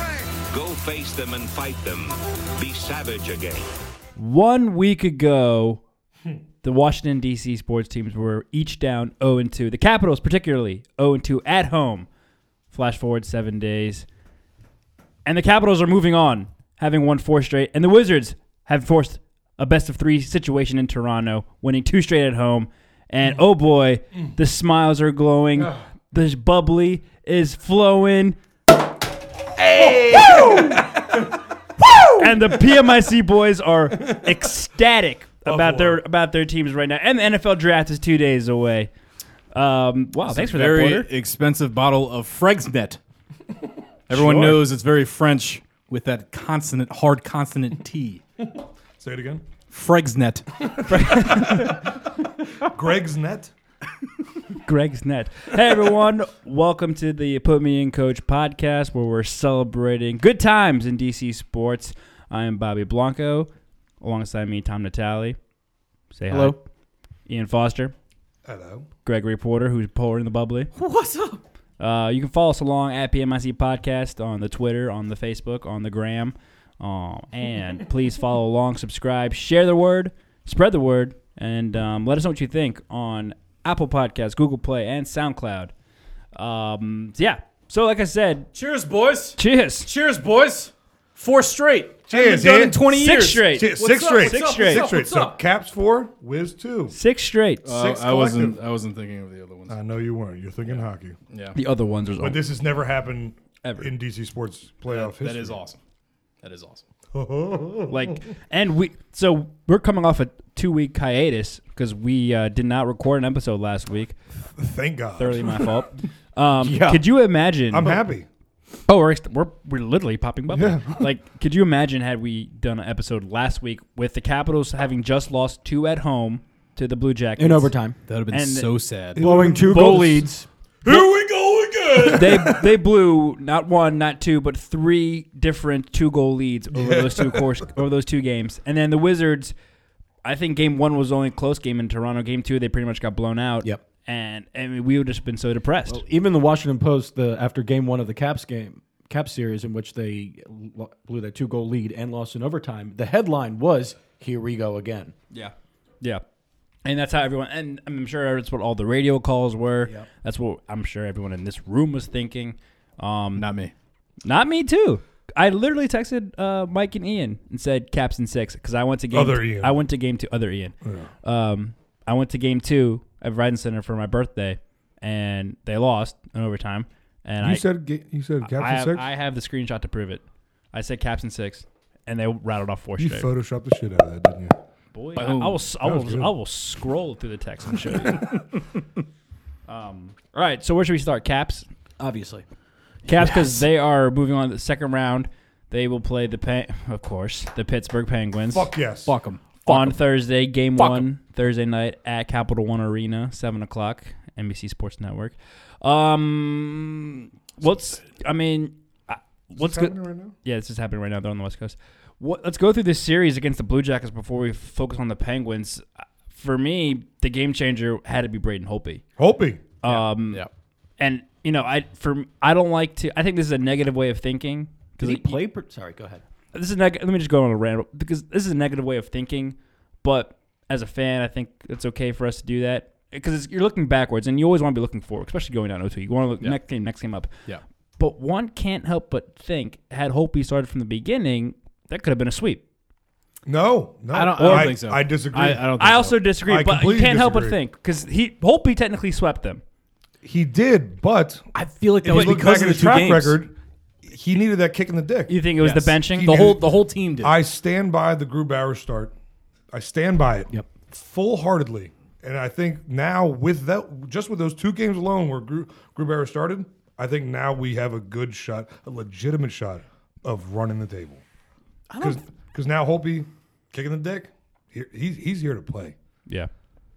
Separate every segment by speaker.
Speaker 1: rain.
Speaker 2: Go face them and fight them. Be savage again.
Speaker 3: One week ago, the Washington D.C. sports teams were each down 0 and 2. The Capitals, particularly 0 and 2 at home. Flash forward seven days, and the Capitals are moving on, having won four straight. And the Wizards have forced a best of three situation in Toronto, winning two straight at home. And oh boy, the smiles are glowing. This bubbly is flowing. and the PMIC boys are ecstatic about their about their teams right now. And the NFL draft is two days away. Um, wow, thanks for
Speaker 4: very
Speaker 3: that, Porter.
Speaker 4: expensive bottle of Fregsnet. Everyone
Speaker 3: Sure.
Speaker 4: knows it's very French with that consonant, hard consonant T.
Speaker 5: Say it again.
Speaker 4: Fregsnet.
Speaker 5: Greg's net.
Speaker 3: Greg's net. Hey everyone, welcome to the Put Me in Coach podcast, where we're celebrating good times in DC sports. I am Bobby Blanco, alongside me Tom Natale. Say
Speaker 4: Hello.
Speaker 3: hi. Ian Foster,
Speaker 5: Hello.
Speaker 3: Gregory Porter, who's pouring the bubbly. What's up? Uh, you can follow us along at PMIC Podcast on the Twitter, on the Facebook, on the Gram, um, and please follow along, subscribe, share the word, spread the word, and um, let us know what you think on Apple Podcasts, Google Play, and SoundCloud. Um, yeah. So, like I said,
Speaker 6: Cheers, boys.
Speaker 3: cheers.
Speaker 6: Cheers, boys. Four straight. Haven't
Speaker 5: Cheers,
Speaker 6: been done
Speaker 5: Ian.
Speaker 6: in 20
Speaker 3: Six
Speaker 6: years.
Speaker 3: straight.
Speaker 5: Six
Speaker 6: What's up?
Speaker 5: straight.
Speaker 6: What's up?
Speaker 3: Six straight.
Speaker 5: Six
Speaker 6: What's
Speaker 5: straight.
Speaker 6: up?
Speaker 5: So
Speaker 6: What's up?
Speaker 5: caps four, whiz two.
Speaker 3: Six straight.
Speaker 5: Six
Speaker 4: I wasn't.
Speaker 5: collective. Uh,
Speaker 4: I wasn't thinking of the other ones.
Speaker 5: I know you weren't. You're thinking hockey.
Speaker 3: the other ones are
Speaker 5: But this has never happened
Speaker 3: Ever.
Speaker 5: in DC sports playoff history.
Speaker 4: that is awesome. That is awesome.
Speaker 3: like and we so we're coming off a two week hiatus because we uh, did not record an episode last week.
Speaker 5: Thank God.
Speaker 3: thoroughly my fault. Um,
Speaker 4: Yeah.
Speaker 3: Could you imagine?
Speaker 5: I'm happy.
Speaker 3: oh, we're, ext- we're we're literally popping bubble. like, could you imagine had we done an episode last week with the Capitals having just lost two at home to the Blue Jackets
Speaker 7: in overtime,
Speaker 4: That would have been
Speaker 3: And-
Speaker 4: so sad.
Speaker 7: blowing two goal leads.
Speaker 6: Here we go again.
Speaker 3: They they blew not one, not two, but three different two goal leads over those two course over those two games, and then the Wizards. I think game one was the only close game in Toronto. Game two, they pretty much got blown out.
Speaker 7: Yep.
Speaker 3: And I mean, we would have just been so depressed.
Speaker 7: Even the Washington Post, the after game one of the Caps game, Caps series, in which they lo- blew that two goal lead and lost in overtime, the headline was "Here we go again."
Speaker 3: Yeah. Yeah. And that's how everyone, and I'm sure that's what all the radio calls were. That's what I'm sure everyone in this room was thinking. Um,
Speaker 4: Not me.
Speaker 3: not me too. I literally texted uh, Mike and Ian and said caps in six because I went to game.
Speaker 5: Other Ian.
Speaker 3: I went to game two. Other Ian. Um, I went to game two at Verizon Center for my birthday, and they lost in overtime. And
Speaker 5: You
Speaker 3: I
Speaker 5: said ga- you said caps
Speaker 3: I
Speaker 5: and
Speaker 3: have,
Speaker 5: six.
Speaker 3: I have the screenshot to prove it. I said caps in six, and they rattled off four
Speaker 5: you
Speaker 3: straight.
Speaker 5: photoshopped the shit out of that, didn't you?
Speaker 3: Boy, I, I will. s- I
Speaker 5: That was
Speaker 3: will.
Speaker 5: good.
Speaker 3: I will scroll through the text and show you. um, all right. So where should we start? Caps.
Speaker 7: Obviously,
Speaker 3: Caps because they are moving on to the second round. They will play the Pen- of course the Pittsburgh Penguins
Speaker 5: Fuck yes.
Speaker 4: Fuck them.
Speaker 3: on Thursday, game one, Thursday night at Capital One Arena, seven o'clock, NBC Sports Network. Um, what's I mean, I- what's good?
Speaker 5: happening right now?
Speaker 3: Yeah, this is happening right now. They're on the West Coast. What, let's go through this series against the Blue Jackets before we focus on the Penguins. Uh, For me, the game changer had to be Braden Holtby.
Speaker 5: Hoping.
Speaker 3: Um,
Speaker 4: Yeah.
Speaker 3: and you know, I for I don't like to. I think this is a negative way of thinking
Speaker 7: did
Speaker 3: because
Speaker 7: he play? per- Sorry, go ahead.
Speaker 3: this is neg- let me just go on a rant because this is a negative way of thinking, but as a fan, I think it's okay for us to do that because you're looking backwards and you always want to be looking forward, especially going down 0-2. You want to look next game, next game up.
Speaker 4: Yeah.
Speaker 3: But one can't help but think had Holtby started from the beginning, that could have been a sweep.
Speaker 5: No, no.
Speaker 4: I don't. I don't think so.
Speaker 5: I disagree.
Speaker 4: I, I don't. Think
Speaker 3: I
Speaker 4: so.
Speaker 3: also disagree,
Speaker 5: I
Speaker 3: but you
Speaker 5: completely
Speaker 3: can't help but
Speaker 5: disagree.
Speaker 3: think because he Holtby technically swept them.
Speaker 5: he did, but
Speaker 7: I feel like that
Speaker 5: if
Speaker 7: was
Speaker 5: you look
Speaker 7: because
Speaker 5: back
Speaker 7: of
Speaker 5: at
Speaker 7: the
Speaker 5: his
Speaker 7: two
Speaker 5: track
Speaker 7: games.
Speaker 5: record, he needed that kick in the dick.
Speaker 3: You think it was
Speaker 4: Yes.
Speaker 3: the benching? Uh,
Speaker 5: He
Speaker 4: the
Speaker 5: did.
Speaker 4: whole the whole team did.
Speaker 5: I stand by the Grubauer start. I stand by it.
Speaker 7: Yep.
Speaker 5: Full heartedly. And I think now with that just with those two games alone where Gru, Grubauer started, I think now we have a good shot, a legitimate shot of running the table. Cuz now Holpe kicking the dick. Here, he's he's here to play.
Speaker 3: Yeah.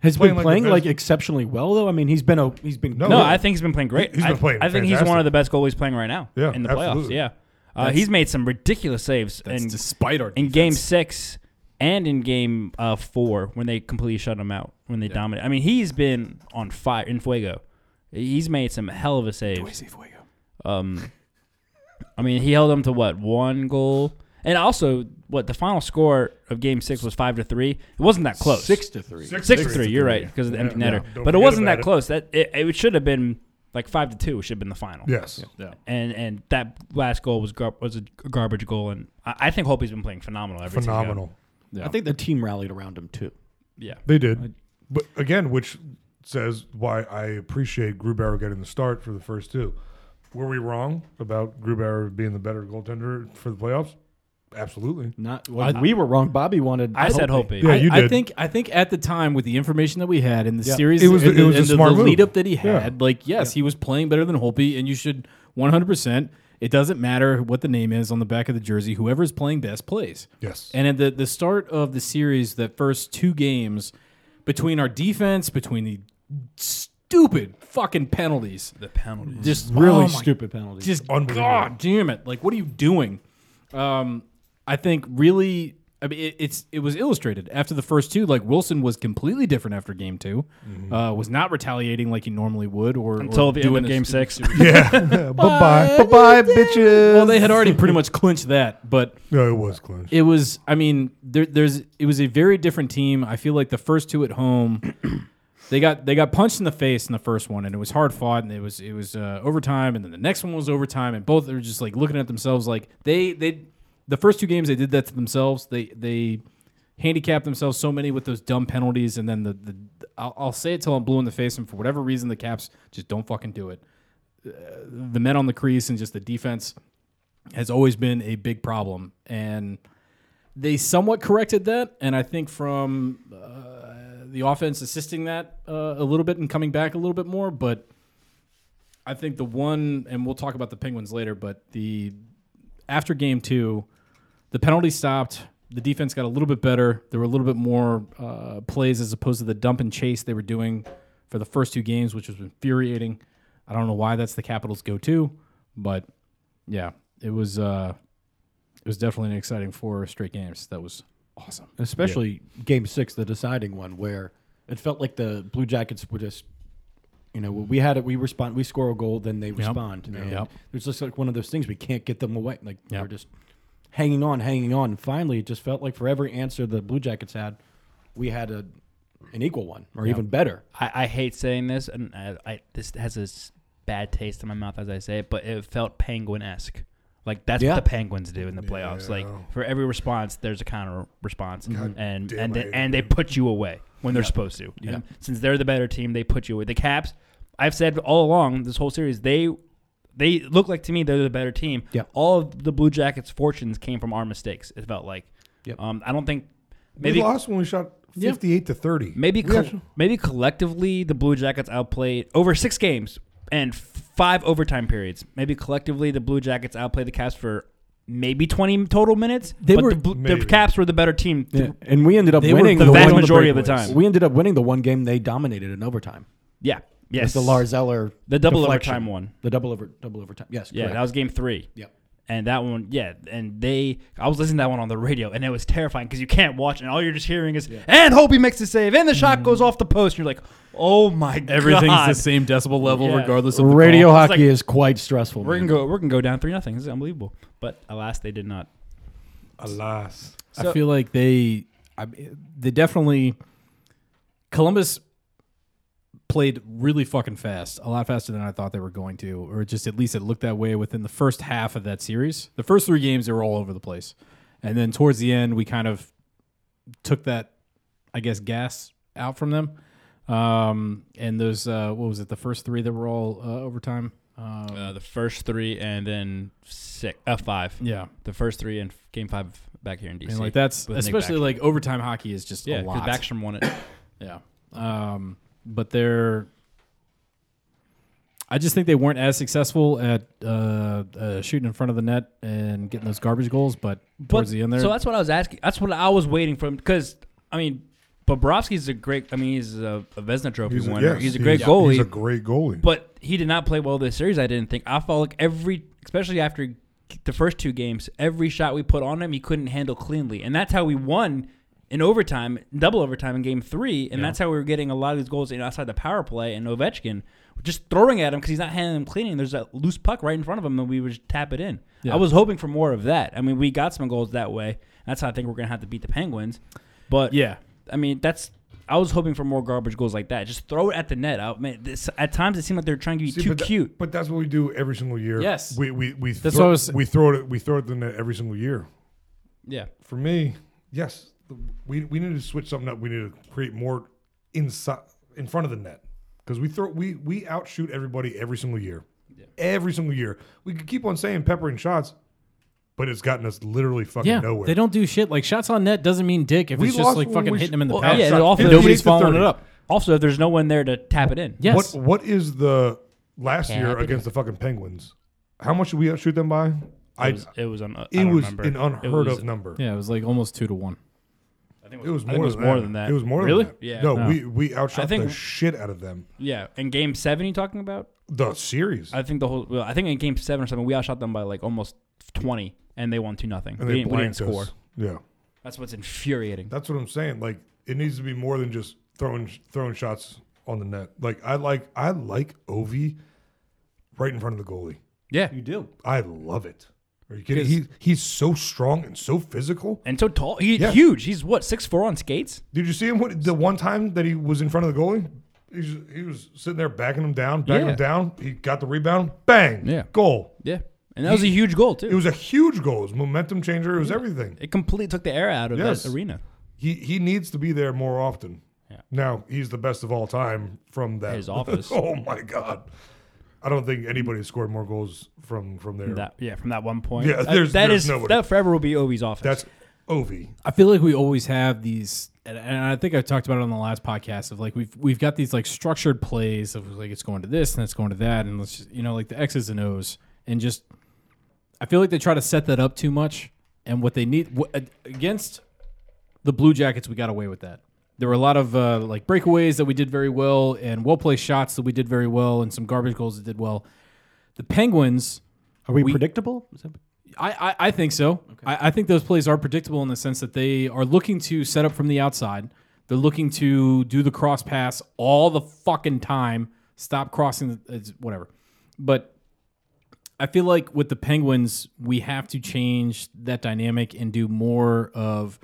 Speaker 7: Has
Speaker 5: Playing
Speaker 7: been
Speaker 5: like the
Speaker 7: playing
Speaker 5: best-
Speaker 7: like exceptionally well though. I mean, he's been a, he's been
Speaker 5: No,
Speaker 3: No,
Speaker 5: yeah.
Speaker 3: I think he's been playing great.
Speaker 5: Oh, He's been
Speaker 3: I-
Speaker 5: playing
Speaker 3: I think he's one
Speaker 5: fantastic.
Speaker 3: of the best goalies playing right now.
Speaker 5: Yeah,
Speaker 3: in the playoffs.
Speaker 5: absolutely.
Speaker 3: Yeah, uh, he's made some ridiculous saves
Speaker 4: That's
Speaker 3: in,
Speaker 4: despite our
Speaker 3: in Game
Speaker 4: defense.
Speaker 3: Six and in Game uh, Four when they completely shut him out when they dominate. I mean, he's been on fire in Fuego. He's made some hell of a saves. I mean, he held them to what one goal, and also what the final score of Game Six was five to three. It wasn't that close.
Speaker 7: six to three.
Speaker 3: six three. You're right because of the empty
Speaker 5: Yeah,
Speaker 3: netter,
Speaker 5: don't
Speaker 3: but it
Speaker 5: forget
Speaker 3: wasn't
Speaker 5: about
Speaker 3: that
Speaker 5: it.
Speaker 3: close. That it, it should have been like five to two. Should have been the final.
Speaker 5: Yes.
Speaker 3: and and that last goal was gar- was a garbage goal, and I, I think Holpe's been playing phenomenal. Every single-
Speaker 5: Phenomenal.
Speaker 7: I think the team rallied around him too.
Speaker 3: yeah.
Speaker 5: They did. But again, which says why I appreciate Grubauer getting the start for the first two. Were we wrong about Grubauer being the better goaltender for the playoffs? Absolutely.
Speaker 7: Not well, we were wrong. Bobby wanted.
Speaker 3: I said Hope.
Speaker 5: Yeah, you
Speaker 4: I, I
Speaker 5: did.
Speaker 4: think I think at the time with the information that we had in the
Speaker 7: Yeah.
Speaker 4: series,
Speaker 5: It was-
Speaker 4: and
Speaker 5: it was a
Speaker 4: and the,
Speaker 5: smart
Speaker 4: the lead
Speaker 5: move.
Speaker 4: up that he
Speaker 5: Yeah.
Speaker 4: had. Like, yes, he was playing better than Holpe, and you should 100. percent It doesn't matter what the name is on the back of the jersey. Whoever is playing best plays.
Speaker 5: Yes.
Speaker 4: And at the the start of the series, the first two games, between our defense, between the stupid fucking penalties, the penalties, just
Speaker 7: Really
Speaker 4: oh my
Speaker 7: stupid penalty.
Speaker 4: just
Speaker 5: Unbelievable.
Speaker 4: God damn it! Like, what are you doing? Um, I think really, I mean, it, it's it was illustrated after the first two. Like Wilson was completely different after game 2 uh, was not retaliating like he normally would, or
Speaker 3: Until
Speaker 4: or
Speaker 3: the end
Speaker 4: doing
Speaker 3: of
Speaker 4: a
Speaker 3: Game
Speaker 4: stupid-
Speaker 3: Six,
Speaker 5: bye bye.
Speaker 7: Bye, bitches.
Speaker 4: Well, they had already pretty much clinched that, but
Speaker 5: No, it was clinch.
Speaker 4: it was. I mean, there, there's it was a very different team. I feel like the first two at home. They got they got punched in the face in the first one, and it was hard fought, and it was it was uh, overtime, and then the next one was overtime, and both are just like looking at themselves like they they the first two games they did that to themselves. They they handicapped themselves so many with those dumb penalties, and then the, the I'll, I'll say it till I'm blue in the face, and for whatever reason the Caps just don't fucking do it. Uh, the men on the crease and just the defense has always been a big problem, and they somewhat corrected that, and I think from the offense assisting that uh, a little bit and coming back a little bit more. But I think the one, and we'll talk about the Penguins later, but the after game two, the penalty stopped. The defense got a little bit better. There were a little bit more uh, plays as opposed to the dump and chase they were doing for the first two games, which was infuriating. I don't know why that's the Capitals' go-to, but yeah, it was uh, it was definitely an exciting four straight games. That was awesome.
Speaker 7: especially game six, the deciding one, where it felt like the Blue Jackets were just, you know, we had it, we respond, we score a goal, then they respond. And
Speaker 4: Yep.
Speaker 7: It's just like one of those things we can't get them away. Like
Speaker 4: Yep.
Speaker 7: we're just hanging on, hanging on. And finally, it just felt like for every answer the Blue Jackets had, we had a an equal one or even better.
Speaker 3: I, I hate saying this, and I, I this has this bad taste in my mouth as I say it, but it felt penguin esque. Like that's
Speaker 7: Yeah.
Speaker 3: what the Penguins do in the playoffs. Like for every response, there's a counter response, and
Speaker 5: damn,
Speaker 3: and
Speaker 5: I
Speaker 3: they,
Speaker 5: hate
Speaker 3: and they put you away when they're supposed to. And since they're the better team, they put you away. The Caps, I've said all along this whole series, they they look like to me they're the better team.
Speaker 7: Yeah.
Speaker 3: All of the Blue Jackets' fortunes came from our mistakes. It felt like.
Speaker 7: Yep.
Speaker 3: Um, I don't think
Speaker 5: we
Speaker 3: maybe
Speaker 5: lost when we shot
Speaker 4: Yeah.
Speaker 5: 58 to 30.
Speaker 3: Maybe
Speaker 5: We
Speaker 3: col-
Speaker 5: actually-
Speaker 3: maybe collectively the Blue Jackets outplayed over six games and five overtime periods. Maybe collectively the Blue Jackets outplayed the Caps for maybe twenty total minutes.
Speaker 4: They
Speaker 3: but
Speaker 4: were-
Speaker 3: the, Blue- the
Speaker 5: Maybe.
Speaker 3: Caps were the better team. th-
Speaker 7: Yeah. And we ended up
Speaker 4: They were
Speaker 7: winning
Speaker 4: the
Speaker 3: vast
Speaker 7: one-
Speaker 3: majority of the time.
Speaker 7: We ended up winning the one game they dominated in overtime.
Speaker 3: yeah.
Speaker 7: It's
Speaker 3: Yes.
Speaker 7: the Lars Eller,
Speaker 3: The double
Speaker 7: deflection.
Speaker 3: overtime one.
Speaker 7: the double over double overtime. Yes,
Speaker 3: Yeah,
Speaker 7: correct.
Speaker 3: that was game three.
Speaker 7: Yep.
Speaker 3: And that one, yeah, and they, I was listening to that one on the radio, and it was terrifying because you can't watch, and all you're just hearing is, and Hopi makes the save, and the shot goes off the post. And you're like, oh my god,
Speaker 4: Mm. Everything's the same decibel level,
Speaker 3: Yeah.
Speaker 4: regardless of the
Speaker 7: Radio
Speaker 4: call.
Speaker 7: hockey
Speaker 3: like-
Speaker 7: is quite stressful.
Speaker 3: We're
Speaker 7: man.
Speaker 3: gonna go, we're gonna go down three nothing. This is unbelievable. But alas, they did not.
Speaker 5: Alas.
Speaker 4: I feel like they, I, they definitely, Columbus played really fucking fast, a lot faster than I thought they were going to, or just at least it looked that way within the first half of that series. The first three games they were all over the place, and then towards the end we kind of took that, I guess, gas out from them. Um, and those, uh, what was it? The first three that were all uh, overtime. Um,
Speaker 3: Uh, the first three and then six, uh, five.
Speaker 4: yeah,
Speaker 3: The first three and f- game five back here in DC.
Speaker 4: and like that's
Speaker 3: With Nick
Speaker 4: especially
Speaker 3: Backstrom.
Speaker 4: like overtime hockey is just
Speaker 3: yeah,
Speaker 4: a lot.
Speaker 3: because Backstrom won it.
Speaker 4: Yeah. Um, but they're I just think they weren't as successful at uh, uh, shooting in front of the net and getting those garbage goals. But towards the end there,
Speaker 3: So that's what I was asking. That's what I was waiting for. Because I mean, Bobrovsky's a great. I mean, he's a, a Vesna Trophy
Speaker 5: He's a-
Speaker 3: winner.
Speaker 5: yes,
Speaker 3: he's a great
Speaker 5: he's-
Speaker 3: goalie.
Speaker 5: He's a great goalie.
Speaker 3: but he did not play well this series. I didn't think. I felt like every, especially after the first two games, every shot we put on him, he couldn't handle cleanly, and that's how we won in overtime, double overtime in Game Three, and that's how we were getting a lot of these goals in outside the power play and Ovechkin just throwing at him because he's not handling him cleanly. and There's a loose puck right in front of him, and we would just tap it in. I was hoping for more of that. I mean, we got some goals that way. That's how I think we're gonna have to beat the Penguins. But
Speaker 4: yeah,
Speaker 3: I mean, that's. I was hoping for more garbage goals like that. Just throw it at the net. I, man, this, at times it seemed like they're trying to be
Speaker 5: See,
Speaker 3: too
Speaker 5: but tha-
Speaker 3: cute.
Speaker 5: but that's what we do every single year.
Speaker 4: Yes.
Speaker 5: we we we
Speaker 4: That's
Speaker 5: throw,
Speaker 4: what I was-
Speaker 5: we throw it we throw it at the net every single year.
Speaker 3: yeah,
Speaker 5: For me, yes, the- we we need to switch something up. We need to create more inside in front of the net because we throw we we outshoot everybody every single year. Every single year, we could keep on saying peppering shots, but it's gotten us literally fucking
Speaker 4: yeah,
Speaker 5: nowhere.
Speaker 4: they don't do shit. Like shots on net doesn't mean dick if
Speaker 5: We
Speaker 4: it's just
Speaker 5: lost
Speaker 4: like
Speaker 5: when
Speaker 4: fucking
Speaker 5: we
Speaker 4: hitting
Speaker 5: sh-
Speaker 4: them in the
Speaker 3: well,
Speaker 4: past.
Speaker 3: yeah,
Speaker 4: and
Speaker 3: it also-
Speaker 4: nobody's
Speaker 5: 58 to
Speaker 4: following it
Speaker 5: 30.
Speaker 4: up.
Speaker 3: Also, if there's no one there to tap it in,
Speaker 4: Yes,
Speaker 5: What what is the last year
Speaker 3: Capital.
Speaker 5: against the fucking Penguins? How much did we outshoot them by? I
Speaker 3: it was, it was, un- I
Speaker 5: it
Speaker 3: don't
Speaker 5: was
Speaker 3: remember.
Speaker 5: an unheard
Speaker 3: was-
Speaker 5: of number.
Speaker 4: yeah, it was like almost two to one.
Speaker 5: It was
Speaker 3: I think
Speaker 5: more,
Speaker 3: it was
Speaker 5: than,
Speaker 3: more
Speaker 5: that.
Speaker 3: than that.
Speaker 5: It was more
Speaker 3: Really?
Speaker 5: than that.
Speaker 3: Yeah.
Speaker 5: No,
Speaker 3: No.
Speaker 5: we we outshot
Speaker 3: I think-
Speaker 5: the shit out of them.
Speaker 3: Yeah, in Game Seven, you talking about?
Speaker 5: The series.
Speaker 3: I think the whole. Well, I think in Game Seven or something, we outshot them by like almost twenty, and they won two nothing.
Speaker 5: and
Speaker 3: We,
Speaker 5: they
Speaker 3: didn't- we didn't
Speaker 5: blanked
Speaker 3: score.
Speaker 5: us. Yeah.
Speaker 3: That's what's infuriating.
Speaker 5: That's what I'm saying. Like it needs to be more than just throwing throwing shots on the net. Like I like I like Ovi right in front of the goalie.
Speaker 3: Yeah,
Speaker 7: You do.
Speaker 5: I love it. Are you kidding? He he's so strong and so physical.
Speaker 3: and so tall. He's
Speaker 5: Yeah.
Speaker 3: huge. He's what six four on skates.
Speaker 5: Did you see him when, the one time that he was in front of the goalie? He's, he was sitting there backing him down, backing
Speaker 3: Yeah.
Speaker 5: him down. He got the rebound, bang,
Speaker 3: Yeah.
Speaker 5: goal.
Speaker 3: Yeah, and that was a huge goal too.
Speaker 5: It was a huge goal. It was a momentum changer. It was everything.
Speaker 3: It completely took the air out of
Speaker 5: Yes.
Speaker 3: that arena.
Speaker 5: He he needs to be there more often. Now he's the best of all time from that
Speaker 3: His office.
Speaker 5: oh my god! I don't think anybody scored more goals from from there.
Speaker 3: That yeah, from that one point.
Speaker 5: Yeah,
Speaker 3: That-
Speaker 5: there's-
Speaker 3: that
Speaker 5: there's
Speaker 3: is-
Speaker 5: nobody.
Speaker 3: that forever will be Ovi's offense.
Speaker 5: That's Ovi.
Speaker 4: I feel like we always have these, and, and I think I talked about it on the last podcast of like we've we've got these like structured plays of like it's going to this and it's going to that, and let's just, you know like the X's and O's, and just I feel like they try to set that up too much, and what they need wh- a- against the Blue Jackets, we got away with that. There were a lot of uh, like breakaways that we did very well, and well placed shots that we did very well, and some garbage goals that did well. The Penguins.
Speaker 7: Are we,
Speaker 4: We-
Speaker 7: predictable? Is that-
Speaker 4: I, I, I think so. I, I think those plays are predictable in the sense that they are looking to set up from the outside. They're looking to do the cross pass all the fucking time. Stop crossing, the, it's whatever. But I feel like with the Penguins, we have to change that dynamic and do more of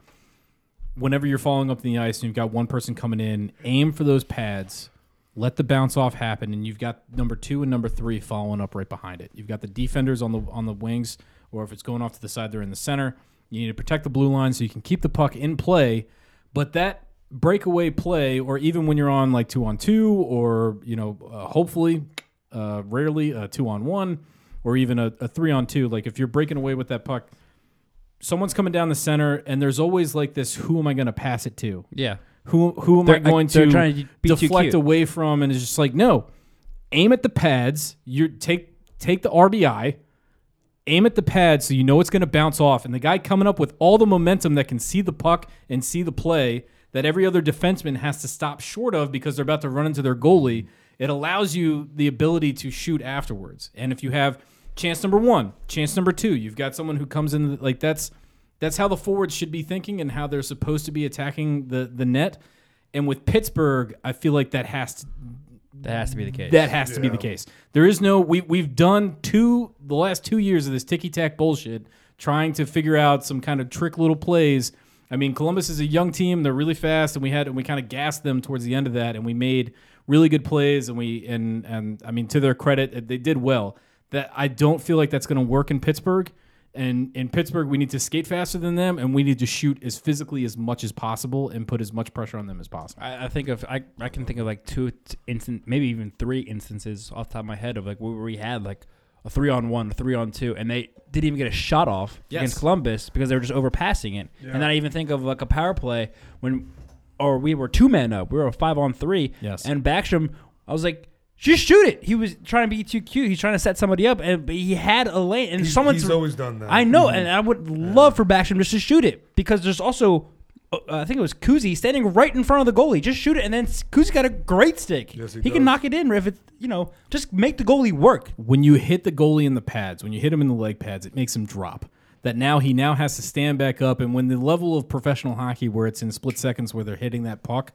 Speaker 4: whenever you're following up the ice and you've got one person coming in, aim for those pads, let the bounce off happen, and you've got number two and number three following up right behind it. You've got the defenders on the on the wings, or if it's going off to the side, they're in the center. You need to protect the blue line so you can keep the puck in play. But that breakaway play, or even when you're on like two on two, or you know, uh, hopefully, uh, rarely a two on one, or even a, a three on two. Like if you're breaking away with that puck, someone's coming down the center, and there's always like this: who am I going to pass it to?
Speaker 3: yeah.
Speaker 4: Who who am I
Speaker 3: They're- uh,
Speaker 4: going
Speaker 3: they're
Speaker 4: to,
Speaker 3: trying to be too
Speaker 4: deflect
Speaker 3: cute.
Speaker 4: away from? And it's just like, no, aim at the pads. You take take the RBI, aim at the pads so you know it's going to bounce off. And the guy coming up with all the momentum that can see the puck and see the play that every other defenseman has to stop short of because they're about to run into their goalie. It allows you the ability to shoot afterwards. And if you have chance number one, chance number two, you've got someone who comes in like that's that's how the forwards should be thinking and how they're supposed to be attacking the the net. And with Pittsburgh, I feel like that has to
Speaker 3: That has to be the case.
Speaker 4: that has to be the case. There is no we we've done two the last two years of this ticky tack bullshit, trying to figure out some kind of trick little plays. I mean, Columbus is a young team; they're really fast, and we had and we kind of gassed them towards the end of that, and we made really good plays, and we and and I mean, to their credit, they did well. That I don't feel like that's going to work in Pittsburgh. And in Pittsburgh, we need to skate faster than them, and we need to shoot as physically as much as possible and put as much pressure on them as possible.
Speaker 3: I, I think of I, I can think of like two t- instant maybe even three instances off the top of my head of like where we had like a three on one, a three on two, and they didn't even get a shot off against Columbus because they were just overpassing it. And then I even think of like a power play when or we were two men up, we were a five on three.
Speaker 4: Yes.
Speaker 3: And Backstrom, I was like, Just shoot it. He was trying to be too cute. He's trying to set somebody up, and but he had a lane. And
Speaker 5: He's-
Speaker 3: someone's
Speaker 5: he's always done that.
Speaker 3: I know, and I would love for Backstrom just to shoot it because there's also, uh, I think it was Kuzi standing right in front of the goalie. Just shoot it, and then Kuzi's got a great stick.
Speaker 5: Yes, he
Speaker 3: can
Speaker 5: does.
Speaker 3: knock it in if it's you know just make the goalie work.
Speaker 4: when you hit the goalie in the pads, when you hit him in the leg pads, it makes him drop. That now he now has to stand back up, and when the level of professional hockey where it's in split seconds where they're hitting that puck,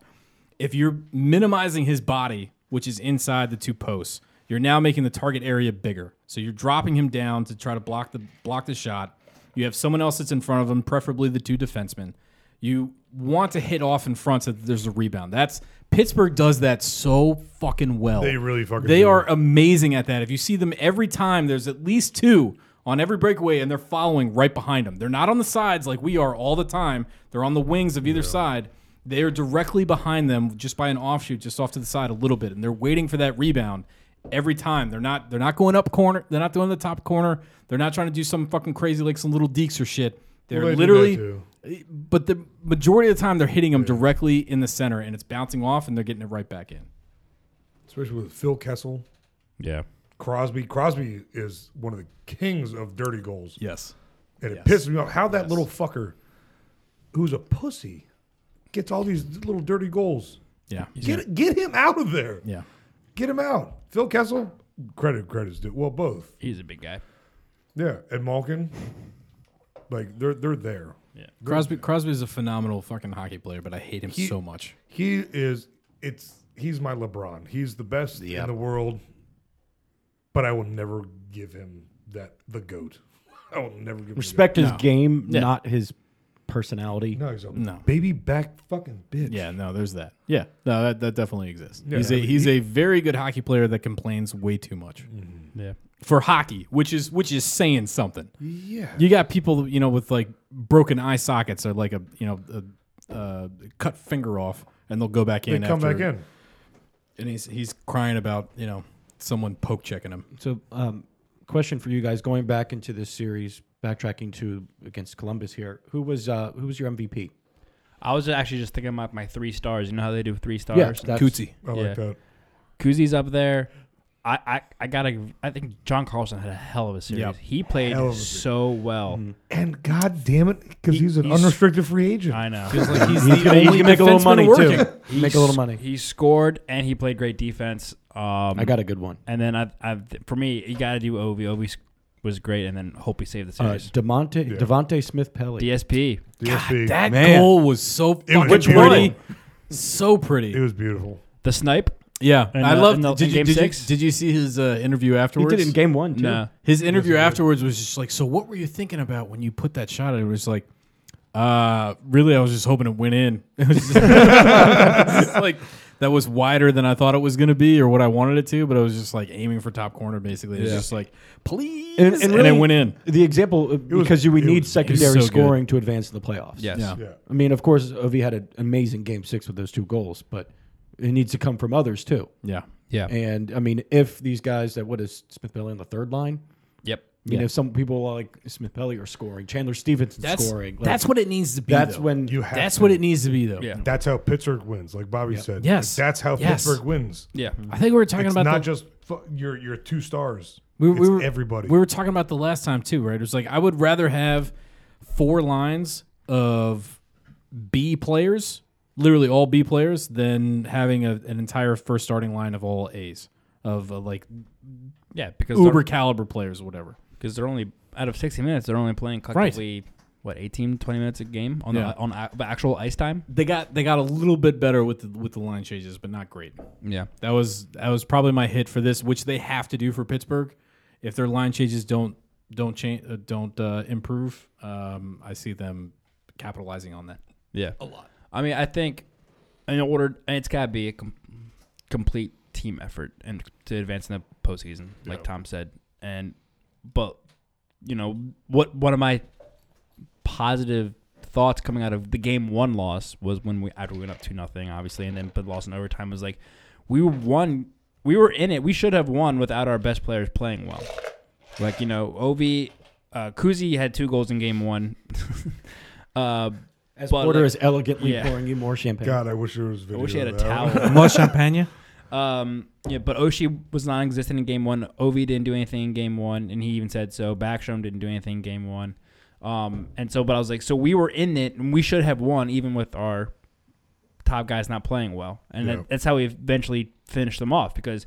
Speaker 4: if you're minimizing his body, which is inside the two posts, you're now making the target area bigger. So you're dropping him down to try to block the block the shot. You have someone else that's in front of him, preferably the two defensemen. You want to hit off in front so that there's a rebound. That's Pittsburgh does that so fucking well.
Speaker 5: They really fucking
Speaker 4: They
Speaker 5: do.
Speaker 4: are amazing at that. If you see them every time, there's at least two on every breakaway, and they're following right behind them. They're not on the sides like we are all the time. They're on the wings of either side. They are directly behind them, just by an offshoot, just off to the side a little bit, and they're waiting for that rebound every time. They're not. They're not going up corner. They're not doing the top corner. They're not trying to do some fucking crazy like some little deeks or shit. They're
Speaker 5: Well, they do that
Speaker 4: literally
Speaker 5: too.
Speaker 4: but the majority of the time they're hitting them directly in the center and it's bouncing off and they're getting it right back in.
Speaker 5: especially with Phil Kessel,
Speaker 3: Yeah.
Speaker 5: Crosby. Crosby is one of the kings of dirty goals,
Speaker 4: Yes.
Speaker 5: and it
Speaker 4: Yes.
Speaker 5: pisses me off how that little fucker, who's a pussy, gets all these little dirty goals.
Speaker 4: Yeah.
Speaker 5: Get get him out of there.
Speaker 4: yeah.
Speaker 5: Get him out. Phil Kessel, credit credits due. Well, both.
Speaker 3: He's a big guy.
Speaker 5: Yeah, and Malkin, like they're they're there.
Speaker 4: Crosby Crosby is a phenomenal fucking hockey player, but I hate him so much.
Speaker 5: He is. It's he's my LeBron. He's the best in the world. But I will never give him that the goat. I will never give him the
Speaker 7: Respect his game,
Speaker 4: Yeah.
Speaker 7: not his personality.
Speaker 5: goat. No, he's a
Speaker 4: No.
Speaker 5: baby back fucking bitch.
Speaker 4: Yeah, no, there's that. Yeah. No, that, that definitely exists.
Speaker 5: Yeah.
Speaker 4: he's a he's a very good hockey player that complains way too much.
Speaker 5: Mm-hmm.
Speaker 3: Yeah.
Speaker 4: For hockey, which is which is saying something.
Speaker 5: yeah.
Speaker 4: You got people, you know, with like broken eye sockets or like a, you know, a, uh, cut finger off, and they'll go back
Speaker 5: They
Speaker 4: in.
Speaker 5: come
Speaker 4: after,
Speaker 5: back in.
Speaker 4: and he's he's crying about you know someone poke checking him.
Speaker 7: So, um, question for you guys: Going back into this series, backtracking to against Columbus here, who was uh, who was your MVP?
Speaker 3: I was actually just thinking about my three stars. You know how they do three stars?
Speaker 7: that's-
Speaker 4: Cootsie.
Speaker 5: I
Speaker 3: Yeah.
Speaker 5: like that.
Speaker 3: Kuzi's up there. I, I, I gotta I think John Carlson had a hell of a series.
Speaker 4: Yep.
Speaker 3: He played
Speaker 5: Hell of a series. Mm-hmm.
Speaker 3: so well.
Speaker 5: And god damn it, because he's an
Speaker 3: he's-
Speaker 5: unrestricted free agent.
Speaker 3: I know.
Speaker 4: Feels like he's, the
Speaker 7: gonna- he's
Speaker 4: only
Speaker 7: gonna make a little
Speaker 4: defenseman
Speaker 7: money, too.
Speaker 4: working.
Speaker 3: He
Speaker 7: Make a little
Speaker 3: s-
Speaker 7: money.
Speaker 3: He scored and he played great defense. Um,
Speaker 7: I got a good one.
Speaker 3: And then I, I, for me, you got to do Ovi. Ovi s- was great, and then hope he saved the
Speaker 7: Uh,
Speaker 3: series.
Speaker 7: Demonte Devonte Smith Pelly.
Speaker 3: DSP.
Speaker 5: DSP.
Speaker 4: That
Speaker 7: Man.
Speaker 4: goal was so
Speaker 5: It was
Speaker 4: fucking
Speaker 5: beautiful.
Speaker 4: pretty. So
Speaker 5: it
Speaker 4: pretty.
Speaker 5: was beautiful.
Speaker 3: The snipe.
Speaker 4: Yeah,
Speaker 3: And,
Speaker 4: I
Speaker 3: uh,
Speaker 4: love.
Speaker 3: in the-
Speaker 4: Did,
Speaker 3: in
Speaker 4: you-
Speaker 3: game
Speaker 4: did you
Speaker 3: six?
Speaker 4: did you see his uh, interview
Speaker 7: he
Speaker 4: afterwards?
Speaker 7: did in game one too.
Speaker 3: No.
Speaker 4: His interview
Speaker 3: uh,
Speaker 4: afterwards was just like, so what were you thinking about when you put that shot? in?" It was like, uh, really, I was just hoping it went in. It was just- like that was wider than I thought it was going to be or what I wanted it to, but I was just like aiming for top corner basically. It was just like, please, and,
Speaker 7: really,
Speaker 4: it went in.
Speaker 7: The example uh, because you would need secondary
Speaker 4: so good.
Speaker 7: scoring to advance to the playoffs.
Speaker 3: Yes.
Speaker 4: Yeah.
Speaker 5: Yeah.
Speaker 7: I mean, of course, Ovi had an amazing game six with those two goals, but it needs to come from others too.
Speaker 4: Yeah,
Speaker 3: Yeah.
Speaker 7: And I mean, if these guys that what is Smith Pelly on the third line,
Speaker 3: Yep.
Speaker 7: I mean, if some people like Smith Pelly are scoring, Chandler Stevenson
Speaker 4: that's
Speaker 7: scoring, like,
Speaker 4: that's what it needs to be.
Speaker 7: that's
Speaker 4: though.
Speaker 7: when
Speaker 5: You have
Speaker 4: that's
Speaker 5: to.
Speaker 4: what it needs to be though.
Speaker 3: Yeah.
Speaker 5: That's how Pittsburgh wins, like Bobby said.
Speaker 4: Yes.
Speaker 5: Like, that's how
Speaker 4: Yes.
Speaker 5: Pittsburgh wins.
Speaker 3: Yeah.
Speaker 4: I think we were talking
Speaker 5: It's
Speaker 4: about
Speaker 5: not
Speaker 4: the-
Speaker 5: just fu- your your two stars.
Speaker 4: We, we
Speaker 5: It's
Speaker 4: were
Speaker 5: everybody.
Speaker 4: We were talking about the last time too, right? It was like I would rather have four lines of B players, literally all B players, than having a, an entire first starting line of all A's of uh, like
Speaker 3: Yeah. Because
Speaker 4: uber
Speaker 3: they're,
Speaker 4: caliber players, or whatever.
Speaker 3: cause they're only out of sixty minutes. They're only playing collectively what 18, 20 minutes a game on
Speaker 4: Yeah.
Speaker 3: the on a- the actual ice time.
Speaker 4: They got they got a little bit better with the, with the line changes, but not great.
Speaker 3: Yeah.
Speaker 4: That was that was probably my hit for this, which they have to do for Pittsburgh. If their line changes don't don't change uh, don't uh, improve, um, I see them capitalizing on that.
Speaker 3: Yeah. A lot. I mean, I think in order, and it's got to be a com- complete team effort and to advance in the postseason, like Tom said. And, but, you know, what one of my positive thoughts coming out of the game one loss was when we, after we went up 2 nothing, obviously, and then but lost in overtime was like, we won, we were in it. We should have won without our best players playing well. Like, you know, Ovi, uh, Kuzi had two goals in game one. uh,
Speaker 7: as
Speaker 3: but
Speaker 7: Porter
Speaker 3: like-
Speaker 7: is elegantly
Speaker 3: Yeah.
Speaker 7: pouring you more champagne.
Speaker 5: God, I wish there was video.
Speaker 3: I wish he had a
Speaker 5: of that.
Speaker 3: towel.
Speaker 4: More champagne?
Speaker 3: Um, yeah, but Oshie was non-existent in game one. Ovi didn't do anything in game one, and he even said so. Backstrom didn't do anything in game one. Um, and so, but I was like, so we were in it, and we should have won, even with our top guys not playing well, and
Speaker 5: Yeah.
Speaker 3: that, that's how we eventually finished them off because.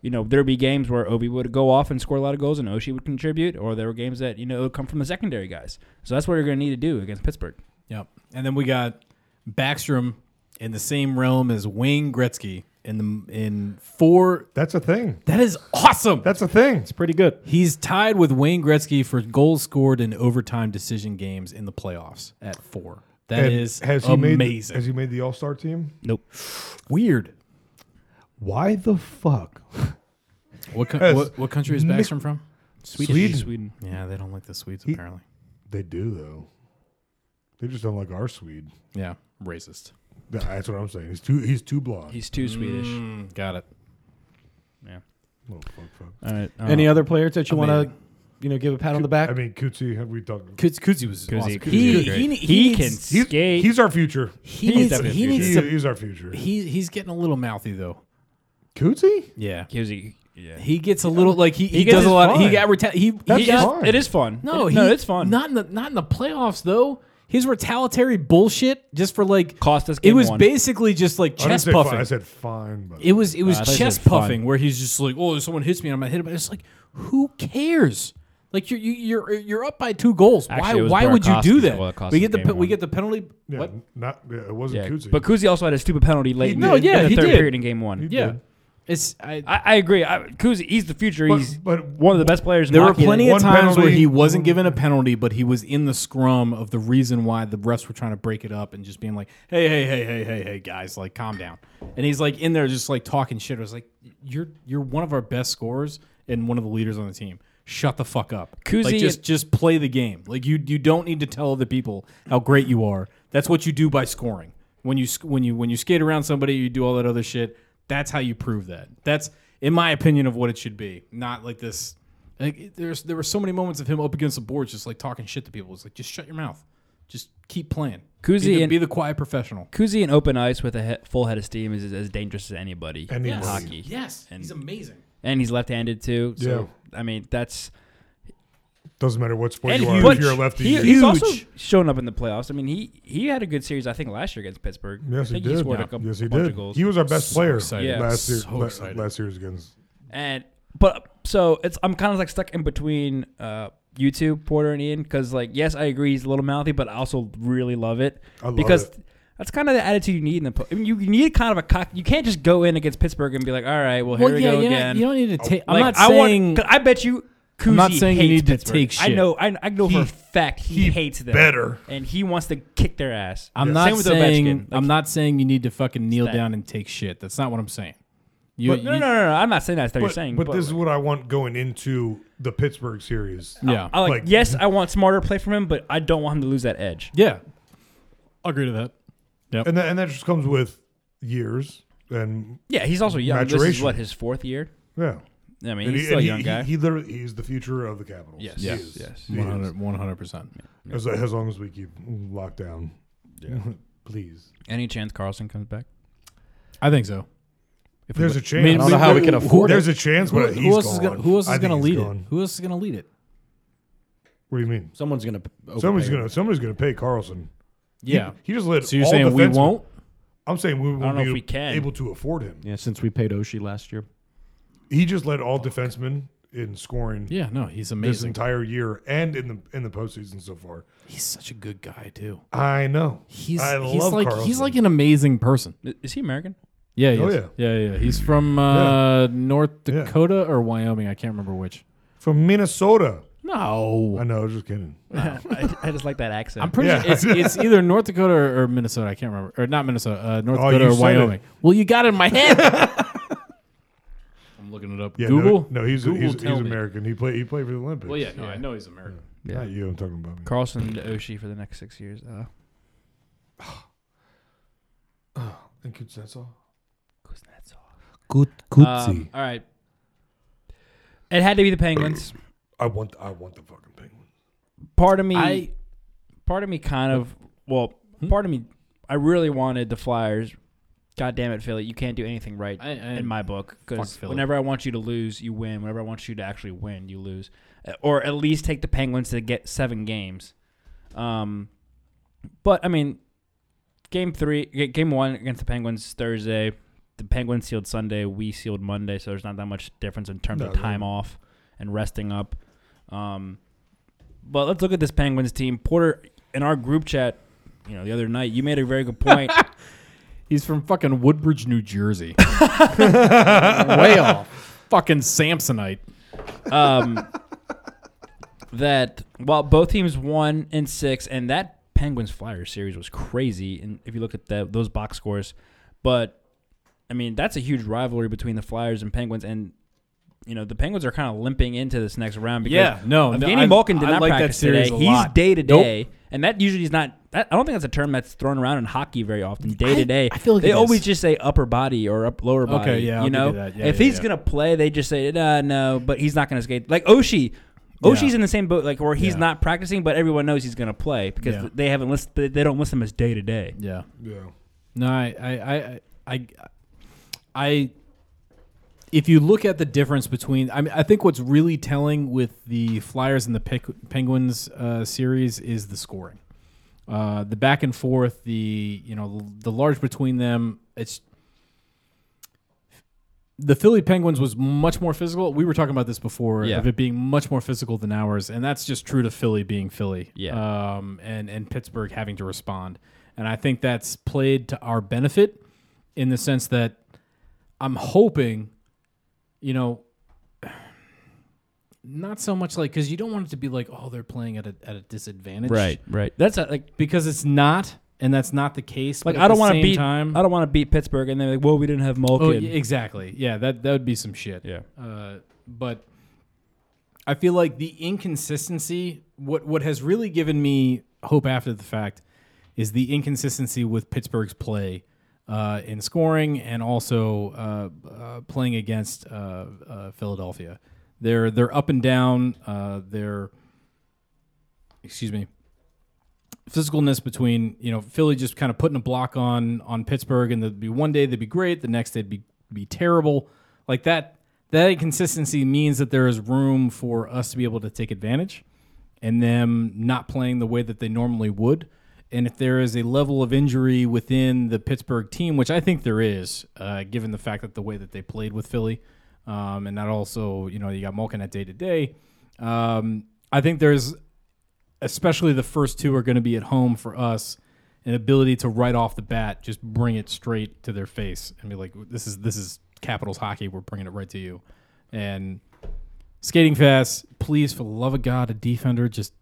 Speaker 3: You know, there'd be games where Ovi would go off and score a lot of goals and Oshie would contribute, or there were games that, you know, it would come from the secondary guys. So that's what you're going to need to do against Pittsburgh.
Speaker 4: Yep. And then we got Backstrom in the same realm as Wayne Gretzky in the in four.
Speaker 5: That's a thing.
Speaker 4: That is awesome.
Speaker 5: That's a thing.
Speaker 7: Pretty good.
Speaker 5: Uh-huh.
Speaker 4: He's tied with Wayne Gretzky for goals scored in overtime decision games in the playoffs at four. That
Speaker 5: And
Speaker 4: is
Speaker 5: has he made-
Speaker 4: amazing.
Speaker 5: has he made the All Star team?
Speaker 4: Weird.
Speaker 7: Why the fuck?
Speaker 4: What, co-
Speaker 5: Yes.
Speaker 4: what what country is
Speaker 5: Nick-
Speaker 4: Backstrom from?
Speaker 5: Sweden.
Speaker 3: Sweden.
Speaker 4: Yeah, they don't like the Swedes
Speaker 5: He-
Speaker 4: apparently.
Speaker 5: They do though. They just don't like our Swede.
Speaker 4: Yeah, racist.
Speaker 5: Th- That's what I'm saying. He's too. He's too blonde.
Speaker 3: He's too Swedish.
Speaker 4: Mm, got it.
Speaker 5: Little fuck, fuck.
Speaker 3: All right. uh,
Speaker 7: Any other players that you want to,
Speaker 4: amazing.
Speaker 7: you know, give a pat on the back?
Speaker 5: I mean, Kutsi. Have we talked?
Speaker 4: Kuz- Kuzi was
Speaker 3: Kuzi-
Speaker 4: awesome.
Speaker 3: Kuzi
Speaker 4: He,
Speaker 3: was
Speaker 4: he,
Speaker 3: great.
Speaker 4: ne-
Speaker 3: He
Speaker 4: needs-
Speaker 3: can
Speaker 5: He's,
Speaker 3: skate.
Speaker 5: he's our future.
Speaker 4: he
Speaker 3: he's
Speaker 4: needs,
Speaker 3: definitely
Speaker 4: he
Speaker 3: a
Speaker 4: needs
Speaker 5: He,
Speaker 4: to,
Speaker 5: he's our future.
Speaker 4: he, he's getting a little mouthy though.
Speaker 5: Kutsi.
Speaker 4: Yeah.
Speaker 3: Kuzi- yeah.
Speaker 4: He gets a little like he, he,
Speaker 3: gets
Speaker 4: does a
Speaker 3: his
Speaker 4: lot. He
Speaker 5: fun.
Speaker 4: got reta- he, he
Speaker 5: That's
Speaker 3: He is-
Speaker 5: fine.
Speaker 3: it is fun.
Speaker 4: no
Speaker 3: It-
Speaker 4: he,
Speaker 3: no, it's fun.
Speaker 4: Not in the not in the playoffs though. His retaliatory bullshit just for like
Speaker 3: Cost us
Speaker 4: It
Speaker 3: game
Speaker 4: was
Speaker 3: one.
Speaker 4: basically just like
Speaker 5: I didn't
Speaker 4: chest
Speaker 5: say fine,
Speaker 4: puffing.
Speaker 5: I said fine, but
Speaker 4: it was it was
Speaker 3: Uh, I thought you
Speaker 4: chest
Speaker 3: said fun.
Speaker 4: puffing where he's just like oh someone hits me and I'm not hit but it's like who cares. Like you're you- you're you're up by two goals.
Speaker 3: Actually, it was
Speaker 4: why why would you do
Speaker 3: Burakovsky that- well, it
Speaker 4: that?
Speaker 3: cost
Speaker 4: We
Speaker 3: us
Speaker 4: get the
Speaker 3: game
Speaker 4: pe- we
Speaker 3: one.
Speaker 4: get the penalty.
Speaker 5: yeah,
Speaker 4: What?
Speaker 5: not yeah, it wasn't
Speaker 3: Yeah,
Speaker 5: Kutsi.
Speaker 3: But Kuzi also had a stupid penalty late in,
Speaker 4: No,
Speaker 3: the,
Speaker 4: yeah,
Speaker 3: in the
Speaker 4: he
Speaker 3: third
Speaker 4: did.
Speaker 3: period in game one.
Speaker 4: Yeah, it's I,
Speaker 3: I, I agree. I, Kuzi, he's the future.
Speaker 5: But-
Speaker 3: he's
Speaker 5: but-
Speaker 3: one of the best players. in
Speaker 4: There were
Speaker 3: hockey.
Speaker 4: plenty of
Speaker 5: one
Speaker 4: times where
Speaker 5: penalty.
Speaker 4: he wasn't given a penalty, but he was in the scrum of the reason why the refs were trying to break it up and just being like, "Hey, hey, hey, hey, hey, hey, guys, like calm down." And he's like in there just like talking shit. I was like, "You're you're one of our best scorers and one of the leaders on the team. Shut the fuck up.
Speaker 3: Kuzi-
Speaker 4: like, just just play the game. Like you you don't need to tell other people how great you are. That's what you do by scoring. When you sc- when you when you skate around somebody, you do all that other shit. That's how you prove that. That's in my opinion of what it should be. Not like this. Like it- there's there were so many moments of him up against the boards, just like talking shit to people. It's like just shut your mouth. Just keep playing.
Speaker 3: Kuzi
Speaker 4: be the,
Speaker 3: and-
Speaker 4: be the quiet professional.
Speaker 3: Kuzi in open ice with a he- full head of steam is, is as dangerous as anybody
Speaker 5: Anybody.
Speaker 3: in hockey.
Speaker 4: Yes, he's amazing.
Speaker 3: And he's left-handed too. So I mean, that's
Speaker 5: doesn't matter what sport
Speaker 3: and
Speaker 5: you are.
Speaker 3: huge.
Speaker 5: If you're a lefty,
Speaker 3: He-
Speaker 5: you're-
Speaker 3: he's also
Speaker 4: Huge.
Speaker 3: shown up in the playoffs. I mean, he he had a good series I think last year against Pittsburgh.
Speaker 5: yes,
Speaker 3: I
Speaker 5: he
Speaker 3: think
Speaker 5: did.
Speaker 3: scored
Speaker 5: Yeah.
Speaker 3: a couple
Speaker 5: yes, he
Speaker 3: bunch
Speaker 5: did.
Speaker 3: of goals.
Speaker 5: He was our best player
Speaker 4: excited.
Speaker 3: Yeah.
Speaker 5: last year.
Speaker 4: So
Speaker 5: la-
Speaker 4: excited.
Speaker 5: last year's against.
Speaker 3: And but so it's I'm kind of like stuck in between uh you two, Porter and Ian, because like yes, I agree he's a little mouthy, but I also really love it
Speaker 5: I love
Speaker 3: because
Speaker 5: it.
Speaker 3: that's kind of the attitude you need in the. Po- I mean, you you need kind of a cock. You can't just go in against Pittsburgh and be like, all right, well here we go
Speaker 4: you,
Speaker 3: again.
Speaker 4: Don't, you don't need to take. I'm
Speaker 3: Like,
Speaker 4: not
Speaker 3: I want-
Speaker 4: saying
Speaker 3: 'cause I bet you. Kuzi
Speaker 4: I'm not saying you
Speaker 3: hates
Speaker 4: need to
Speaker 3: Pittsburgh.
Speaker 4: take
Speaker 3: I
Speaker 4: shit.
Speaker 3: know. I, I know for
Speaker 5: He-
Speaker 3: a fact he,
Speaker 5: he
Speaker 3: hates them
Speaker 5: better.
Speaker 3: and he wants to kick their ass.
Speaker 4: I'm
Speaker 3: Same
Speaker 4: not
Speaker 3: with
Speaker 4: saying
Speaker 3: Ovechkin. Like,
Speaker 4: I'm not saying you need to fucking kneel
Speaker 3: Stat.
Speaker 4: down and take shit. That's not what I'm saying.
Speaker 3: No,
Speaker 4: You,
Speaker 3: no, no, no, no. I'm not saying that's what
Speaker 5: But,
Speaker 3: you're saying.
Speaker 5: but this is what I want going into the Pittsburgh series.
Speaker 4: Yeah.
Speaker 3: I like,
Speaker 5: like-
Speaker 3: yes, I want smarter play from him, but I don't want him to lose that edge.
Speaker 4: yeah. I'll agree to that.
Speaker 5: and that, and that just comes with years and
Speaker 3: Yeah, he's also young. This is
Speaker 5: Maturation.
Speaker 3: what his fourth year.
Speaker 5: yeah.
Speaker 3: I mean,
Speaker 5: And
Speaker 3: he's
Speaker 5: he,
Speaker 3: still
Speaker 5: and
Speaker 3: a
Speaker 5: he-
Speaker 3: young
Speaker 5: he-
Speaker 3: guy.
Speaker 5: he literally he's the future of the Capitals.
Speaker 3: Yes.
Speaker 5: He
Speaker 3: Yes.
Speaker 5: is.
Speaker 3: Yes.
Speaker 5: He is.
Speaker 4: 100 percent.
Speaker 5: As, as long as we keep lockdown, yeah. please.
Speaker 3: Any chance Carlson comes back?
Speaker 4: I think so.
Speaker 5: There's a chance.
Speaker 4: mean, I don't know how we
Speaker 7: can afford
Speaker 5: There's a chance, but he's
Speaker 4: who else is
Speaker 5: gone.
Speaker 4: gonna Who else
Speaker 5: I
Speaker 4: is
Speaker 5: think
Speaker 4: gonna
Speaker 5: he's
Speaker 4: lead it?
Speaker 5: gone.
Speaker 4: Who else is gonna lead it?
Speaker 5: What do you mean?
Speaker 7: Someone's gonna. p- overpay
Speaker 5: Somebody's
Speaker 7: him.
Speaker 5: gonna somebody's gonna pay Carlson.
Speaker 4: Yeah.
Speaker 5: He just led.
Speaker 4: So you're
Speaker 5: all
Speaker 4: saying we
Speaker 5: defensemen.
Speaker 4: won't?
Speaker 5: I'm saying we won't
Speaker 3: know
Speaker 5: be
Speaker 3: if we can.
Speaker 5: able to afford him.
Speaker 7: Yeah, since we paid Oshie last year.
Speaker 5: He just led all defensemen in scoring
Speaker 4: Yeah. No, he's
Speaker 5: this
Speaker 4: amazing.
Speaker 5: entire year and in the in the postseason so far.
Speaker 4: He's such a good guy too.
Speaker 5: I know.
Speaker 4: He's
Speaker 5: I
Speaker 4: he's
Speaker 5: love
Speaker 4: like
Speaker 5: Carlson.
Speaker 4: he's like an amazing person.
Speaker 3: Is he American?
Speaker 4: Yeah. He
Speaker 5: Oh,
Speaker 4: is.
Speaker 5: yeah.
Speaker 4: yeah. Yeah. He's from uh, North
Speaker 5: Yeah.
Speaker 4: Dakota or Wyoming. I can't remember which.
Speaker 5: from Minnesota.
Speaker 4: No.
Speaker 5: I know. I was just kidding.
Speaker 3: I, I just like that accent.
Speaker 4: I'm pretty
Speaker 5: Yeah.
Speaker 4: sure it's, it's either North Dakota or, or Minnesota. I can't remember. Or not Minnesota, uh, North
Speaker 5: Oh,
Speaker 4: Dakota
Speaker 5: you
Speaker 4: or
Speaker 5: said
Speaker 4: Wyoming.
Speaker 5: it.
Speaker 4: Well, you got it in my head. I'm looking it up.
Speaker 5: Yeah,
Speaker 4: Google?
Speaker 5: No, no he's
Speaker 4: Google
Speaker 5: he's, he's
Speaker 4: tell me.
Speaker 5: American. He played he played for the Olympics.
Speaker 4: Well, yeah, no, I know he's American.
Speaker 5: Not you. I'm talking about me.
Speaker 3: Carlson to Oshie for the next six years. Uh,
Speaker 5: and Kuznetsov.
Speaker 3: Kuznetsov. Good,
Speaker 4: Uh,
Speaker 3: um, all right. It had to be the Penguins.
Speaker 5: I want I want the fucking penguin.
Speaker 3: Part of me, Hmm?
Speaker 4: I-
Speaker 3: part of me, kind of. Well, part of me, I really wanted the Flyers God damn it, Philly! You can't do anything right
Speaker 4: I- I-
Speaker 3: in my book
Speaker 4: Fuck
Speaker 3: because
Speaker 4: Philly.
Speaker 3: whenever I want you to lose, you win. Whenever I want you to actually win, you lose, Uh, or at least take the Penguins to get seven games. Um, but I mean, game three, g- game one against the Penguins Thursday. The Penguins sealed Sunday. We sealed Monday. So there's not that much difference in terms
Speaker 5: No,
Speaker 3: of time off and resting up. Um, but let's look at this Penguins team. Porter, in our group chat, you know, the other night, you made a very good point.
Speaker 4: He's from fucking Woodbridge, New Jersey. Way off. Fucking Samsonite.
Speaker 3: um, that while both teams won in six, and that Penguins Flyers series was crazy. And if you look at that, those box scores, but I mean that's a huge rivalry between the Flyers and Penguins, and you know the Penguins are kind of limping into this next round because
Speaker 4: Yeah, no, no,
Speaker 3: Evgeny
Speaker 4: I-
Speaker 3: Malkin did
Speaker 4: I
Speaker 3: not
Speaker 4: like that
Speaker 3: practice
Speaker 4: series
Speaker 3: today.
Speaker 4: a
Speaker 3: He's
Speaker 4: lot.
Speaker 3: day to day. And that usually is not. That, I don't think that's a term that's thrown around in hockey very often. Day to day,
Speaker 4: I feel like
Speaker 3: they
Speaker 4: it is.
Speaker 3: always just say upper body or up lower body.
Speaker 4: yeah, I'll
Speaker 3: you
Speaker 4: give
Speaker 3: know,
Speaker 4: you that. Yeah,
Speaker 3: if
Speaker 4: yeah,
Speaker 3: he's
Speaker 4: yeah.
Speaker 3: gonna play, they just say nah, no, but he's not gonna skate. Like Oshi, Oshi's
Speaker 4: Yeah.
Speaker 3: in the same boat, like where he's
Speaker 4: Yeah.
Speaker 3: not practicing, but everyone knows he's gonna play because
Speaker 4: Yeah.
Speaker 3: they haven't list. They they don't list him as day to day.
Speaker 4: Yeah.
Speaker 5: Yeah.
Speaker 4: No, I, I, I, I, I. If you look at the difference between, I mean, I think what's really telling with the Flyers and the Pic- Penguins uh, series is the scoring, uh, the back and forth, the you know the large between them. It's the Philly Penguins was much more physical. We were talking about this before
Speaker 3: Yeah.
Speaker 4: of it being much more physical than ours, and that's just true to Philly being Philly.
Speaker 3: Yeah.
Speaker 4: Um, and and Pittsburgh having to respond, and I think that's played to our benefit in the sense that I'm hoping, you know, not so much like because you don't want it to be like oh they're playing at a at a disadvantage, uh,
Speaker 3: right. That's a, like
Speaker 4: Because it's not, and that's not the case.
Speaker 3: like
Speaker 4: but at
Speaker 3: I don't
Speaker 4: the
Speaker 3: want to
Speaker 4: same
Speaker 3: beat.
Speaker 4: time.
Speaker 3: I don't want to beat Pittsburgh, and they're like, well, we didn't have Malkin.
Speaker 4: Oh, yeah, exactly. Yeah, that that would be some shit.
Speaker 3: Yeah.
Speaker 4: Uh, but I feel like the inconsistency. What what has really given me hope after the fact is the inconsistency with Pittsburgh's play uh, in scoring and also uh, uh, playing against uh, uh, Philadelphia. They're they're up and down. Uh, they're excuse me physicalness between you know Philly just kind of putting a block on on Pittsburgh, and there'd be one day they'd be great, the next they'd be be terrible. Like that that inconsistency means that there is room for us to be able to take advantage, and them not playing the way that they normally would. And if there is a level of injury within the Pittsburgh team, which I think there is, uh, given the fact that the way that they played with Philly, um, and that also you know you got Malkin at day to day. Um, I think there's especially the first two are going to be at home for us an ability to right off the bat just bring it straight to their face and be like this is this is capitals hockey we're bringing it right to you and skating fast please for the love of god a defender just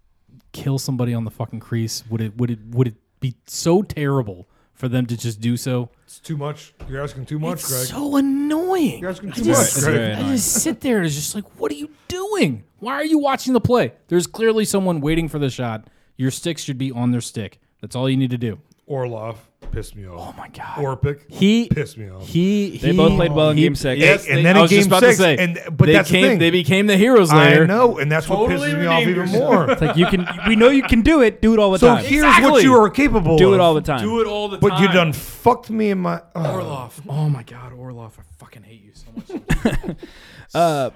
Speaker 4: kill somebody on the fucking crease would it would it would it be so terrible for them to just do so
Speaker 5: It's too much. You're asking too much,
Speaker 4: it's
Speaker 5: Greg.
Speaker 4: so annoying
Speaker 5: You're asking
Speaker 4: I
Speaker 5: too
Speaker 4: just-
Speaker 5: much, Greg.
Speaker 4: I just sit there and it's just like, what are you doing? Why are you watching the play? There's clearly someone waiting for the shot. Your stick should be on their stick. That's all you need to do.
Speaker 5: Orlov pissed me off.
Speaker 4: Oh my god.
Speaker 5: Orpik
Speaker 4: he
Speaker 5: pissed me off.
Speaker 4: He
Speaker 3: They
Speaker 4: he-
Speaker 3: both played well in
Speaker 4: he-
Speaker 3: game six.
Speaker 4: Yes,
Speaker 5: And
Speaker 4: they-
Speaker 5: then
Speaker 4: I
Speaker 5: in
Speaker 4: was just
Speaker 5: game
Speaker 4: about to
Speaker 5: six,
Speaker 4: say,
Speaker 5: and- but
Speaker 4: they
Speaker 5: that's the
Speaker 4: came,
Speaker 5: thing.
Speaker 4: They became the heroes
Speaker 5: I
Speaker 4: later.
Speaker 5: know, and that's what
Speaker 6: Totally
Speaker 5: pisses me off
Speaker 6: redeemed
Speaker 5: even
Speaker 6: yourself.
Speaker 5: more.
Speaker 3: Like you can, we know you can do it. Do it all the
Speaker 5: So
Speaker 3: time.
Speaker 5: here's
Speaker 4: Exactly.
Speaker 5: what you are capable
Speaker 3: do
Speaker 5: of.
Speaker 3: it all the time.
Speaker 6: Do it all the time.
Speaker 5: But you done fucked me in my. oh.
Speaker 4: Orloff. Oh my god, Orloff. I fucking hate you so much.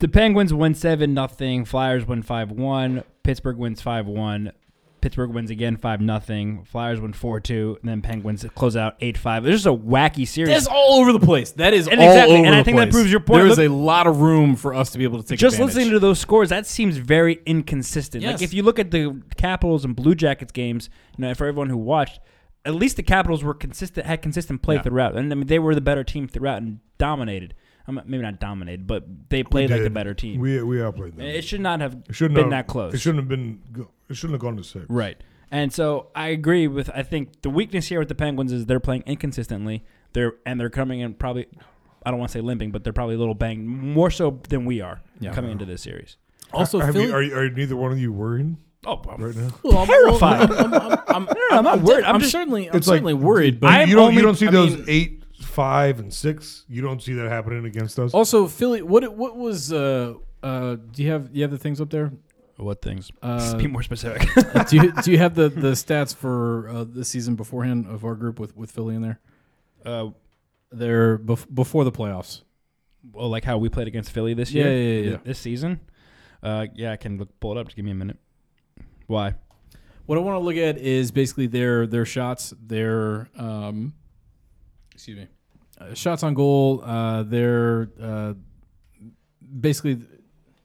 Speaker 3: The Penguins win seven nothing. Flyers win five one. Pittsburgh wins five one. Pittsburgh wins again five nothing. Flyers win four two. And then Penguins close out eight five. It's just a wacky series.
Speaker 4: That's all over the place. That is
Speaker 3: And
Speaker 4: all
Speaker 3: exactly,
Speaker 4: over
Speaker 3: and I
Speaker 4: the
Speaker 3: think that
Speaker 4: place.
Speaker 3: proves your point.
Speaker 4: There is
Speaker 3: Look-
Speaker 4: a lot of room for us to be able to take
Speaker 3: just
Speaker 4: advantage.
Speaker 3: listening to those scores, that seems very inconsistent. Like
Speaker 4: Yes.
Speaker 3: if you look at the Capitals and Blue Jackets games, you know, for everyone who watched, at least the Capitals were consistent, had consistent play
Speaker 4: Yeah.
Speaker 3: throughout, and I mean they were the better team throughout and dominated. Um, maybe not dominated, but they played like the
Speaker 5: Dude,
Speaker 3: better team.
Speaker 5: We we outplayed them.
Speaker 3: it should not have
Speaker 5: It shouldn't
Speaker 3: been that
Speaker 5: have
Speaker 3: close.
Speaker 5: It shouldn't have been. go- It shouldn't have gone to six.
Speaker 3: Right. And so I agree with I think the weakness here with the Penguins is they're playing inconsistently. They're and they're coming in probably I don't want to say limping, but they're probably a little banged more so than we are
Speaker 4: Yeah.
Speaker 3: coming into this series.
Speaker 4: also,
Speaker 5: Have
Speaker 4: Philly,
Speaker 5: you, are, you, are neither one of you worried
Speaker 3: Oh, I'm
Speaker 5: right now?
Speaker 4: Well, I'm-
Speaker 3: Terrified.
Speaker 4: well, I'm, I'm, I'm,
Speaker 3: no, I'm not worried.
Speaker 4: I'm,
Speaker 3: I'm just-
Speaker 4: certainly, I'm
Speaker 5: It's like-
Speaker 4: certainly worried. But
Speaker 3: I'm
Speaker 5: you don't.
Speaker 3: only-
Speaker 5: you don't see
Speaker 3: I
Speaker 5: those
Speaker 3: mean-
Speaker 5: eight, five, and six. You don't see that happening against us.
Speaker 3: Oh,
Speaker 4: also, Philly, what what was? Uh, uh, do you have you have the things up there?
Speaker 3: What things?
Speaker 4: Uh,
Speaker 3: be more specific.
Speaker 4: do you do you have the, the stats for uh, the season beforehand of our group with, with Philly in there?
Speaker 3: Uh,
Speaker 4: They're bef- before the playoffs.
Speaker 3: well, like how we played against Philly this
Speaker 4: Yeah,
Speaker 3: year,
Speaker 4: yeah, yeah, yeah.
Speaker 3: this season. Uh, yeah, I can look, pull it up. Just give me a minute. Why?
Speaker 4: What I want to look at is basically their their shots, their um, excuse me, uh, shots on goal. Uh, their uh, basically.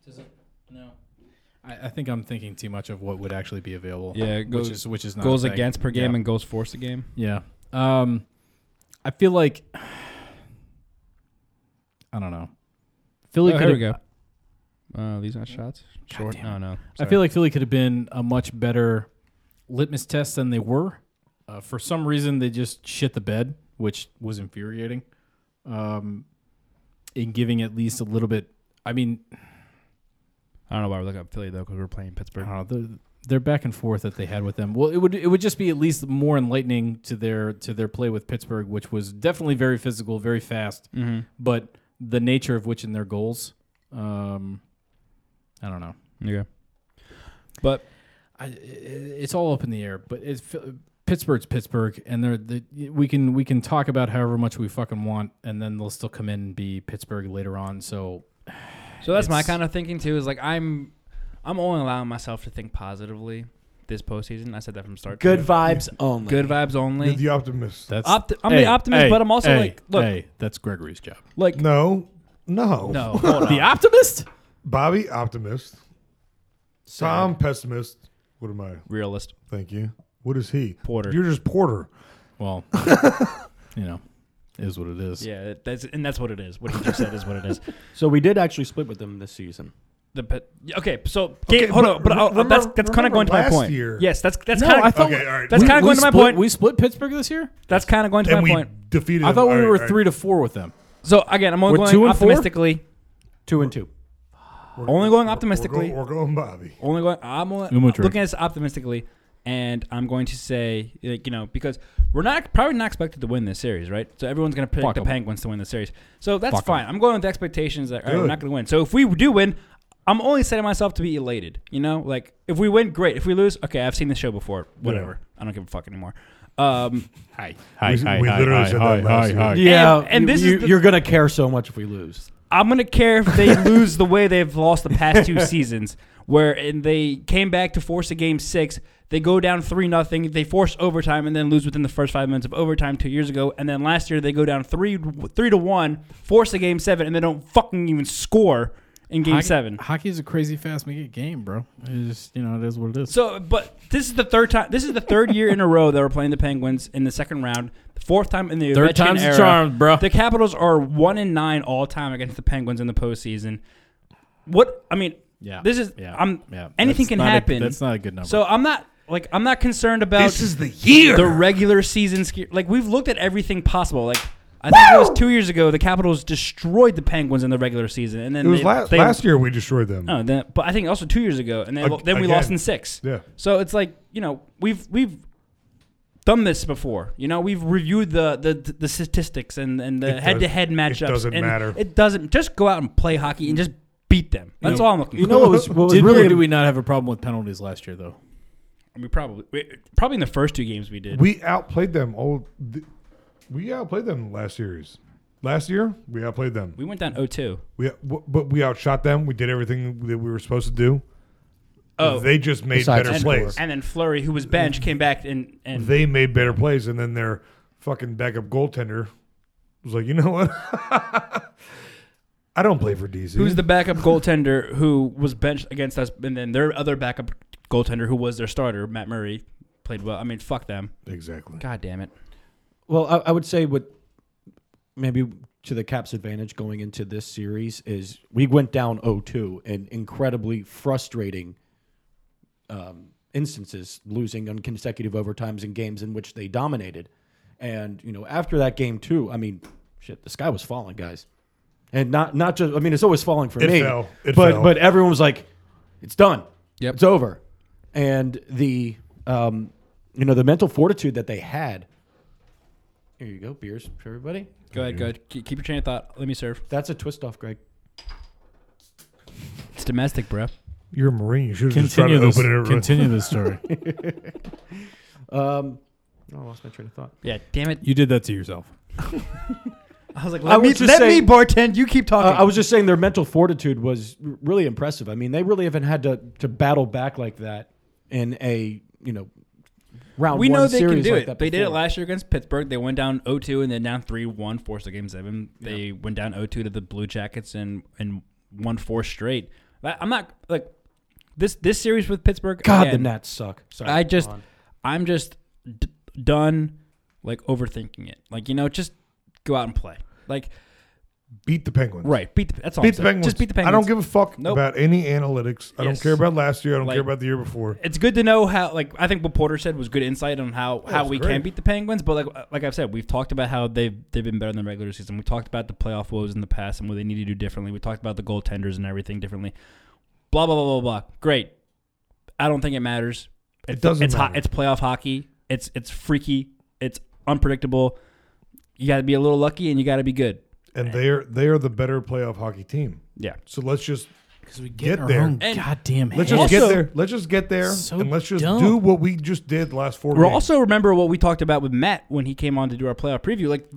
Speaker 4: Does it, no, I, I think I'm thinking too much of what would actually be available.
Speaker 3: Yeah, goes-
Speaker 4: which is which is not a
Speaker 3: Goals
Speaker 4: thing.
Speaker 3: against per game
Speaker 4: Yeah.
Speaker 3: and goals forced a game.
Speaker 4: Yeah. Um, I feel like I don't know. Philly.
Speaker 3: Oh,
Speaker 4: could
Speaker 3: here we go. Uh, these not shots. Short. No, no.
Speaker 4: I feel like Philly could have been a much better litmus test than they were. Uh, for some reason, they just shit the bed, which was infuriating. Um, in giving at least a little bit. I mean,
Speaker 3: I don't know why we're looking up Philly though, because we're playing Pittsburgh.
Speaker 4: I don't know, the, their back and forth that they had with them. Well, it would it would just be at least more enlightening to their to their play with Pittsburgh, which was definitely very physical, very fast, but the nature of which in their goals, um, I don't know.
Speaker 3: Yeah. But
Speaker 4: I, i- it's all up in the air. But it's Pittsburgh's Pittsburgh, and they're the, we can we can talk about however much we fucking want, and then they'll still come in and be Pittsburgh later on. So
Speaker 3: So that's my
Speaker 4: It's-
Speaker 3: kind of thinking too. Is like I'm, I'm only allowing myself to think positively this postseason. I said that from start. to
Speaker 7: Good
Speaker 3: finish.
Speaker 7: vibes only.
Speaker 3: good vibes
Speaker 5: You're
Speaker 3: only.
Speaker 5: the optimist.
Speaker 4: that's
Speaker 3: Opti- I'm the optimist, but I'm also
Speaker 4: hey,
Speaker 3: like, look-
Speaker 4: hey, that's Gregory's job.
Speaker 3: Like
Speaker 5: No, no,
Speaker 3: no, hold on.
Speaker 4: The optimist.
Speaker 5: Bobby, optimist. Tom, pessimist. What am I?
Speaker 3: realist.
Speaker 5: Thank you. What is he?
Speaker 3: Porter.
Speaker 5: You're just Porter.
Speaker 4: Well, you know, is what it is.
Speaker 3: Yeah, that- that's and that's what it is. What he just said is what it is.
Speaker 7: So we did actually split with them this season.
Speaker 3: The pet, okay, so okay, hold on, but
Speaker 5: re-
Speaker 3: I'll-
Speaker 5: remember-
Speaker 3: that's that's kind of
Speaker 5: remember
Speaker 3: going to my
Speaker 5: last
Speaker 3: point.
Speaker 5: year-
Speaker 3: Yes, that's that's
Speaker 4: No,
Speaker 3: kind
Speaker 4: I
Speaker 3: of
Speaker 4: thought
Speaker 5: Okay, all right.
Speaker 3: that's
Speaker 5: We-
Speaker 3: kind of
Speaker 4: we
Speaker 3: going to my
Speaker 4: split,
Speaker 3: point.
Speaker 4: We split Pittsburgh this year.
Speaker 3: that's kind of going to my
Speaker 5: and we
Speaker 3: point.
Speaker 5: defeated.
Speaker 4: I
Speaker 5: him.
Speaker 4: thought
Speaker 5: All
Speaker 4: we
Speaker 5: right,
Speaker 4: were
Speaker 5: all right.
Speaker 4: three to four with them.
Speaker 3: So again, I'm
Speaker 4: We're
Speaker 3: only
Speaker 4: two
Speaker 3: going
Speaker 4: and four?
Speaker 3: optimistically.
Speaker 7: Two and two.
Speaker 5: We're-
Speaker 3: Only going
Speaker 5: we're-
Speaker 3: optimistically.
Speaker 5: We're going, we're going Bobby.
Speaker 3: Only going. I'm only,
Speaker 4: No more drink.
Speaker 3: looking at this optimistically, and I'm going to say, like, you know, because we're not probably not expected to win this series, right? So everyone's going to pick
Speaker 4: Fuck
Speaker 3: the
Speaker 4: 'em.
Speaker 3: Penguins to win the series. So that's
Speaker 4: Fuck 'em.
Speaker 3: fine. I'm going with expectations that all right, we're
Speaker 5: Good.
Speaker 3: not going to win. So if we do win, I'm only setting myself to be elated. You know, like if we win, great. If we lose, okay, I've seen the show before. Whatever. I don't give a fuck anymore. Um,
Speaker 4: Hi,
Speaker 5: We- hi, we hi, literally hi, said that hi, last hi, year. hi.
Speaker 7: Yeah,
Speaker 3: And- and
Speaker 7: you,
Speaker 3: this is
Speaker 7: you,
Speaker 3: the-
Speaker 7: you're gonna care so much if we lose.
Speaker 3: I'm gonna care if they lose the way they've lost the past two seasons, where and they came back to force a game six. They go down three nothing. They force overtime and then lose within the first five minutes of overtime two years ago. And then last year they go down three three to one, force a game seven, and they don't fucking even score in game seven.
Speaker 4: Hockey is a crazy fast make it game, bro. It's just you know it is what it is.
Speaker 3: So, but this is the third time. This is the third year in a row that we're playing the Penguins in the second round. The fourth time in the
Speaker 4: Third
Speaker 3: Ovechkin
Speaker 4: time's the
Speaker 3: era.
Speaker 4: charm, bro.
Speaker 3: The Capitals are one and nine all time against the Penguins in the postseason. What I mean,
Speaker 4: Yeah.
Speaker 3: this is
Speaker 4: Yeah.
Speaker 3: I'm
Speaker 4: Yeah.
Speaker 3: anything
Speaker 4: That's
Speaker 3: can
Speaker 4: not a-
Speaker 3: happen.
Speaker 4: that's not a good number.
Speaker 3: So I'm not like I'm not concerned about
Speaker 5: This is the year.
Speaker 3: the regular season. ske- Like we've looked at everything possible. Like. I think it was two years ago. The Capitals destroyed the Penguins in the regular season, and then
Speaker 5: it was
Speaker 3: they,
Speaker 5: last,
Speaker 3: they-
Speaker 5: last year we destroyed them.
Speaker 3: no, then, but I think also two years ago, and then,
Speaker 5: Ag-
Speaker 3: then we
Speaker 5: again.
Speaker 3: lost in six.
Speaker 5: Yeah.
Speaker 3: So it's like you know we've we've done this before. You know we've reviewed the the, the statistics and and
Speaker 5: It
Speaker 3: the
Speaker 5: does-
Speaker 3: head to head
Speaker 5: it
Speaker 3: matchups.
Speaker 5: doesn't
Speaker 3: and
Speaker 5: matter.
Speaker 3: It doesn't just go out and play hockey and just beat them. That's all I'm looking
Speaker 7: You
Speaker 3: for.
Speaker 7: know what was, what was
Speaker 4: Did
Speaker 7: really
Speaker 4: we, did we not have a problem with penalties last year though?
Speaker 3: we probably we, probably in the first two games we did.
Speaker 5: We outplayed them all. th- We outplayed them last series. Last year we outplayed them.
Speaker 3: we went down 0-2.
Speaker 5: We w- but we outshot them. We did everything that we were supposed to do.
Speaker 3: Oh.
Speaker 5: they just made
Speaker 7: Besides
Speaker 5: better
Speaker 3: and,
Speaker 5: plays.
Speaker 3: and then Flurry, who was benched, came back and and
Speaker 5: they made better plays, and then their fucking backup goaltender was like, you know what? I don't play for DC.
Speaker 3: Who's the backup goaltender who was benched against us, and then their other backup goaltender who was their starter, Matt Murray, played well. I mean, fuck them.
Speaker 5: exactly?
Speaker 3: God damn it.
Speaker 7: Well, I, I would say what maybe to the Caps' advantage going into this series is we went down 0-2 in incredibly frustrating um, instances, losing on consecutive overtimes in games in which they dominated. And you know, after that game too, I mean, shit, the sky was falling, guys. And not not just I mean, it's always falling for
Speaker 5: It
Speaker 7: me.
Speaker 5: fell. It
Speaker 7: but
Speaker 5: fell.
Speaker 7: but everyone was like, it's done.
Speaker 3: Yep.
Speaker 7: It's over. And the um, you know, the mental fortitude that they had. Here you go, beers for everybody.
Speaker 3: Go ahead, go ahead. Keep keep your train of thought. Let me serve.
Speaker 7: That's a twist off, Greg.
Speaker 3: It's domestic, bro.
Speaker 5: You're a Marine. You should have just tried to open it.
Speaker 4: continue this story.
Speaker 7: Um, oh, I lost my train of thought.
Speaker 3: Yeah, damn it.
Speaker 4: You did that to yourself.
Speaker 3: I was like,
Speaker 7: I
Speaker 3: let,
Speaker 7: would
Speaker 3: me,
Speaker 7: just
Speaker 3: let
Speaker 7: say-
Speaker 3: me bartend. You keep talking.
Speaker 7: Uh, I was just saying their mental fortitude was r- really impressive. I mean, they really haven't had to, to battle back like that in a you know round.
Speaker 3: we
Speaker 7: one
Speaker 3: know they can
Speaker 7: series
Speaker 3: do
Speaker 7: like
Speaker 3: it.
Speaker 7: that
Speaker 3: They did it
Speaker 7: before.
Speaker 3: last year against Pittsburgh. They went down 0-2 and then down 3-1, forced a game seven. They went down 0-2 to the Blue Jackets and and won four straight. I- I'm not like this this series with Pittsburgh.
Speaker 7: God, the
Speaker 3: again,
Speaker 7: Nats suck. Sorry,
Speaker 3: I just,
Speaker 7: go on.
Speaker 3: I'm just d- done like overthinking it. Like you know, just go out and play. Like
Speaker 5: Beat the Penguins.
Speaker 3: right, beat the, that's all. I'm
Speaker 5: Beat the
Speaker 3: saying.
Speaker 5: Penguins.
Speaker 3: Just beat the
Speaker 5: I
Speaker 3: Penguins.
Speaker 5: don't give a fuck
Speaker 3: Nope.
Speaker 5: about any analytics. I
Speaker 3: Yes.
Speaker 5: don't care about last year. I don't
Speaker 3: Like-
Speaker 5: care about the year before.
Speaker 3: it's good to know how like I think what Porter said was good insight on how how
Speaker 5: Oh, it's
Speaker 3: we
Speaker 5: great.
Speaker 3: can beat the Penguins. But like like I've said, we've talked about how they've they've been better than the regular season. We talked about the playoff woes in the past and what they need to do differently. We talked about the goaltenders and everything differently. Blah blah blah blah blah. Great. I don't think it matters. It's-
Speaker 5: doesn't
Speaker 3: It's hot.
Speaker 5: matter.
Speaker 3: It's playoff hockey. It's it's freaky. It's unpredictable. You got to be a little lucky and you got to be good.
Speaker 5: And they're they are the better playoff hockey team.
Speaker 3: Yeah.
Speaker 5: So let's just because
Speaker 4: we
Speaker 5: get,
Speaker 4: our
Speaker 5: there.
Speaker 4: own goddamn
Speaker 5: Let's
Speaker 4: head.
Speaker 5: just get
Speaker 3: Also-
Speaker 5: there. Let's just get there,
Speaker 4: So
Speaker 5: and let's just
Speaker 4: dumb.
Speaker 5: do what we just did last four.
Speaker 3: We're
Speaker 5: games.
Speaker 3: also remember what we talked about with Matt when he came on to do our playoff preview. Like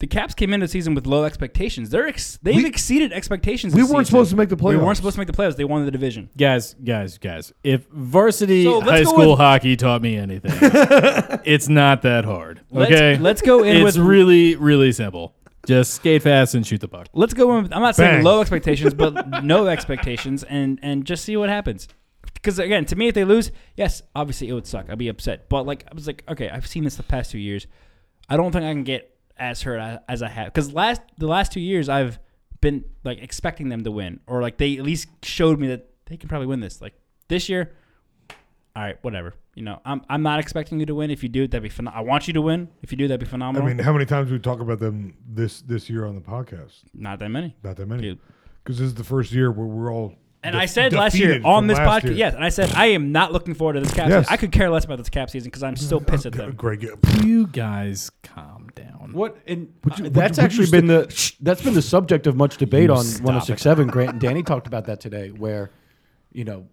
Speaker 3: the Caps came into the season with low expectations. They're ex- they've
Speaker 5: We-
Speaker 3: exceeded expectations.
Speaker 5: we
Speaker 3: this
Speaker 5: weren't
Speaker 3: season.
Speaker 5: supposed to make the
Speaker 3: We weren't
Speaker 5: playoffs.
Speaker 3: supposed to make the playoffs. They won the division.
Speaker 4: guys, guys, guys. If varsity
Speaker 3: So let's
Speaker 4: high
Speaker 3: go
Speaker 4: school
Speaker 3: with-
Speaker 4: hockey taught me anything, it's not that hard.
Speaker 3: Let's-
Speaker 4: Okay,
Speaker 3: let's go in with-
Speaker 4: It's really, really simple. Just skate fast and shoot the puck.
Speaker 3: Let's go. In, with- I'm not saying
Speaker 5: Bang.
Speaker 3: low expectations, but no expectations, and and just see what happens. Because again, to me, if they lose, yes, obviously it would suck. I'd be upset. But like, I was like, okay, I've seen this the past two years. I don't think I can get as hurt a- as I have because last the last two years I've been like expecting them to win or like they at least showed me that they can probably win this. Like this year, all right, whatever. You know, I'm I'm not expecting you to win. If you do, that'd be phen- I want you to win. If you do, that'd be
Speaker 5: I
Speaker 3: phenomenal.
Speaker 5: mean, how many times we talk about them this this year on the podcast?
Speaker 3: not that many.
Speaker 5: Not that many.
Speaker 3: Dude.
Speaker 5: Because this is the first year where we're all.
Speaker 3: And
Speaker 5: de-
Speaker 3: I said last year
Speaker 5: defeated
Speaker 3: on
Speaker 5: from
Speaker 3: this
Speaker 5: last
Speaker 3: podcast,
Speaker 5: year.
Speaker 3: yes, and I said I am not looking forward to this cap.
Speaker 5: Yes.
Speaker 3: Season. I could care less about this cap season because I'm still pissed at them.
Speaker 5: Uh, Greg,
Speaker 4: You guys, calm down.
Speaker 7: What and uh,
Speaker 5: you- would
Speaker 7: that's
Speaker 5: you- would you
Speaker 7: actually been the that's been the subject of much debate on
Speaker 4: stop
Speaker 7: 1067. Grant and Danny talked about that today, where you know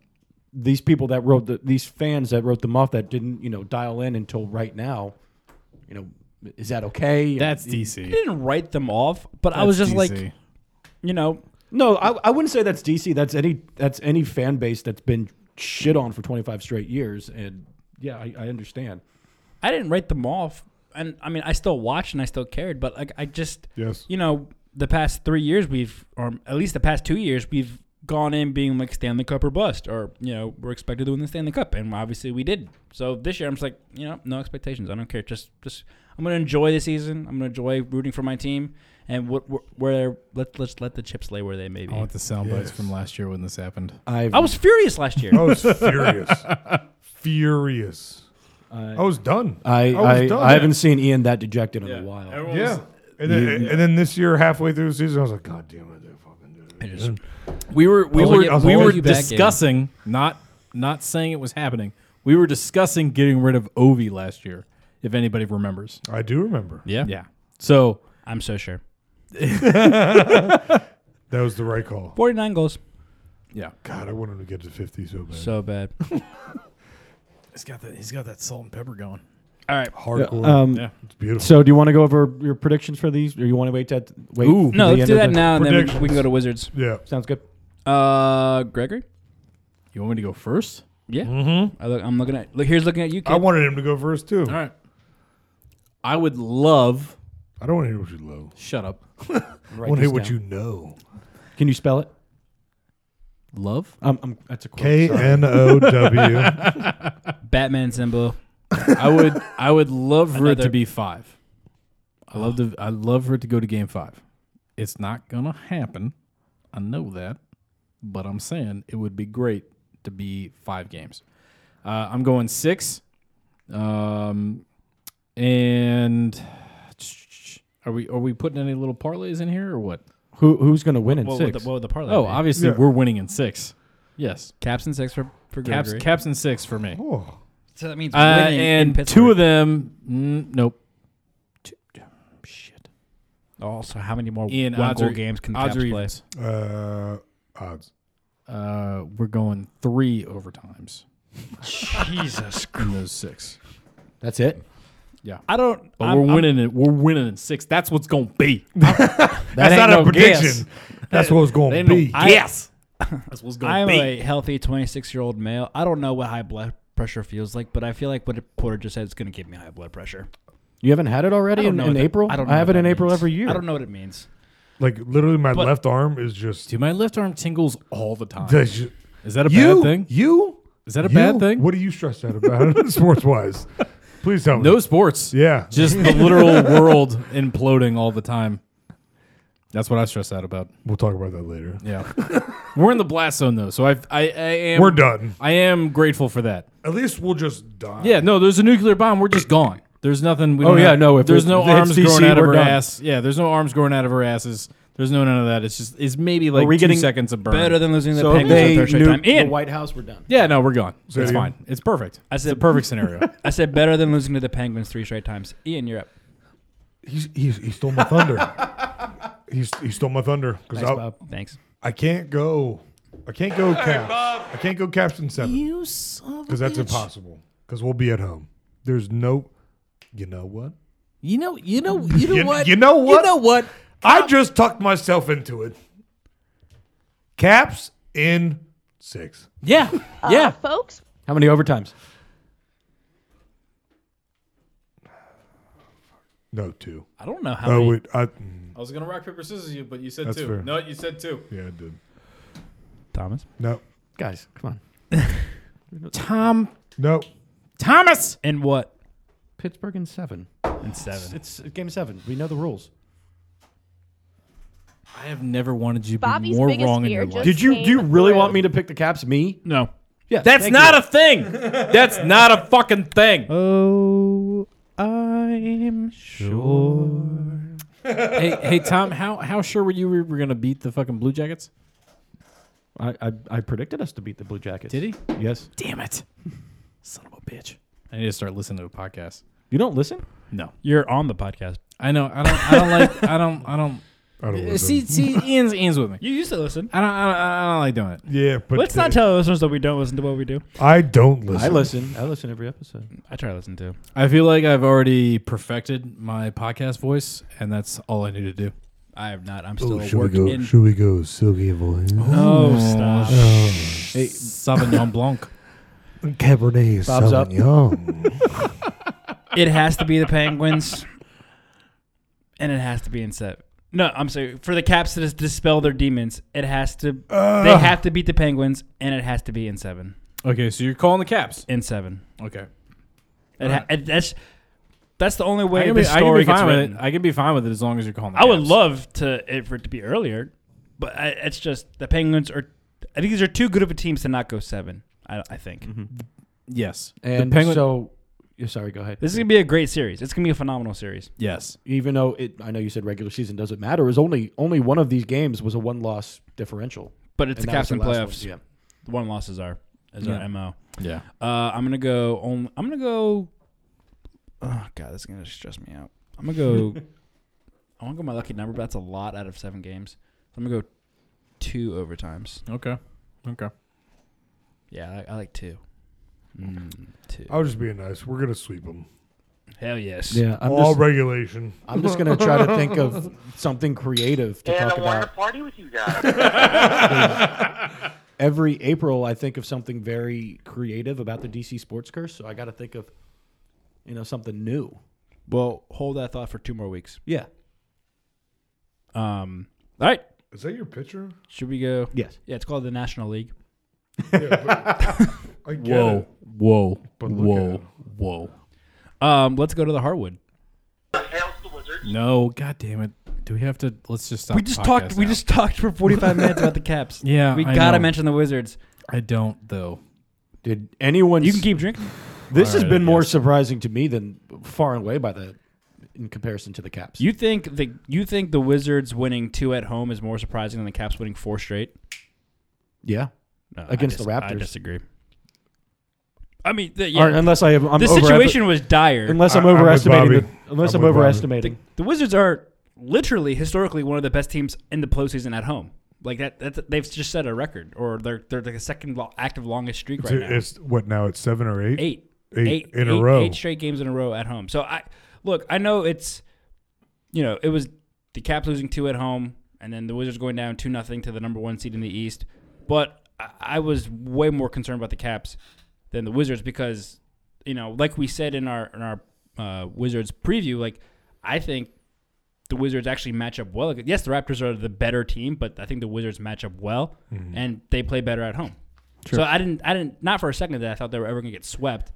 Speaker 7: these people that wrote the these fans that wrote them off that didn't you know dial in until right now, you know, is that okay?
Speaker 4: That's
Speaker 7: You-
Speaker 3: I
Speaker 4: DC.
Speaker 3: didn't write them off, but I was
Speaker 4: That's
Speaker 3: just like,
Speaker 4: DC.
Speaker 3: you know,
Speaker 7: No, I, I wouldn't say that's DC. That's any that's any fan base that's been shit on for 25 straight years. And yeah, I, I understand.
Speaker 3: I didn't write them off, and I mean, I still watched and I still cared, but like, I just,
Speaker 5: Yes.
Speaker 3: you know, the past three years we've, or at least the past two years we've gone in being like Stanley Cup or bust, or you know, we're expected to win the Stanley Cup, and obviously we did. So this year I'm just like, you know, no expectations. I don't care. Just, just I'm gonna enjoy the season. I'm gonna enjoy rooting for my team, and what wh- where let let's let the chips lay where they may be.
Speaker 4: I want the sound bites
Speaker 5: Yes.
Speaker 4: from last year when this happened.
Speaker 7: I've,
Speaker 3: I was furious last year.
Speaker 5: I was furious, furious. I was done.
Speaker 7: Uh, I
Speaker 5: was
Speaker 7: I,
Speaker 5: done.
Speaker 7: I haven't seen Ian that dejected in a while.
Speaker 5: Yeah. And then, and then this year, halfway through the season, I was like, God damn it, they fucking did it. again."
Speaker 4: We were we
Speaker 5: I was
Speaker 4: were
Speaker 5: like- I was
Speaker 4: we
Speaker 5: like-
Speaker 4: were
Speaker 5: Thank you back,
Speaker 4: discussing not not saying it was happening. We were discussing getting rid of Ovi last year, if anybody remembers.
Speaker 5: I do remember.
Speaker 3: yeah,
Speaker 4: Yeah. So
Speaker 3: I'm so sure.
Speaker 5: That was the right call.
Speaker 3: 49 goals,
Speaker 4: yeah,
Speaker 5: God, I wanted to get to 50 so bad.
Speaker 3: so bad.
Speaker 4: he's got that he's got that salt and pepper going.
Speaker 3: All right.
Speaker 5: Hardcore.
Speaker 7: Um,
Speaker 4: Yeah.
Speaker 5: it's beautiful.
Speaker 7: So, do you want to go over your predictions for these, or you want to wait? That wait.
Speaker 4: Ooh.
Speaker 7: for
Speaker 3: No,
Speaker 7: the
Speaker 3: let's
Speaker 7: end
Speaker 3: do
Speaker 7: of
Speaker 3: that
Speaker 7: the-
Speaker 3: now, and then we, we
Speaker 5: Predictions.
Speaker 3: can go to Wizards.
Speaker 5: yeah.
Speaker 7: Sounds good.
Speaker 3: Uh, Gregory.
Speaker 4: You want me to go first?
Speaker 3: Yeah. I look, I'm looking at. Look, here's looking at you. Kid.
Speaker 5: I wanted him to go first, too.
Speaker 4: All right. I would love
Speaker 5: I don't want to hear what you love.
Speaker 4: shut up.
Speaker 5: I
Speaker 7: Write
Speaker 5: want to
Speaker 7: this
Speaker 5: hear what
Speaker 7: down.
Speaker 5: you know.
Speaker 7: Can you spell it?
Speaker 4: Love?
Speaker 7: Um, I'm, that's a quote.
Speaker 5: K
Speaker 7: sorry.
Speaker 5: N O W.
Speaker 3: Batman symbol.
Speaker 4: I would I would love for it
Speaker 3: Another-
Speaker 4: to be five. I love to I love for it to go to game five. It's not gonna happen. I know that, but I'm saying it would be great to be five games. Uh, I'm going six, um, and are we are we putting any little parlays in here or what?
Speaker 7: Who who's going to win in
Speaker 3: What would,
Speaker 7: six?
Speaker 3: the, what would the parlay?
Speaker 4: Oh,
Speaker 3: be?
Speaker 4: obviously
Speaker 5: Yeah.
Speaker 4: we're winning in six. Yes,
Speaker 3: caps and six for for
Speaker 4: caps
Speaker 3: Gregory.
Speaker 4: caps and six for me.
Speaker 5: Oh,
Speaker 3: so that means
Speaker 4: Uh,
Speaker 3: winning in
Speaker 4: and
Speaker 3: Pittsburgh.
Speaker 4: two of them, mm, nope. Two, shit.
Speaker 3: Oh, so how many more
Speaker 4: Ian,
Speaker 3: one
Speaker 4: odds
Speaker 3: goal
Speaker 4: are-
Speaker 3: games can
Speaker 4: odds
Speaker 3: caps
Speaker 4: are
Speaker 3: play?
Speaker 4: evens.
Speaker 5: uh, odds.
Speaker 4: Uh, we're going three overtimes
Speaker 3: Jesus.
Speaker 4: in those six.
Speaker 7: That's it.
Speaker 4: Yeah.
Speaker 3: I don't.
Speaker 4: But
Speaker 3: I'm-
Speaker 4: we're
Speaker 3: I'm-
Speaker 4: winning it. We're winning in six. That's what's gonna be.
Speaker 5: That's
Speaker 4: ain't
Speaker 5: not a
Speaker 4: no
Speaker 5: prediction.
Speaker 4: guess.
Speaker 5: That's what it's
Speaker 4: They
Speaker 5: going
Speaker 4: ain't
Speaker 5: to
Speaker 4: no
Speaker 5: be.
Speaker 4: guess. That's what's gonna
Speaker 3: I'm
Speaker 4: be.
Speaker 3: a healthy 26 year old male. I don't know what high blood pressure feels like, but I feel like what Porter just said is going to give me high blood pressure.
Speaker 7: You haven't had it
Speaker 3: I
Speaker 7: already
Speaker 3: don't
Speaker 7: in,
Speaker 3: know
Speaker 7: in
Speaker 3: what that-
Speaker 7: April?
Speaker 3: I don't. Know
Speaker 7: I have
Speaker 3: what
Speaker 7: it in
Speaker 3: that
Speaker 7: April
Speaker 3: means.
Speaker 7: every year.
Speaker 3: I don't know what it means.
Speaker 5: like literally, my
Speaker 3: But-
Speaker 5: left arm is just.
Speaker 4: Dude, my left arm tingles all the time.
Speaker 5: Does you-
Speaker 4: Is that a
Speaker 5: you,
Speaker 4: bad thing?
Speaker 5: You
Speaker 4: Is that a
Speaker 5: you?
Speaker 4: bad thing?
Speaker 5: What are you stressed out about sports wise? Please tell me.
Speaker 4: No sports.
Speaker 5: Yeah.
Speaker 4: Just the literal world imploding all the time. That's what I stress out about.
Speaker 5: We'll talk about that later.
Speaker 4: Yeah. We're in the blast zone though, so I've, I I am
Speaker 5: We're done.
Speaker 4: I am grateful for that.
Speaker 5: At least we'll just die.
Speaker 4: Yeah, no, there's a nuclear bomb. We're just gone. There's nothing. We
Speaker 7: Oh,
Speaker 4: don't
Speaker 7: yeah,
Speaker 4: have-
Speaker 7: no, if
Speaker 4: there's
Speaker 7: it-
Speaker 4: no
Speaker 7: if it hits
Speaker 4: arms growing
Speaker 7: DC,
Speaker 4: out of
Speaker 7: we're
Speaker 4: her
Speaker 7: done.
Speaker 4: ass. Yeah, there's no arms growing out of her asses. There's no none of that. It's just it's maybe like
Speaker 7: we
Speaker 4: two
Speaker 7: getting
Speaker 4: seconds of burn.
Speaker 3: Better than losing the
Speaker 7: So if
Speaker 3: Penguins on
Speaker 7: they
Speaker 3: third straight
Speaker 7: nuke
Speaker 3: time.
Speaker 7: the
Speaker 3: Ian,
Speaker 7: White House, we're done.
Speaker 4: yeah, no, we're gone. it's
Speaker 5: again.
Speaker 4: fine. It's perfect.
Speaker 3: I
Speaker 4: It's
Speaker 3: said-
Speaker 4: the perfect scenario.
Speaker 3: I said better than losing to the Penguins three straight times. Ian, you're up.
Speaker 5: He's, he's, he stole my thunder. he's, he stole my thunder because I,
Speaker 3: Thanks.
Speaker 5: I can't go. I can't go caps. I can't go caps in seven. You Because that's impossible. Because we'll be at home. There's no. You know what?
Speaker 4: You know, you know, you know
Speaker 5: You-
Speaker 4: what?
Speaker 5: you know what?
Speaker 4: You know what?
Speaker 5: I just tucked myself into it. Caps in six.
Speaker 4: Yeah, yeah.
Speaker 8: folks.
Speaker 7: How many overtimes?
Speaker 5: No, two.
Speaker 3: I don't know how.
Speaker 5: Oh,
Speaker 3: many,
Speaker 5: wait. I,
Speaker 4: I was gonna rock paper scissors you, but you said
Speaker 5: That's
Speaker 4: two.
Speaker 5: fair.
Speaker 4: No, you said two.
Speaker 5: yeah, I did.
Speaker 3: Thomas.
Speaker 5: No.
Speaker 7: Guys, come on.
Speaker 4: Tom
Speaker 5: No.
Speaker 4: Thomas.
Speaker 3: And what?
Speaker 7: Pittsburgh in seven.
Speaker 3: And seven.
Speaker 7: It's game seven. We know the rules.
Speaker 4: I have never wanted you to be
Speaker 8: Bobby's
Speaker 4: more
Speaker 8: biggest
Speaker 4: wrong in
Speaker 8: fear
Speaker 4: your life.
Speaker 8: just-
Speaker 7: Did you do you
Speaker 8: Game
Speaker 7: really
Speaker 8: through.
Speaker 7: want me to pick the Caps? Me?
Speaker 3: No.
Speaker 7: Yeah.
Speaker 4: That's not a thing. That's not a fucking thing.
Speaker 3: Oh, I'm sure.
Speaker 4: hey, hey, Tom, how how sure were you we were gonna beat the fucking Blue Jackets?
Speaker 7: a. I, I I predicted us to beat the Blue Jackets.
Speaker 4: Did he?
Speaker 7: Yes.
Speaker 4: Damn it, son of a bitch! I need to start listening to a podcast.
Speaker 7: You don't listen?
Speaker 4: No,
Speaker 3: You're on the podcast.
Speaker 4: I know. I don't. I don't like. I don't. I don't.
Speaker 5: I don't
Speaker 4: Uh, See, see, Ian's Ian's with me.
Speaker 3: You used to listen.
Speaker 4: I don't. I don't, I don't like doing it.
Speaker 5: Yeah, but
Speaker 3: Let's not tell listeners that we don't listen to what we do.
Speaker 5: I don't listen.
Speaker 7: I listen. I listen every episode.
Speaker 3: I try to listen to.
Speaker 4: I feel like I've already perfected my podcast voice, and that's all I need to do.
Speaker 3: I have not. I'm
Speaker 5: Oh,
Speaker 3: still
Speaker 5: should we
Speaker 3: working.
Speaker 5: go?
Speaker 3: in-
Speaker 5: Should we go silky voice?
Speaker 3: Oh, stop.
Speaker 4: Hey, Sauvignon Blanc.
Speaker 5: Cabernet
Speaker 7: Bob's up.
Speaker 5: Sauvignon.
Speaker 3: it has to be the Penguins, and it has to be in set. No, I'm sorry. For the Caps to dis- dispel their demons, it has to. they have to beat the Penguins, and it has to be in seven.
Speaker 4: Okay, so you're calling the Caps.
Speaker 3: In seven.
Speaker 4: Okay,
Speaker 3: It ha- it- that's that's the only way
Speaker 4: I can, be,
Speaker 3: the
Speaker 4: I can
Speaker 3: story
Speaker 4: be
Speaker 3: gets
Speaker 4: fine with
Speaker 3: written.
Speaker 4: it. I can be fine with it as long as you're calling. The
Speaker 3: I would
Speaker 4: Caps.
Speaker 3: love to it, for it to be earlier, but I, it's just the Penguins are. I think these are too good of a teams to not go seven. I, I think
Speaker 7: Mm-hmm.
Speaker 4: Yes,
Speaker 7: And
Speaker 4: the Penguin.
Speaker 7: so, yeah, sorry. Go ahead.
Speaker 3: this is gonna be a great series. It's gonna be a phenomenal series.
Speaker 4: yes.
Speaker 7: even though it, I know you said regular season doesn't matter, it was only only one of these games was a one loss differential.
Speaker 3: But it's
Speaker 7: And
Speaker 3: the
Speaker 7: that was
Speaker 3: Caps and
Speaker 7: last one,
Speaker 3: playoffs.
Speaker 7: yeah.
Speaker 3: The one losses are is
Speaker 4: Yeah.
Speaker 3: our mo.
Speaker 4: Yeah.
Speaker 3: Uh, I'm gonna go. On, I'm gonna go. Oh god, that's gonna stress me out. I'm gonna go. I want to go my lucky number, but that's a lot out of seven games. I'm gonna go two overtimes.
Speaker 4: Okay. Okay.
Speaker 3: Yeah, I, I like two. Mm, two.
Speaker 5: I was just being nice. We're gonna sweep them.
Speaker 3: Hell yes.
Speaker 7: Yeah, I'm
Speaker 5: All
Speaker 7: just,
Speaker 5: regulation.
Speaker 7: I'm just gonna try to think of something creative to talk about.
Speaker 1: party with you guys.
Speaker 7: Every April, I think of something very creative about the DC sports curse, so I got to think of, you know, something new.
Speaker 3: Well, hold that thought for two more weeks.
Speaker 7: Yeah.
Speaker 3: Um. All right.
Speaker 5: Is that your picture?
Speaker 3: Should we go?
Speaker 7: Yes.
Speaker 3: Yeah, it's called the National League.
Speaker 5: I get
Speaker 4: Whoa.
Speaker 5: it.
Speaker 4: Whoa.
Speaker 5: But look at
Speaker 4: Whoa.
Speaker 5: it.
Speaker 4: Whoa.
Speaker 3: Um. Let's go to the Heartwood.
Speaker 4: No. God damn it. Do we have to? Let's just stop.
Speaker 3: We just
Speaker 4: the Uh, podcast
Speaker 3: talked. We
Speaker 4: now.
Speaker 3: just talked for 45 minutes about the Caps.
Speaker 4: Yeah,
Speaker 3: We
Speaker 4: I
Speaker 3: gotta
Speaker 4: know.
Speaker 3: mention the Wizards.
Speaker 4: I don't though.
Speaker 7: Did anyone?
Speaker 3: You can keep drinking.
Speaker 7: This has
Speaker 4: Alright, I
Speaker 7: been more
Speaker 4: guess.
Speaker 7: surprising to me than far and away by the, in comparison to the Caps.
Speaker 3: You think the you think the Wizards winning two at home is more surprising than the Caps winning four straight
Speaker 7: yeah.
Speaker 3: no,
Speaker 7: Against the
Speaker 3: I
Speaker 7: Raptors.
Speaker 3: disagree. I mean, the,
Speaker 7: Or
Speaker 3: yeah,
Speaker 7: unless I have, I'm
Speaker 3: the
Speaker 7: over-
Speaker 3: situation was dire.
Speaker 7: Unless I'm
Speaker 5: I- I'm with
Speaker 7: overestimating,
Speaker 5: Bobby.
Speaker 7: the, unless
Speaker 5: I'm
Speaker 7: I'm,
Speaker 5: with Bobby.
Speaker 7: overestimating.
Speaker 3: the Wizards are literally historically one of the best teams in the postseason at home. Like that, that's, they've just set a record, or they're they're like the second lo- active longest streak
Speaker 5: It's,
Speaker 3: right now.
Speaker 5: it's what now? It's seven or eight.
Speaker 3: Eight.
Speaker 5: eight,
Speaker 3: eight
Speaker 5: in a
Speaker 3: eight-
Speaker 5: row.
Speaker 3: eight straight games in a row at home. So I look, I know it's you know it was the Caps losing two at home, and then the Wizards going down two nothing to the number one seed in the East. But I, I was way more concerned about the Caps than the Wizards because you know, like we said in our in our uh, Wizards preview, like I think the Wizards actually match up well. Yes, the Raptors are the better team, but I think the Wizards match up well, and they play better at home. So I didn't, I didn't, not for a second that I thought they were ever going to get swept.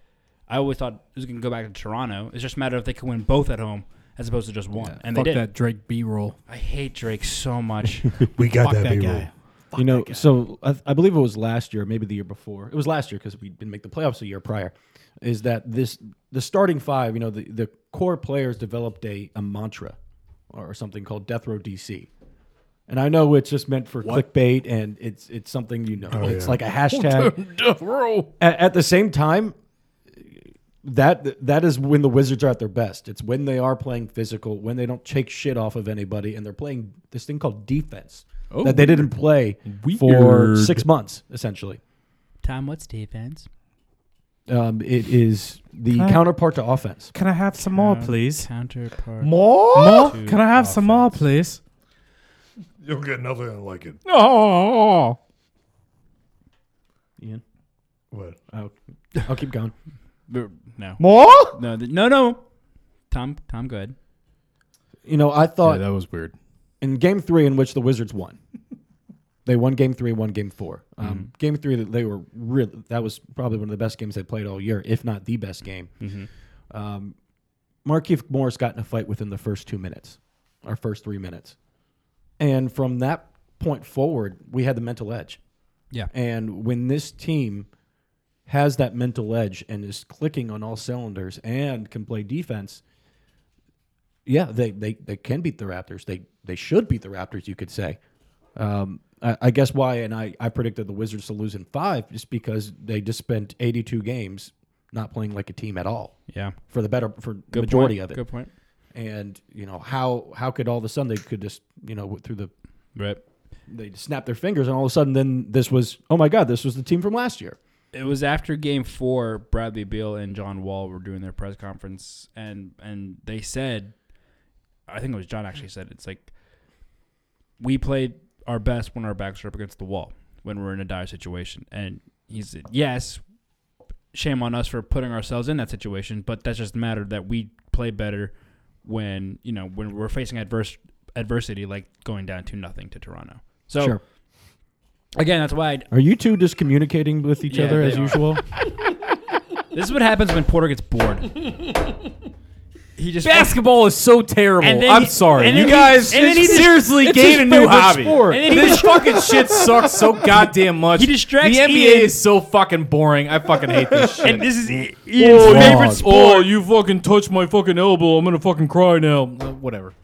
Speaker 3: I always thought it was going to go back to Toronto. It's just a matter of they could win both at home as opposed to just one, and they
Speaker 4: Fuck
Speaker 3: did.
Speaker 4: that Drake B roll.
Speaker 3: I hate Drake so much.
Speaker 5: we got
Speaker 4: Fuck that
Speaker 5: B-roll.
Speaker 4: guy.
Speaker 7: you know, so I, I believe it was last year, maybe the year before. It was last year because we didn't make the playoffs a year prior. Is that this the starting five? You know, the, the core players developed a, a mantra or something called Death Row DC. And I know it's just meant for clickbait, and it's it's something you know. it's like a hashtag.
Speaker 4: Death roll.
Speaker 7: at, at the same time, that that is when the Wizards are at their best. It's when they are playing physical, when they don't take shit off of anybody, and they're playing this thing called defense
Speaker 4: Oh,
Speaker 7: that they didn't play for
Speaker 4: Weird.
Speaker 7: six months. Essentially,
Speaker 3: Tom, what's defense?
Speaker 7: um, it is the counterpart to offense.
Speaker 4: Can I have some more, please?
Speaker 3: Counterpart.
Speaker 4: More? More? Can I have some more, please?
Speaker 5: You'll get nothing like it.
Speaker 4: Oh.
Speaker 7: Ian,
Speaker 5: What?
Speaker 7: I'll, I'll keep going.
Speaker 3: No, no,
Speaker 4: More?
Speaker 3: no, th- no, no. Tom, Tom, go ahead.
Speaker 7: You know, I
Speaker 4: Yeah,
Speaker 7: thought
Speaker 4: that was weird.
Speaker 7: in Game Three, in which the Wizards won, they won Game Three, won Game Four. Um, Game Three, they were really that was probably one of the best games they played all year, if not the best game. Um, Markeith Morris got in a fight within the first two minutes, our first three minutes, and from that point forward, we had the mental edge.
Speaker 3: Yeah.
Speaker 7: And when this team has that mental edge and is clicking on all cylinders and can play defense, yeah, they, they, they can beat the Raptors. They they should beat the Raptors, you could say. Um, I, I guess why, and I, I predicted the Wizards to lose in five just because they just spent 82 games not playing like a team at all
Speaker 3: Yeah.
Speaker 7: for the better for the
Speaker 3: Good
Speaker 7: majority
Speaker 3: point.
Speaker 7: of it.
Speaker 3: Good point.
Speaker 7: And you know how how could all of a sudden they could just you know through the
Speaker 3: Right.
Speaker 7: they snapped their fingers and all of a sudden then this was oh my god this was the team from last year.
Speaker 3: it was after game four bradley beal and john wall were doing their press conference and and they said i think it was john actually said it's like we played our best when our backs are up against the wall when we're in a dire situation and he said yes shame on us for putting ourselves in that situation but that's just a matter that we play better when you know when we're facing adverse adversity like going down to nothing to toronto so
Speaker 7: Sure.
Speaker 3: again that's why I,
Speaker 7: Are you two just communicating with each
Speaker 3: Yeah,
Speaker 7: other
Speaker 3: they
Speaker 7: as
Speaker 3: are.
Speaker 7: usual?
Speaker 3: This is what happens when Porter gets bored. He just
Speaker 4: Basketball is so terrible.
Speaker 3: And then
Speaker 4: I'm
Speaker 3: he-
Speaker 4: sorry.
Speaker 3: and
Speaker 4: You
Speaker 3: then he-
Speaker 4: guys
Speaker 3: and then he just-
Speaker 4: seriously
Speaker 7: it's
Speaker 4: gain
Speaker 7: his
Speaker 4: a new
Speaker 7: favorite
Speaker 4: hobby.
Speaker 7: sport.
Speaker 3: And then he
Speaker 4: this fucking shit sucks so goddamn much.
Speaker 3: He distracts
Speaker 4: The NBA
Speaker 3: Ian.
Speaker 4: is so fucking boring. I fucking hate this shit.
Speaker 3: and this is I- Ian's favorite sport.
Speaker 4: Oh, you fucking touched my fucking elbow. I'm gonna fucking cry now. Uh, whatever.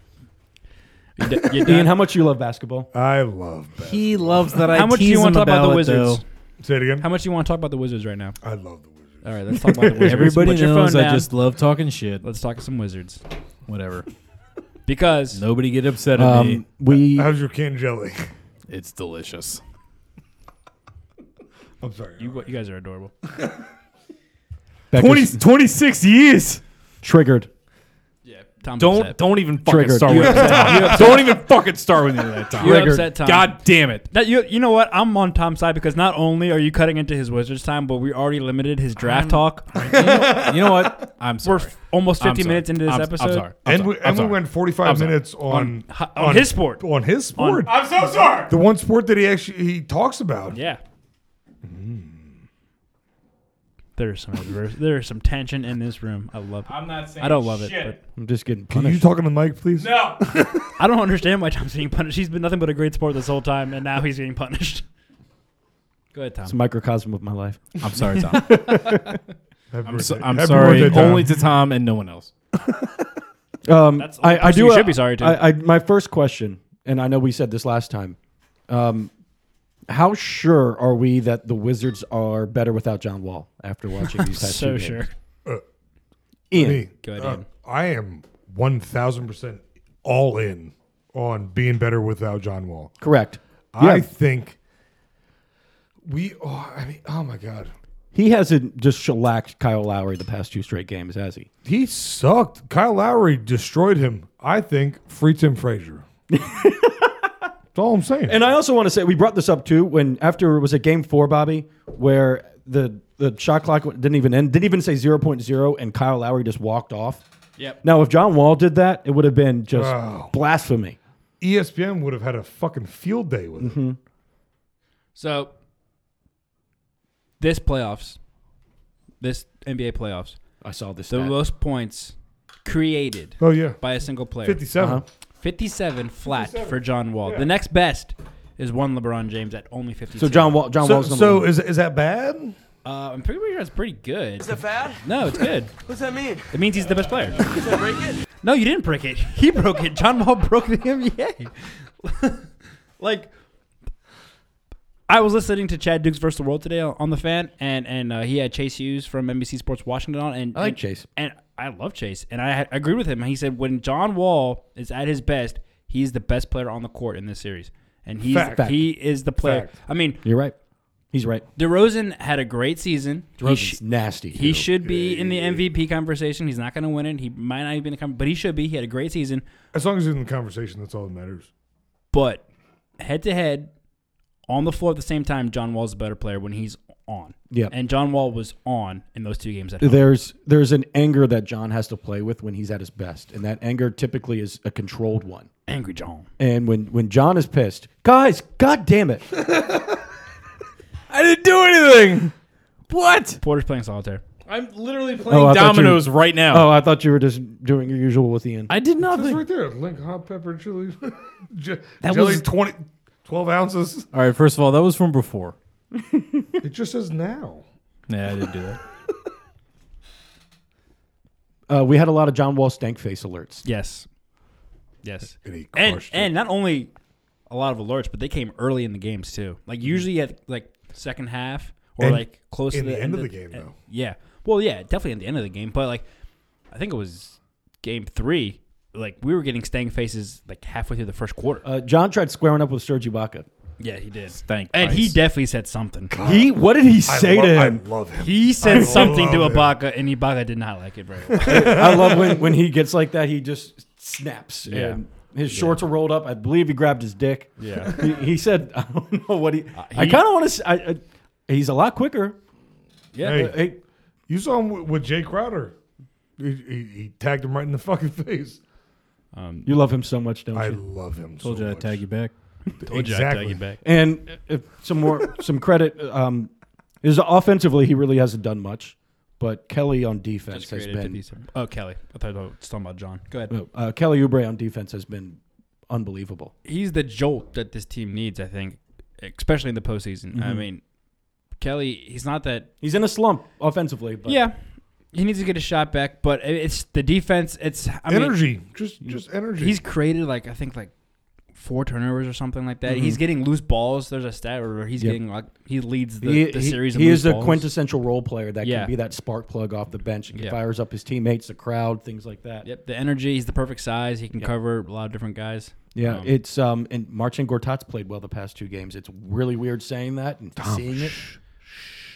Speaker 3: You d- you
Speaker 7: Ian,
Speaker 3: done?
Speaker 7: how much you love basketball?
Speaker 5: I love that.
Speaker 4: He loves that I
Speaker 3: How much do you want to talk about the Wizards?
Speaker 5: Say it again.
Speaker 3: How much do you want to talk about the Wizards right now?
Speaker 5: I love the Wizards.
Speaker 3: All right, let's talk about the Wizards.
Speaker 4: Everybody
Speaker 3: Put your
Speaker 4: knows
Speaker 3: phone
Speaker 4: I
Speaker 3: down.
Speaker 4: just love talking shit.
Speaker 3: let's talk some Wizards
Speaker 4: Whatever.
Speaker 3: because
Speaker 4: Nobody get upset at me.
Speaker 7: Um, we
Speaker 5: How's your canned jelly?
Speaker 4: It's delicious.
Speaker 5: I'm sorry.
Speaker 3: you, you guys are adorable.
Speaker 7: Becca's
Speaker 4: 26 years.
Speaker 7: triggered.
Speaker 3: Tom,
Speaker 4: Don't
Speaker 3: upset.
Speaker 4: don't even fucking
Speaker 7: Triggered.
Speaker 4: start with me. Tom. Don't even fucking start with me that time.
Speaker 3: You're
Speaker 7: Triggered.
Speaker 3: upset, Tom.
Speaker 4: God damn it.
Speaker 3: That, you, you know what? I'm on Tom's side because not only are you cutting into his Wizards time, but we already limited his draft talk.
Speaker 4: You know what? I'm sorry.
Speaker 3: We're f- almost
Speaker 4: I'm
Speaker 3: 50
Speaker 4: sorry.
Speaker 3: minutes into this
Speaker 4: I'm,
Speaker 3: episode.
Speaker 4: I'm sorry. I'm
Speaker 5: and
Speaker 4: sorry.
Speaker 5: we,
Speaker 4: I'm
Speaker 5: and we
Speaker 4: sorry.
Speaker 5: went 45
Speaker 4: sorry.
Speaker 5: minutes on
Speaker 3: on his sport.
Speaker 5: On his sport.
Speaker 3: On-
Speaker 1: I'm so sorry.
Speaker 5: the one sport that he actually he talks about.
Speaker 3: Yeah.
Speaker 4: Mm.
Speaker 3: There's some adverse, there's some tension in this room. I love it.
Speaker 1: I'm not saying
Speaker 3: I don't love
Speaker 1: shit.
Speaker 3: it,
Speaker 7: I'm just getting
Speaker 5: Can you
Speaker 7: punished.
Speaker 5: talk on the mic, please?
Speaker 1: No.
Speaker 3: but I don't understand why Tom's getting punished. He's been nothing but a great sport this whole time, and now he's getting punished. Go ahead, Tom.
Speaker 7: It's a microcosm of my life.
Speaker 4: I'm sorry, Tom.
Speaker 5: Happy
Speaker 4: I'm, so,
Speaker 5: birthday.
Speaker 4: I'm
Speaker 5: Happy
Speaker 4: sorry.
Speaker 5: birthday, Tom.
Speaker 4: Only to Tom and no one else.
Speaker 7: Um,
Speaker 3: That's the only
Speaker 7: I, I
Speaker 3: person
Speaker 7: do.
Speaker 3: you
Speaker 7: uh,
Speaker 3: should be sorry to.
Speaker 7: I, I, my first question, and I know we said this last time. Um, how sure are we that the Wizards are better without John Wall after watching these types
Speaker 3: so
Speaker 7: of games?
Speaker 3: sure.
Speaker 7: Ian,
Speaker 5: Me.
Speaker 3: Go ahead,
Speaker 5: Uh,
Speaker 3: Ian.
Speaker 5: I am 1,000% all in on being better without John Wall.
Speaker 7: correct.
Speaker 5: I
Speaker 7: Yeah.
Speaker 5: think we. Oh, I mean, oh my God.
Speaker 7: He hasn't just shellacked Kyle Lowry the past two straight games, has he?
Speaker 5: He sucked. Kyle Lowry destroyed him. I think free Tim Frazier. That's all I'm saying.
Speaker 7: And I also want to say we brought this up too when after it was a game four, Bobby, where the the shot clock didn't even end, didn't even say 0.0, and Kyle Lowry just walked off.
Speaker 4: Yep.
Speaker 7: Now, if John Wall did that, it would have been just
Speaker 5: Wow.
Speaker 7: blasphemy.
Speaker 5: E ESPN would have had a fucking field day with
Speaker 7: Mm-hmm.
Speaker 5: it.
Speaker 3: So this playoffs, this NBA playoffs,
Speaker 7: I saw this.
Speaker 3: the
Speaker 7: stat.
Speaker 3: most points created
Speaker 5: Oh yeah,
Speaker 3: by a single player.
Speaker 5: 57.
Speaker 7: Uh-huh.
Speaker 3: 57 flat for John Wall. The next best is one LeBron James at only 52.
Speaker 7: so John Wall, John
Speaker 5: So,
Speaker 7: Wall's number
Speaker 5: so
Speaker 7: one.
Speaker 5: is is that bad?
Speaker 3: Uh, I'm pretty sure that's pretty good.
Speaker 1: Is it bad?
Speaker 3: No, it's good.
Speaker 1: What's that mean?
Speaker 3: It means he's the best player.
Speaker 1: Is that break it?
Speaker 3: No, you didn't break it. He broke it. John Wall broke the NBA. like, I was listening to Chad Dukes versus the World today on on the fan, and and uh, he had Chase Hughes from NBC Sports Washington on. And
Speaker 7: I like
Speaker 3: and-
Speaker 7: Chase.
Speaker 3: and I love Chase, and I, had, agreed with him. He said when John Wall is at his best, he's the best player on the court in this series, and he's
Speaker 5: Fact.
Speaker 3: he is the player.
Speaker 5: Fact.
Speaker 3: I mean,
Speaker 7: You're right. He's right.
Speaker 3: DeRozan had a great season. He
Speaker 7: He's
Speaker 3: sh-
Speaker 7: nasty.
Speaker 3: he
Speaker 7: too.
Speaker 3: should be in the MVP conversation. He's not going to win it. He might not even be in the con- but he should be. He had a great season.
Speaker 5: As long as he's in the conversation, that's all that matters.
Speaker 3: But head to head, on the floor at the same time, John Wall's a better player when he's on.
Speaker 7: Yep.
Speaker 3: And John Wall was on in those two games at home.
Speaker 7: There's there's an anger that John has to play with when he's at his best, and that anger typically is a controlled one.
Speaker 3: Angry John.
Speaker 7: And when when John is pissed, guys, god damn it,
Speaker 4: I didn't do anything. What?
Speaker 3: Porter's playing solitaire.
Speaker 4: I'm literally
Speaker 7: Oh,
Speaker 4: playing
Speaker 7: I thought
Speaker 4: dominoes right now.
Speaker 7: Oh, I thought you were just doing your usual with Ian.
Speaker 4: I did not
Speaker 5: That's
Speaker 4: think.
Speaker 5: right there. Link hot pepper chili. Je- jelly
Speaker 4: was-
Speaker 5: 20, 12 ounces.
Speaker 4: All right. First of all, that was from before.
Speaker 5: It just says now.
Speaker 4: Yeah, I didn't do that.
Speaker 7: Uh, we had a lot of John Wall stank face alerts.
Speaker 3: Yes. Yes.
Speaker 5: And he
Speaker 3: And,
Speaker 5: crushed
Speaker 3: and not only a lot of alerts, but they came early in the games too. Like usually at like second half or
Speaker 5: Mm-hmm. And
Speaker 3: like close
Speaker 5: in
Speaker 3: to the, end,
Speaker 5: of the game, though.
Speaker 3: Yeah. Well, yeah, definitely at the end of the game. But like, I think it was game three. Like we were getting stank faces like halfway through the first quarter.
Speaker 7: Uh, John tried squaring up with Serge Ibaka.
Speaker 3: yeah, he did.
Speaker 4: Stank
Speaker 3: And he
Speaker 4: face.
Speaker 3: definitely said something.
Speaker 7: He, what did he say
Speaker 5: I,
Speaker 7: to
Speaker 5: lo-
Speaker 7: him?
Speaker 5: I love him.
Speaker 3: He said something to
Speaker 5: love it.
Speaker 3: Ibaka, and Ibaka did not like it very well.
Speaker 7: I love when, when he gets like that. He just snaps.
Speaker 3: Yeah.
Speaker 7: And his shorts are rolled up. I believe he grabbed his dick.
Speaker 3: Yeah. Uh,
Speaker 7: He, he said, I don't know what he. I
Speaker 3: he-
Speaker 7: kind of want to. I, I, he's a lot quicker.
Speaker 3: yeah.
Speaker 5: Hey.
Speaker 7: Uh, hey,
Speaker 5: You saw him with, with Jay Crowder. He, he, he tagged him right in the fucking face.
Speaker 7: you love him so much, don't
Speaker 5: I
Speaker 7: you?
Speaker 5: love him.
Speaker 4: Told
Speaker 5: so
Speaker 4: you I'd
Speaker 5: much.
Speaker 4: tag you back.
Speaker 3: Told you I'd
Speaker 5: exactly.
Speaker 3: take it back.
Speaker 7: And uh, if some more some credit um, is offensively, he really hasn't done much. But Kelly on defense has been
Speaker 3: Oh, Kelly. I thought I was talking about John. Go ahead.
Speaker 7: No, uh, Kelly Oubre on defense has been unbelievable.
Speaker 3: he's the jolt that this team needs. I think, especially in the postseason. I
Speaker 7: Mm-hmm.
Speaker 3: mean, Kelly, he's not that.
Speaker 7: He's in a slump offensively, but
Speaker 3: yeah, he needs to get a shot back, but it- it's the defense. It's I mean,
Speaker 5: energy. just just energy.
Speaker 3: he's created like I think like four turnovers or something like that. He's getting loose balls. There's a stat where he's
Speaker 7: Mm-hmm. Yep.
Speaker 3: getting like he leads the,
Speaker 7: he,
Speaker 3: the
Speaker 7: he-
Speaker 3: series. in
Speaker 7: he
Speaker 3: loose
Speaker 7: is a
Speaker 3: balls.
Speaker 7: quintessential role player that
Speaker 3: Yeah.
Speaker 7: can be that spark plug off the bench. He
Speaker 3: Yeah.
Speaker 7: fires up his teammates, the crowd, things like that.
Speaker 3: Yep, the energy. He's the perfect size. He can cover a lot of different guys.
Speaker 7: Yeah,
Speaker 3: Um,
Speaker 7: it's um and Marcin Gortat's played well the past two games. It's really weird saying that and seeing it.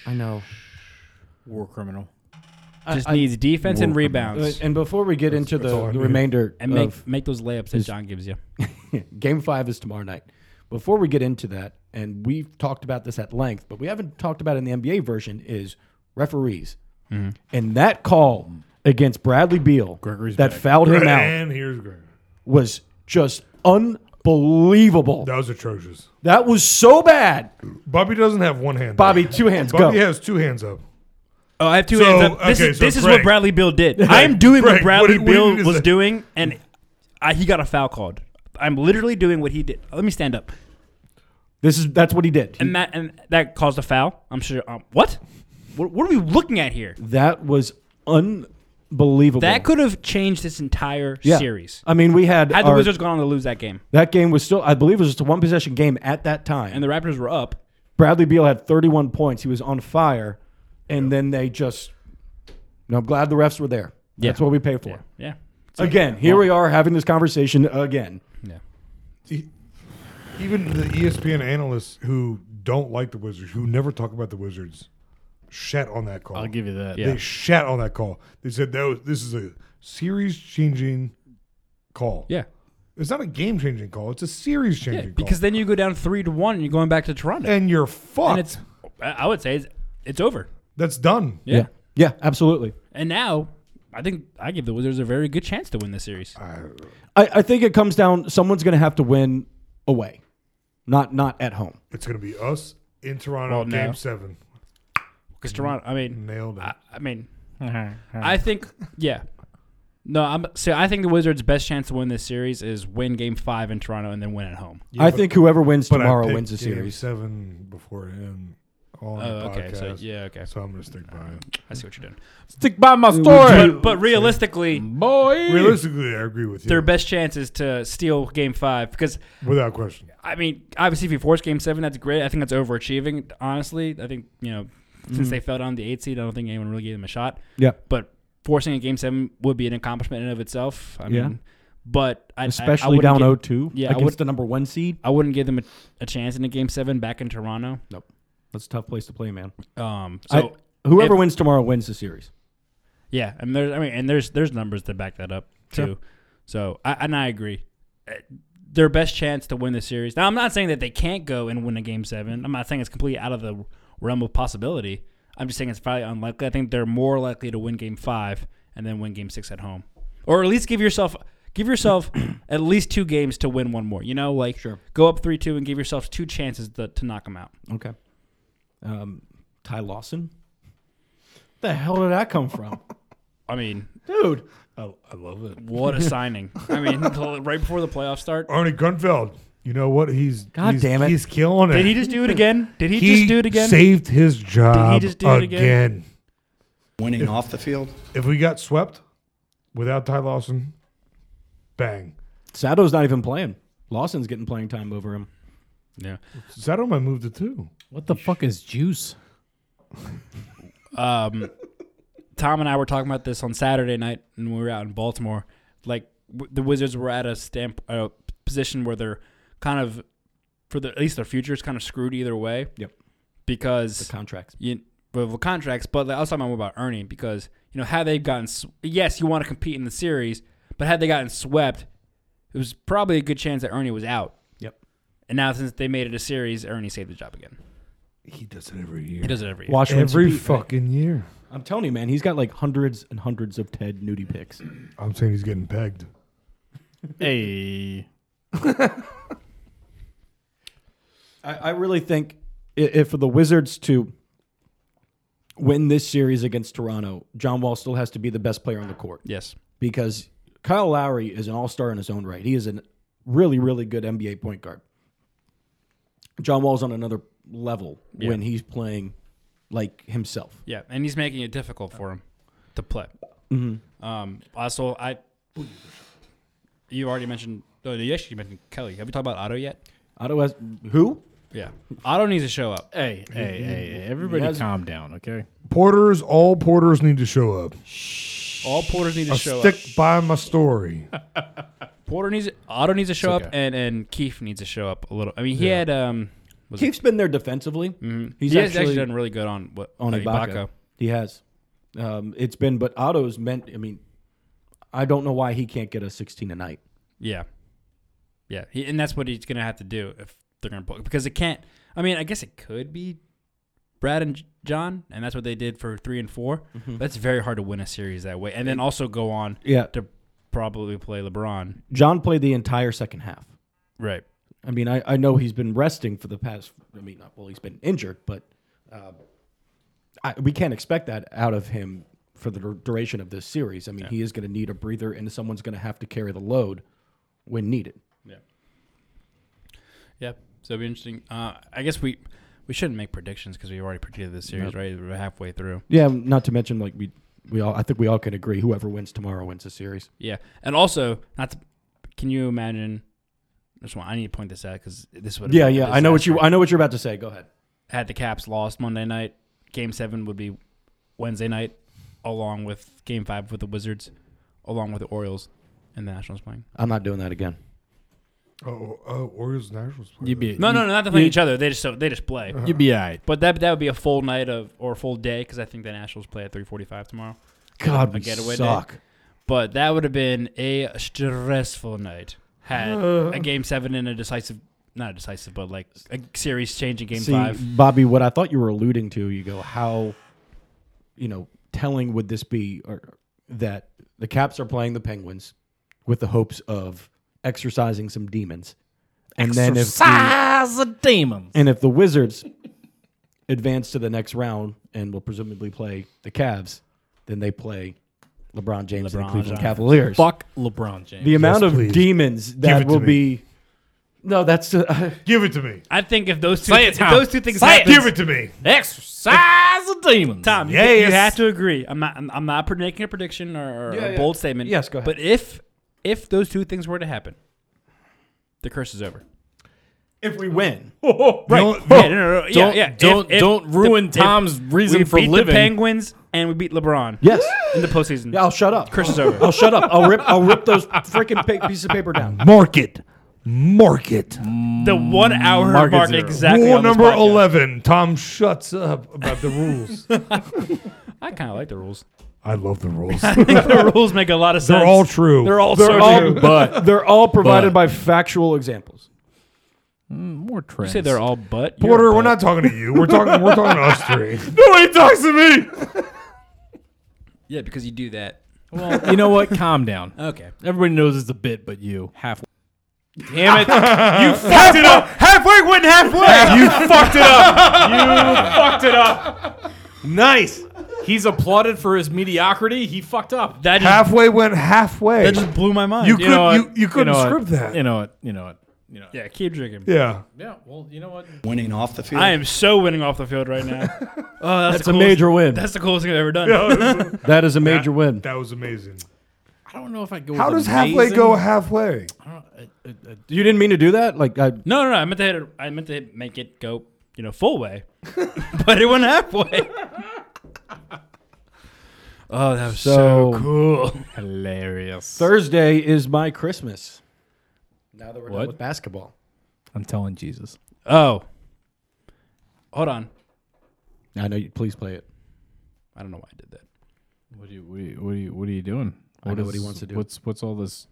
Speaker 7: I know.
Speaker 4: War criminal.
Speaker 3: just
Speaker 7: I-
Speaker 3: needs defense and
Speaker 7: Uh,
Speaker 3: rebounds
Speaker 7: And before we get into
Speaker 5: that's all I
Speaker 7: the, the
Speaker 5: need.
Speaker 7: remainder
Speaker 3: and
Speaker 7: of
Speaker 3: make make those layups that John gives you.
Speaker 7: Game five is tomorrow night. Before we get into that, and we've talked about this at length, but we haven't talked about it in the NBA version is referees.
Speaker 3: Mm-hmm.
Speaker 7: And that call against Bradley Beal that fouled him out
Speaker 5: and here's Greg.
Speaker 7: was just unbelievable.
Speaker 5: That was atrocious.
Speaker 7: That was so bad.
Speaker 5: Bobby doesn't have one hand.
Speaker 7: Bobby,
Speaker 5: up.
Speaker 7: two hands,
Speaker 5: Bobby
Speaker 7: go.
Speaker 5: has two hands up.
Speaker 3: Oh, I have two
Speaker 5: So,
Speaker 3: hands up. This,
Speaker 5: okay,
Speaker 3: is,
Speaker 5: so
Speaker 3: this is
Speaker 5: Greg-
Speaker 3: what Bradley Bill did. I'm doing what
Speaker 5: Greg, what
Speaker 3: Bradley
Speaker 5: did- what
Speaker 3: Bill
Speaker 5: did he
Speaker 3: was
Speaker 5: say?
Speaker 3: doing, and I, he got a foul called. I'm literally doing what he did. Let me stand up,
Speaker 7: This is that's what he did. He-
Speaker 3: and that and that caused a foul. I'm sure. Um, what? what? What are we looking at here?
Speaker 7: that was unbelievable.
Speaker 3: That could have changed this entire
Speaker 7: Yeah.
Speaker 3: series.
Speaker 7: I mean, we had
Speaker 3: Had the
Speaker 7: our-
Speaker 3: Wizards gone on to lose that game,
Speaker 7: that game was still, I believe, it was just a one possession game at that time.
Speaker 3: and the Raptors were up,
Speaker 7: Bradley Beal had 31 points. He was on fire, and then they just. No, I'm glad the refs were there. That's
Speaker 3: Yeah.
Speaker 7: what we pay for.
Speaker 3: yeah,
Speaker 7: Again, here we are having this conversation again.
Speaker 3: yeah.
Speaker 5: E-, Even the ESPN analysts who don't like the Wizards, who never talk about the Wizards, shat on that call.
Speaker 4: I'll give you that.
Speaker 5: They shat on that call. They said that was, this is a series changing call.
Speaker 3: Yeah.
Speaker 5: It's not a game changing call. It's a series changing
Speaker 3: Yeah,
Speaker 5: call.
Speaker 3: because then you go down three to one and you're going back to Toronto.
Speaker 5: and you're fucked.
Speaker 3: and it's I I would say it's, it's over.
Speaker 5: That's done.
Speaker 3: Yeah.
Speaker 7: Yeah, absolutely.
Speaker 3: And now I think I give the Wizards a very good chance to win this series.
Speaker 7: I, I think it comes down someone's going to have to win away, not not at home.
Speaker 5: It's gonna be us in Toronto
Speaker 3: Well, no.
Speaker 5: game seven.
Speaker 3: Because Toronto, I mean,
Speaker 5: Nailed it.
Speaker 3: I, I mean, I think yeah. No, I'm so I think the Wizards' best chance to win this series is win Game Five in Toronto and then win at home.
Speaker 7: I think whoever wins
Speaker 5: But I
Speaker 7: tomorrow
Speaker 5: picked
Speaker 7: wins the
Speaker 5: game
Speaker 7: series.
Speaker 5: seven beforehand on the
Speaker 3: Oh, okay,
Speaker 5: podcast.
Speaker 3: so yeah, okay,
Speaker 5: So I'm gonna stick by it.
Speaker 3: I see what you're doing.
Speaker 4: Stick by my
Speaker 3: But, but realistically,
Speaker 4: boy.
Speaker 5: Realistically, I agree with you.
Speaker 3: their best chance is to steal Game Five because
Speaker 5: without question.
Speaker 3: I mean, obviously, if you force Game Seven, that's great. I think that's overachieving. Honestly, I think you know,
Speaker 7: Mm-hmm.
Speaker 3: since they fell down to the eight seed, I don't think anyone really gave them a shot.
Speaker 7: Yeah.
Speaker 3: But forcing a Game Seven would be an accomplishment in and of itself. I mean,
Speaker 7: Yeah.
Speaker 3: but I, I- I
Speaker 7: Especially
Speaker 3: wouldn't
Speaker 7: down
Speaker 3: give-
Speaker 7: 0-2
Speaker 3: Yeah, I
Speaker 7: against
Speaker 3: would-
Speaker 7: the number one seed.
Speaker 3: I wouldn't give them a, a chance in a Game Seven back in Toronto.
Speaker 7: Nope, that's a tough place to play, man.
Speaker 3: Um, so
Speaker 7: I- whoever
Speaker 3: if-
Speaker 7: wins tomorrow wins the series.
Speaker 3: yeah, and there's I mean, and there's there's numbers to back that up too. So I and I agree. Uh, Their best chance to win the series. Now I'm not saying that they can't go and win a game seven. I'm not saying it's completely out of the realm of possibility. I'm just saying it's probably unlikely. I think they're more likely to win game five and then win game six at home, or at least give yourself give yourself at least two games to win one more. You know, like
Speaker 7: Sure.
Speaker 3: go up three two and give yourself two chances to, to knock them out.
Speaker 7: Okay. Um, Ty Lawson. The hell did that come from,
Speaker 3: I mean,
Speaker 7: dude?
Speaker 3: what a signing! I mean, right before the playoffs start.
Speaker 5: Arnie Grunfeld. You know what? He's
Speaker 7: God
Speaker 5: he's,
Speaker 7: damn it.
Speaker 5: He's killing it.
Speaker 3: Did he just do it again? Did he, just do it again?
Speaker 5: Saved his job.
Speaker 3: just do it again?
Speaker 5: again.
Speaker 8: Winning off the field?
Speaker 5: If we got swept without Ty Lawson, bang.
Speaker 7: Sato's not even playing. Lawson's getting playing time over him.
Speaker 3: Yeah.
Speaker 5: Saddam might move to two.
Speaker 4: What the fuck is juice?
Speaker 3: Um, Tom and I were talking about this on Saturday night, and we were out in Baltimore. Like w- the Wizards were at a stamp a position where they're kind of for the at least their future is kind of screwed either way.
Speaker 7: Yep.
Speaker 3: Because
Speaker 7: Contracts.
Speaker 3: you well, the contracts, but I was talking more about Ernie because you know how they've gotten. s- Yes, you want to compete in the series, but had they gotten swept, it was probably a good chance that Ernie was out.
Speaker 7: Yep.
Speaker 3: And now since they made it a series, Ernie saved the job again.
Speaker 5: He does it every year.
Speaker 3: He does it every year.
Speaker 7: Wash rinse,
Speaker 5: Every
Speaker 7: repeat, right?
Speaker 5: fucking year.
Speaker 7: I'm telling you, man, he's got like hundreds and hundreds of Ted nudie pics.
Speaker 5: I'm saying he's getting pegged.
Speaker 4: Hey.
Speaker 7: I, I really think i- if the Wizards to win this series against Toronto, John Wall still has to be the best player on the court
Speaker 3: Yes.
Speaker 7: because Kyle Lowry is an all star in his own right. He is a really, really good NBA point guard. John Wall's on another level when he's playing like himself.
Speaker 3: Yeah, and he's making it difficult for him to play.
Speaker 7: Mm-hmm.
Speaker 3: Um, also, I you already mentioned. Oh, you actually mentioned Kelly. Have we talked about Otto yet?
Speaker 7: Otto has who?
Speaker 3: Yeah, Otto needs to show up.
Speaker 4: Hey, hey, hey, hey. Everybody calm down, okay?
Speaker 5: Porters, all porters need to show up.
Speaker 3: All Porters need to
Speaker 5: I
Speaker 3: show
Speaker 5: stick
Speaker 3: up.
Speaker 5: by my story. Oh,
Speaker 3: Porter needs Otto needs to show
Speaker 4: okay.
Speaker 3: up, and and Keith needs to show up a little. I mean, he had um, was it-
Speaker 7: Keith's been there defensively. He's
Speaker 3: Mm-hmm. he has
Speaker 7: actually,
Speaker 3: actually done really good on what
Speaker 7: on
Speaker 3: uh,
Speaker 7: Ibaka. He has. Um, it's been, but Otto's meant. I mean, I don't know why he can't get a 16 a night.
Speaker 3: Yeah, yeah, he, and that's what he's gonna have to do if they're gonna book because it can't. I mean, I guess it could be Brad and J- John, and that's what they did for three and 4 But it's very hard to win a series that way, and then also go on
Speaker 7: Yeah.
Speaker 3: to probably play LeBron.
Speaker 7: John played the entire second half.
Speaker 3: Right.
Speaker 7: I mean, I, I know he's been resting for the past. I mean, not, well, he's been injured, but um, I, we can't expect that out of him for the dur- duration of this series. I mean, he is going to need a breather, and someone's going to have to carry the load when needed.
Speaker 3: Yeah. So it'll be interesting. Uh, I guess we we shouldn't make predictions because we already predicted this series, right? We're halfway through.
Speaker 7: Yeah, not to mention like we we all. I think we all can agree whoever wins tomorrow wins the series.
Speaker 3: Yeah, and also not. To, can you imagine? This one, I need to point this out because this would.
Speaker 7: Yeah, yeah. I know what you. I know what you're about to say. Go ahead.
Speaker 3: had the Caps lost Monday night, Game Seven would be Wednesday night, along with Game Five with the Wizards, along with the Orioles, and the Nationals playing.
Speaker 7: I'm not doing that again.
Speaker 5: Oh, oh, Orioles Nationals. play
Speaker 4: You'd be
Speaker 3: No, no, no, not to play
Speaker 4: you-
Speaker 3: each other. They just so they just play.
Speaker 4: You'd be all right.
Speaker 3: But that that would be a full night of or a full day because I think the Nationals play at three forty five tomorrow.
Speaker 7: God, we
Speaker 3: getaway day.
Speaker 7: suck.
Speaker 3: But that would have been a stressful night had a game seven and a decisive, not a decisive, but like a series changing game
Speaker 7: See,
Speaker 3: five.
Speaker 7: Bobby, what I thought you were alluding to, you go, how, you know, telling would this be or, that the Caps are playing the Penguins with the hopes of exercising some demons, and then if the,
Speaker 4: Size of demon.
Speaker 7: and if the Wizards advance to the next round and will presumably play the Cavs, then they play LeBron James and the
Speaker 3: LeBron
Speaker 7: Cleveland
Speaker 3: James.
Speaker 7: Cavaliers.
Speaker 4: Fuck LeBron James.
Speaker 7: The amount of
Speaker 5: please.
Speaker 7: demons
Speaker 5: Give
Speaker 7: that
Speaker 5: it to
Speaker 7: will
Speaker 5: me.
Speaker 7: be. No, that's uh,
Speaker 5: Give it to me.
Speaker 3: I think if those two
Speaker 4: Say it,
Speaker 3: if
Speaker 4: Tom.
Speaker 3: those two things
Speaker 4: Say it.
Speaker 3: happen,
Speaker 5: Give it to me.
Speaker 4: Exercise of demons.
Speaker 3: Tom, you-
Speaker 5: Yes.
Speaker 3: you have to agree. I'm not. I'm, I'm not pre- making a prediction or, or
Speaker 7: Yeah,
Speaker 3: a
Speaker 7: yeah.
Speaker 3: bold statement.
Speaker 7: Yes, go ahead.
Speaker 3: But if if those two things were to happen, the curse is over.
Speaker 7: if we win.
Speaker 5: Right.
Speaker 3: Yeah, no, no, no, yeah,
Speaker 4: Don't-
Speaker 3: yeah. If-
Speaker 4: don't-
Speaker 3: if
Speaker 4: don't
Speaker 3: the-
Speaker 4: ruin
Speaker 3: if
Speaker 4: Tom's reason
Speaker 3: we
Speaker 4: for
Speaker 3: beat The
Speaker 4: living.
Speaker 3: Penguins and we beat LeBron.
Speaker 7: Yes.
Speaker 3: in the postseason.
Speaker 7: Yeah, I'll shut up.
Speaker 3: Curse is over.
Speaker 7: I'll shut up. I'll rip. I'll rip those freaking pa- pieces of paper down.
Speaker 3: Oh.
Speaker 5: Market. Market.
Speaker 3: the one hour mark,
Speaker 4: Mark it zero.
Speaker 3: exactly.
Speaker 5: Rule
Speaker 3: on this
Speaker 5: number
Speaker 3: podcast.
Speaker 5: 11. Tom shuts up about the rules.
Speaker 3: I kind of like the rules.
Speaker 5: I love the rules.
Speaker 3: I think the rules make a lot of sense.
Speaker 5: They're all true.
Speaker 3: They're all so true.
Speaker 7: but they're all provided by factual examples.
Speaker 4: More
Speaker 3: You
Speaker 4: trends.
Speaker 3: say they're all but you're
Speaker 5: Porter,
Speaker 3: a
Speaker 5: we're
Speaker 3: but.
Speaker 5: not talking to you. We're talking we're talking to us three. Nobody talks to me.
Speaker 3: Yeah, because you do that.
Speaker 4: Well, you know what? Calm down.
Speaker 3: Okay.
Speaker 4: Everybody knows it's a bit, but you half. Damn it! You
Speaker 5: Halfway, halfway went halfway. you fucked it up.
Speaker 4: fucked it up. Nice. He's applauded for his mediocrity. He fucked up.
Speaker 3: That just,
Speaker 5: Halfway went halfway.
Speaker 3: that just blew my mind.
Speaker 5: You- Could-
Speaker 4: what?
Speaker 5: you- you couldn't
Speaker 4: know what?
Speaker 5: script that.
Speaker 4: You know what? You know what? You know. what?
Speaker 3: yeah, keep drinking.
Speaker 5: yeah.
Speaker 4: Yeah. Well, you know what?
Speaker 8: Winning off the field.
Speaker 3: I am so winning off the field right now. oh, that's,
Speaker 7: That's
Speaker 3: the
Speaker 7: a
Speaker 3: coolest-
Speaker 7: major win.
Speaker 3: That's the coolest thing I've ever done.
Speaker 7: That is a major win.
Speaker 5: That was amazing.
Speaker 4: I don't know if I go.
Speaker 5: How
Speaker 4: with
Speaker 5: does halfway
Speaker 4: amazing.
Speaker 5: go halfway?
Speaker 7: You didn't mean to do that. Like I,
Speaker 3: No, no, no. I meant to. Hit it, I meant to hit- make it go, you know, full way, but it went halfway. oh, that was so,
Speaker 7: So-
Speaker 3: cool.
Speaker 4: Hilarious.
Speaker 7: Thursday is my Christmas. Now that we're
Speaker 4: What?
Speaker 7: done with basketball,
Speaker 4: I'm telling Jesus.
Speaker 3: Oh, hold on.
Speaker 7: I know. you Please play it.
Speaker 3: I don't know why I did that.
Speaker 4: What are you? What are you? What are you, what are you doing?
Speaker 7: I know what he wants to do.
Speaker 4: What's What's all this?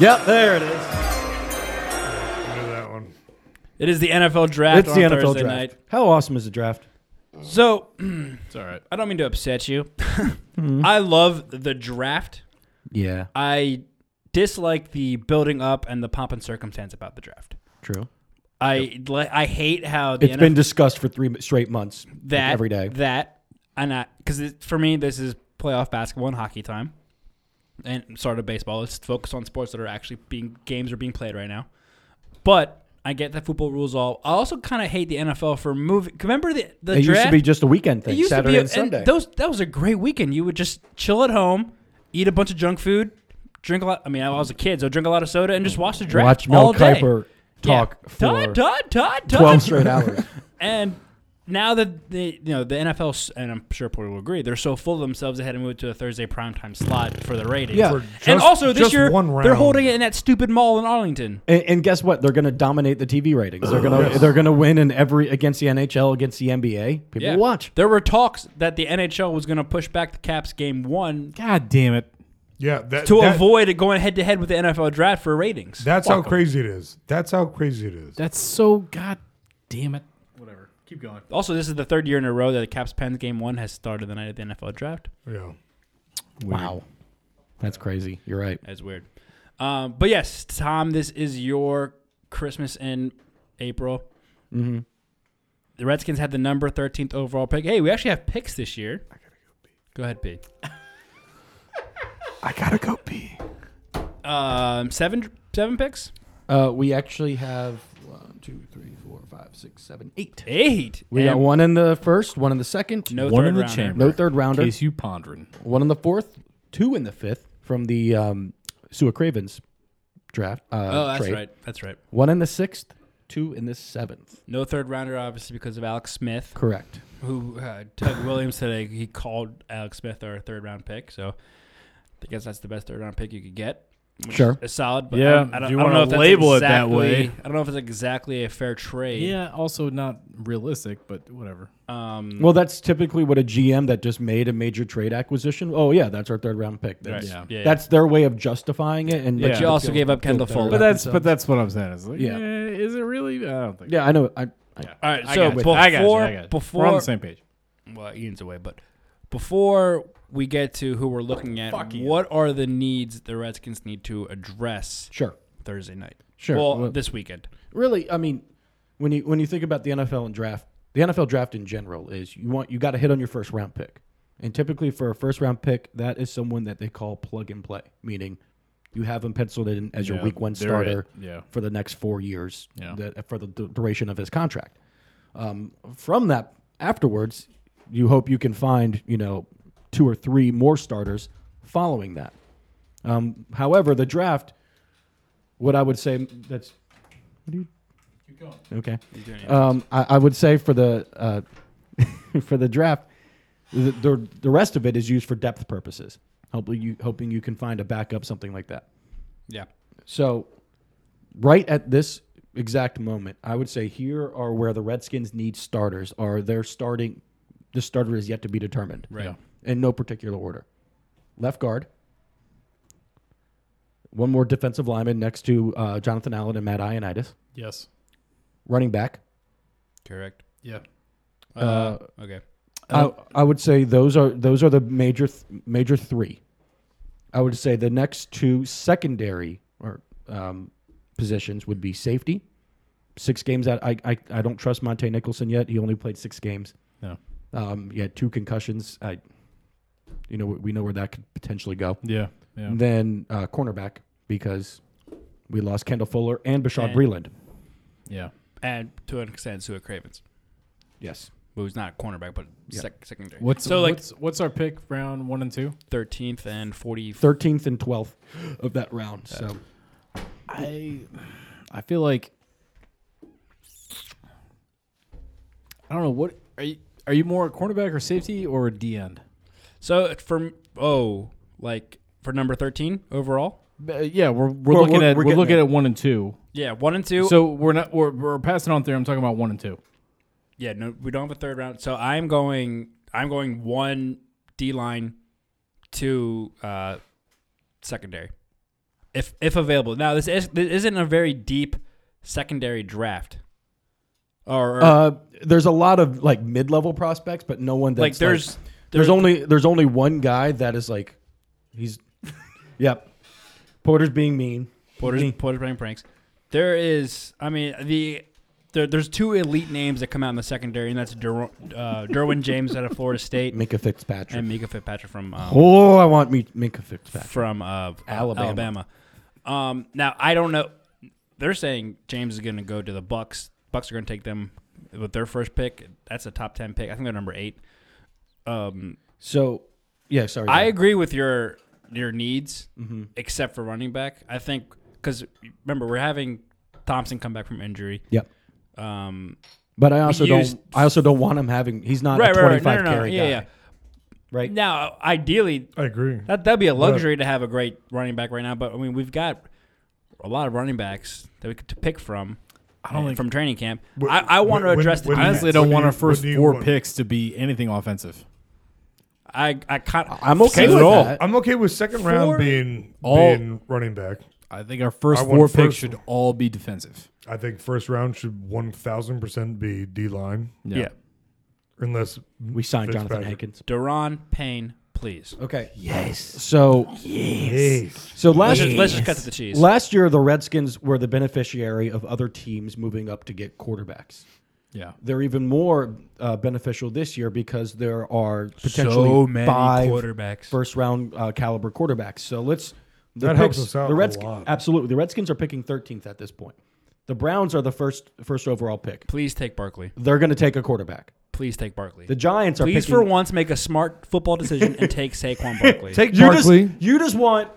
Speaker 7: Yep, there it is.
Speaker 5: that one.
Speaker 3: It is the NFL draft
Speaker 7: It's
Speaker 3: on
Speaker 7: the NFL
Speaker 3: Thursday
Speaker 7: draft.
Speaker 3: night.
Speaker 7: How awesome is the draft?
Speaker 3: So
Speaker 4: It's all right.
Speaker 3: I don't mean to upset you. I love the draft.
Speaker 7: Yeah,
Speaker 3: I dislike the building up and the pomp and circumstance about the draft.
Speaker 7: true.
Speaker 3: I li- I hate how the
Speaker 7: It's been discussed for three straight months. like,
Speaker 3: that
Speaker 7: every day.
Speaker 3: that and I because for me this is playoff basketball and hockey time, and sort of baseball. Let's focus on sports that are actually being games are being played right now. But I get that football rules all. I also kind of hate the NFL for moving. Remember the the
Speaker 7: it
Speaker 3: draft
Speaker 7: used to be just a weekend
Speaker 3: It
Speaker 7: thing,
Speaker 3: used to
Speaker 7: Saturday
Speaker 3: be-
Speaker 7: and Sunday.
Speaker 3: Those that was a great weekend. You would just chill at home, eat a bunch of junk food, drink a lot. I mean, I was a kid, so drink a lot of soda and just watch the draft.
Speaker 7: Watch Mel
Speaker 3: all day.
Speaker 7: Kiper
Speaker 3: Yeah.
Speaker 7: talk for
Speaker 3: Todd, Todd, Todd, Todd.
Speaker 7: twelve straight hours.
Speaker 3: And now that the you know the NFL 's- and I'm sure Porter will agree, they're so full of themselves they had to move it to a Thursday primetime slot for the ratings.
Speaker 7: Yeah.
Speaker 5: For
Speaker 3: and
Speaker 5: just-
Speaker 3: also this
Speaker 5: just
Speaker 3: year
Speaker 5: one
Speaker 3: they're
Speaker 5: round.
Speaker 3: holding it in that stupid mall in Arlington.
Speaker 7: And, and guess what? They're going to dominate the TV ratings. They're going to they're going to win in every against the NHL, against the NBA. People watch.
Speaker 3: There were talks that the NHL was going to push back the Caps game one
Speaker 4: God damn it!
Speaker 5: Yeah. That,
Speaker 3: to
Speaker 5: that-
Speaker 3: avoid it going head to head with the NFL draft for ratings.
Speaker 5: That's how crazy it is. That's how crazy it is.
Speaker 4: That's so god damn it. Whatever. Keep going.
Speaker 3: Also, this is the third year in a row that the Caps Pens game one has started the night of the NFL draft.
Speaker 5: yeah.
Speaker 7: Wow, that's crazy. You're right.
Speaker 3: That's weird. Um, but yes, Tom, this is your Christmas in April. Mm-hmm. The Redskins had the number 13th overall pick. Hey, we actually have picks this year. I gotta go, ahead, P.
Speaker 5: I gotta go pee.
Speaker 3: Um, seven, seven picks?
Speaker 7: Uh, we actually have one, two, three, four, five, six, seven, eight.
Speaker 3: Eight.
Speaker 7: We got
Speaker 3: And
Speaker 7: one in the first, one in the second,
Speaker 3: No
Speaker 4: One
Speaker 3: third
Speaker 4: in the
Speaker 3: rounder.
Speaker 4: chamber.
Speaker 7: no third
Speaker 4: In
Speaker 7: rounder,
Speaker 4: case you pondering.
Speaker 7: one in the fourth, two in the fifth from the um, Sua Cravens draft. Uh,
Speaker 3: Oh, that's
Speaker 7: trade.
Speaker 3: right. That's right.
Speaker 7: One in the sixth, two in the seventh.
Speaker 3: No third rounder, obviously, because of Alex Smith.
Speaker 7: Correct.
Speaker 3: who uh, Doug Williams today he called Alex Smith our third round pick. So I guess that's the best third round pick you could get. which
Speaker 7: Sure.
Speaker 3: is solid. But
Speaker 4: Yeah,
Speaker 3: I, don't- I
Speaker 4: if
Speaker 3: don't,
Speaker 4: you
Speaker 3: I don't
Speaker 4: wanna
Speaker 3: know if that's
Speaker 4: label it that
Speaker 3: exactly,
Speaker 4: way.
Speaker 3: I don't know if it's exactly a fair trade.
Speaker 4: Yeah, also not realistic, but whatever.
Speaker 3: Um,
Speaker 7: Well, that's typically what a GM that just made a major trade acquisition. Oh yeah, that's our third round pick. That's,
Speaker 4: Right. Yeah.
Speaker 3: Yeah,
Speaker 7: that's their way of justifying it. And
Speaker 3: but you also gave up Kendall
Speaker 7: feel better
Speaker 3: Fuller.
Speaker 4: But
Speaker 7: that-
Speaker 4: that's but that's what I'm saying. It's like,
Speaker 7: Yeah.
Speaker 4: yeah, is it really? I don't think.
Speaker 7: yeah, I know. I, I,
Speaker 3: all right.
Speaker 4: I
Speaker 3: So
Speaker 4: got you. I got you.
Speaker 3: before
Speaker 4: I got you.
Speaker 3: before
Speaker 4: we're on the same page.
Speaker 3: well, Ian's away, but before we get to who we're looking at,
Speaker 4: Fuck Ian.
Speaker 3: what are the needs the Redskins need to address
Speaker 7: sure.
Speaker 3: Thursday night?
Speaker 7: Sure.
Speaker 3: Well,
Speaker 7: Well-
Speaker 3: this weekend.
Speaker 7: Really, I mean, when you when you think about the NFL and draft, the NFL draft in general is you want you got to hit on your first round pick, and typically for a first round pick, that is someone that they call plug and play, meaning you have them penciled in as your
Speaker 4: Yeah,
Speaker 7: week one
Speaker 4: they're it.
Speaker 7: starter
Speaker 4: Yeah.
Speaker 7: for the next four years,
Speaker 4: Yeah.
Speaker 7: the- for the du- duration of his contract. Um, from that afterwards, you hope you can find you know two or three more starters following that. Um, however, the draft, what I would say that's Okay. Um, I, I would say for the uh, for the draft, the, the the rest of it is used for depth purposes. Hoping you hoping you can find a backup, something like that.
Speaker 3: Yeah.
Speaker 7: So, right at this exact moment, I would say here are where the Redskins need starters. Are their starting the starter is yet to be determined.
Speaker 3: Right. Yeah.
Speaker 7: In no particular order. Left guard. One more defensive lineman next to uh, Jonathan Allen and Matt Ioannidis.
Speaker 4: Yes.
Speaker 7: Running back.
Speaker 3: Correct.
Speaker 4: Yeah.
Speaker 3: Uh, okay.
Speaker 7: I, I would say those are those are the major th- major three. I would say the next two secondary or um, positions would be safety. Six games out. I, I I don't trust Monte Nicholson yet. He only played six games.
Speaker 4: No.
Speaker 7: Um, he had two concussions. I, you know, we know where that could potentially go.
Speaker 4: Yeah. Yeah.
Speaker 7: Then uh, cornerback because we lost Kendall Fuller and Bashad Breland.
Speaker 4: Yeah.
Speaker 3: And to an extent, Sue Cravens,
Speaker 7: Yes.
Speaker 3: who's not a cornerback, but sec- secondary.
Speaker 4: What's
Speaker 3: so like
Speaker 4: what's, what's our pick? Round one and two.
Speaker 3: thirteenth and forty.
Speaker 7: Thirteenth and twelfth of that round. So
Speaker 4: I I feel like I don't know what are you are you more a cornerback or safety or a D end?
Speaker 3: So uh, for oh, like for number thirteen overall.
Speaker 4: Uh, yeah, we're we're,
Speaker 7: Well,
Speaker 4: looking
Speaker 7: we're-
Speaker 4: at
Speaker 7: we're
Speaker 4: we're,
Speaker 7: getting
Speaker 4: looking
Speaker 7: there.
Speaker 4: at one and two.
Speaker 3: Yeah, one and two.
Speaker 4: So we're not we're, we're passing on three. I'm talking about one and two.
Speaker 3: yeah, no, we don't have a third round. So I'm going. I'm going one D line, two uh, secondary, if if available. Now this is this isn't a very deep secondary draft. Or, or
Speaker 7: Uh, there's a lot of like mid-level prospects, but no one that's
Speaker 3: like there's there's
Speaker 7: there's only there's only one guy that is like he's yep. Porter's being mean.
Speaker 3: Porter's, Porter's playing pranks. There is, I mean, the there, there's two elite names that come out in the secondary, and that's Dur- uh, Derwin James out of Florida State
Speaker 7: Minka Fitzpatrick.
Speaker 3: and Mika Fitzpatrick from um,
Speaker 7: oh, I want me Minka Fitzpatrick.
Speaker 3: from uh,
Speaker 7: Alabama.
Speaker 3: Alabama. Alabama. Um, now I don't know. They're saying James is going to go to the Bucks. Bucks are going to take them with their first pick. That's a top ten pick. I think they're number eight. Um,
Speaker 7: So yeah, sorry.
Speaker 3: I
Speaker 7: Zach.
Speaker 3: agree with your your needs, except for running back. I think because remember we're having Thompson come back from injury.
Speaker 7: Yep.
Speaker 3: Um,
Speaker 7: But I also
Speaker 3: used-
Speaker 7: don't I also don't want him having he's not
Speaker 3: right,
Speaker 7: a
Speaker 3: right, right.
Speaker 7: 25
Speaker 3: No, no, no.
Speaker 7: carry
Speaker 3: Yeah,
Speaker 7: guy.
Speaker 3: yeah.
Speaker 7: Right?
Speaker 3: Now, ideally,
Speaker 5: I agree.
Speaker 3: that that'd be a luxury to have a great running back right now. But I mean, we've got a lot of running backs that we could to pick from. I
Speaker 4: don't think-
Speaker 3: from training camp.
Speaker 5: Wh-
Speaker 3: I, I want to
Speaker 5: when-
Speaker 3: address.
Speaker 5: when-
Speaker 3: the
Speaker 5: when-
Speaker 4: I
Speaker 3: defense.
Speaker 4: honestly
Speaker 5: What
Speaker 4: don't
Speaker 5: do
Speaker 4: want
Speaker 5: you-
Speaker 4: our first
Speaker 5: what do you
Speaker 4: four
Speaker 5: want?
Speaker 4: picks to be anything offensive.
Speaker 3: I I can't.
Speaker 7: I'm okay
Speaker 4: Says
Speaker 7: with
Speaker 4: it all.
Speaker 7: that.
Speaker 5: I'm okay with second round
Speaker 3: Four-
Speaker 5: being
Speaker 4: All-
Speaker 5: being running back.
Speaker 4: I think our first
Speaker 5: I want
Speaker 4: four picks
Speaker 5: first-
Speaker 4: should all be defensive.
Speaker 5: I think first round should one thousand percent be D line,
Speaker 3: Yeah.
Speaker 5: unless
Speaker 7: We signed Jonathan
Speaker 5: Fitzpatrick.
Speaker 7: Hankins.
Speaker 3: Deron Payne, please.
Speaker 7: Okay. Yes. So So
Speaker 3: Let's,
Speaker 7: last
Speaker 3: just, let's just cut to the cheese.
Speaker 7: Last year, the Redskins were the beneficiary of other teams moving up to get quarterbacks.
Speaker 4: Yeah.
Speaker 7: They're even more uh, beneficial this year because there are potentially
Speaker 3: So many
Speaker 7: five
Speaker 3: quarterbacks.
Speaker 7: first round uh, caliber quarterbacks. So let's the
Speaker 5: That helps us out
Speaker 7: The
Speaker 5: a
Speaker 7: Redskins,
Speaker 5: lot.
Speaker 7: absolutely. The Redskins are picking 13th at this point. The Browns are the first first overall pick.
Speaker 3: please take Barkley.
Speaker 7: They're going to take a quarterback.
Speaker 3: Please take Barkley.
Speaker 7: The Giants are
Speaker 3: Please,
Speaker 7: picking
Speaker 3: for once, make a smart football decision and take Saquon Barkley.
Speaker 5: take
Speaker 7: you
Speaker 5: Barkley.
Speaker 7: just you just want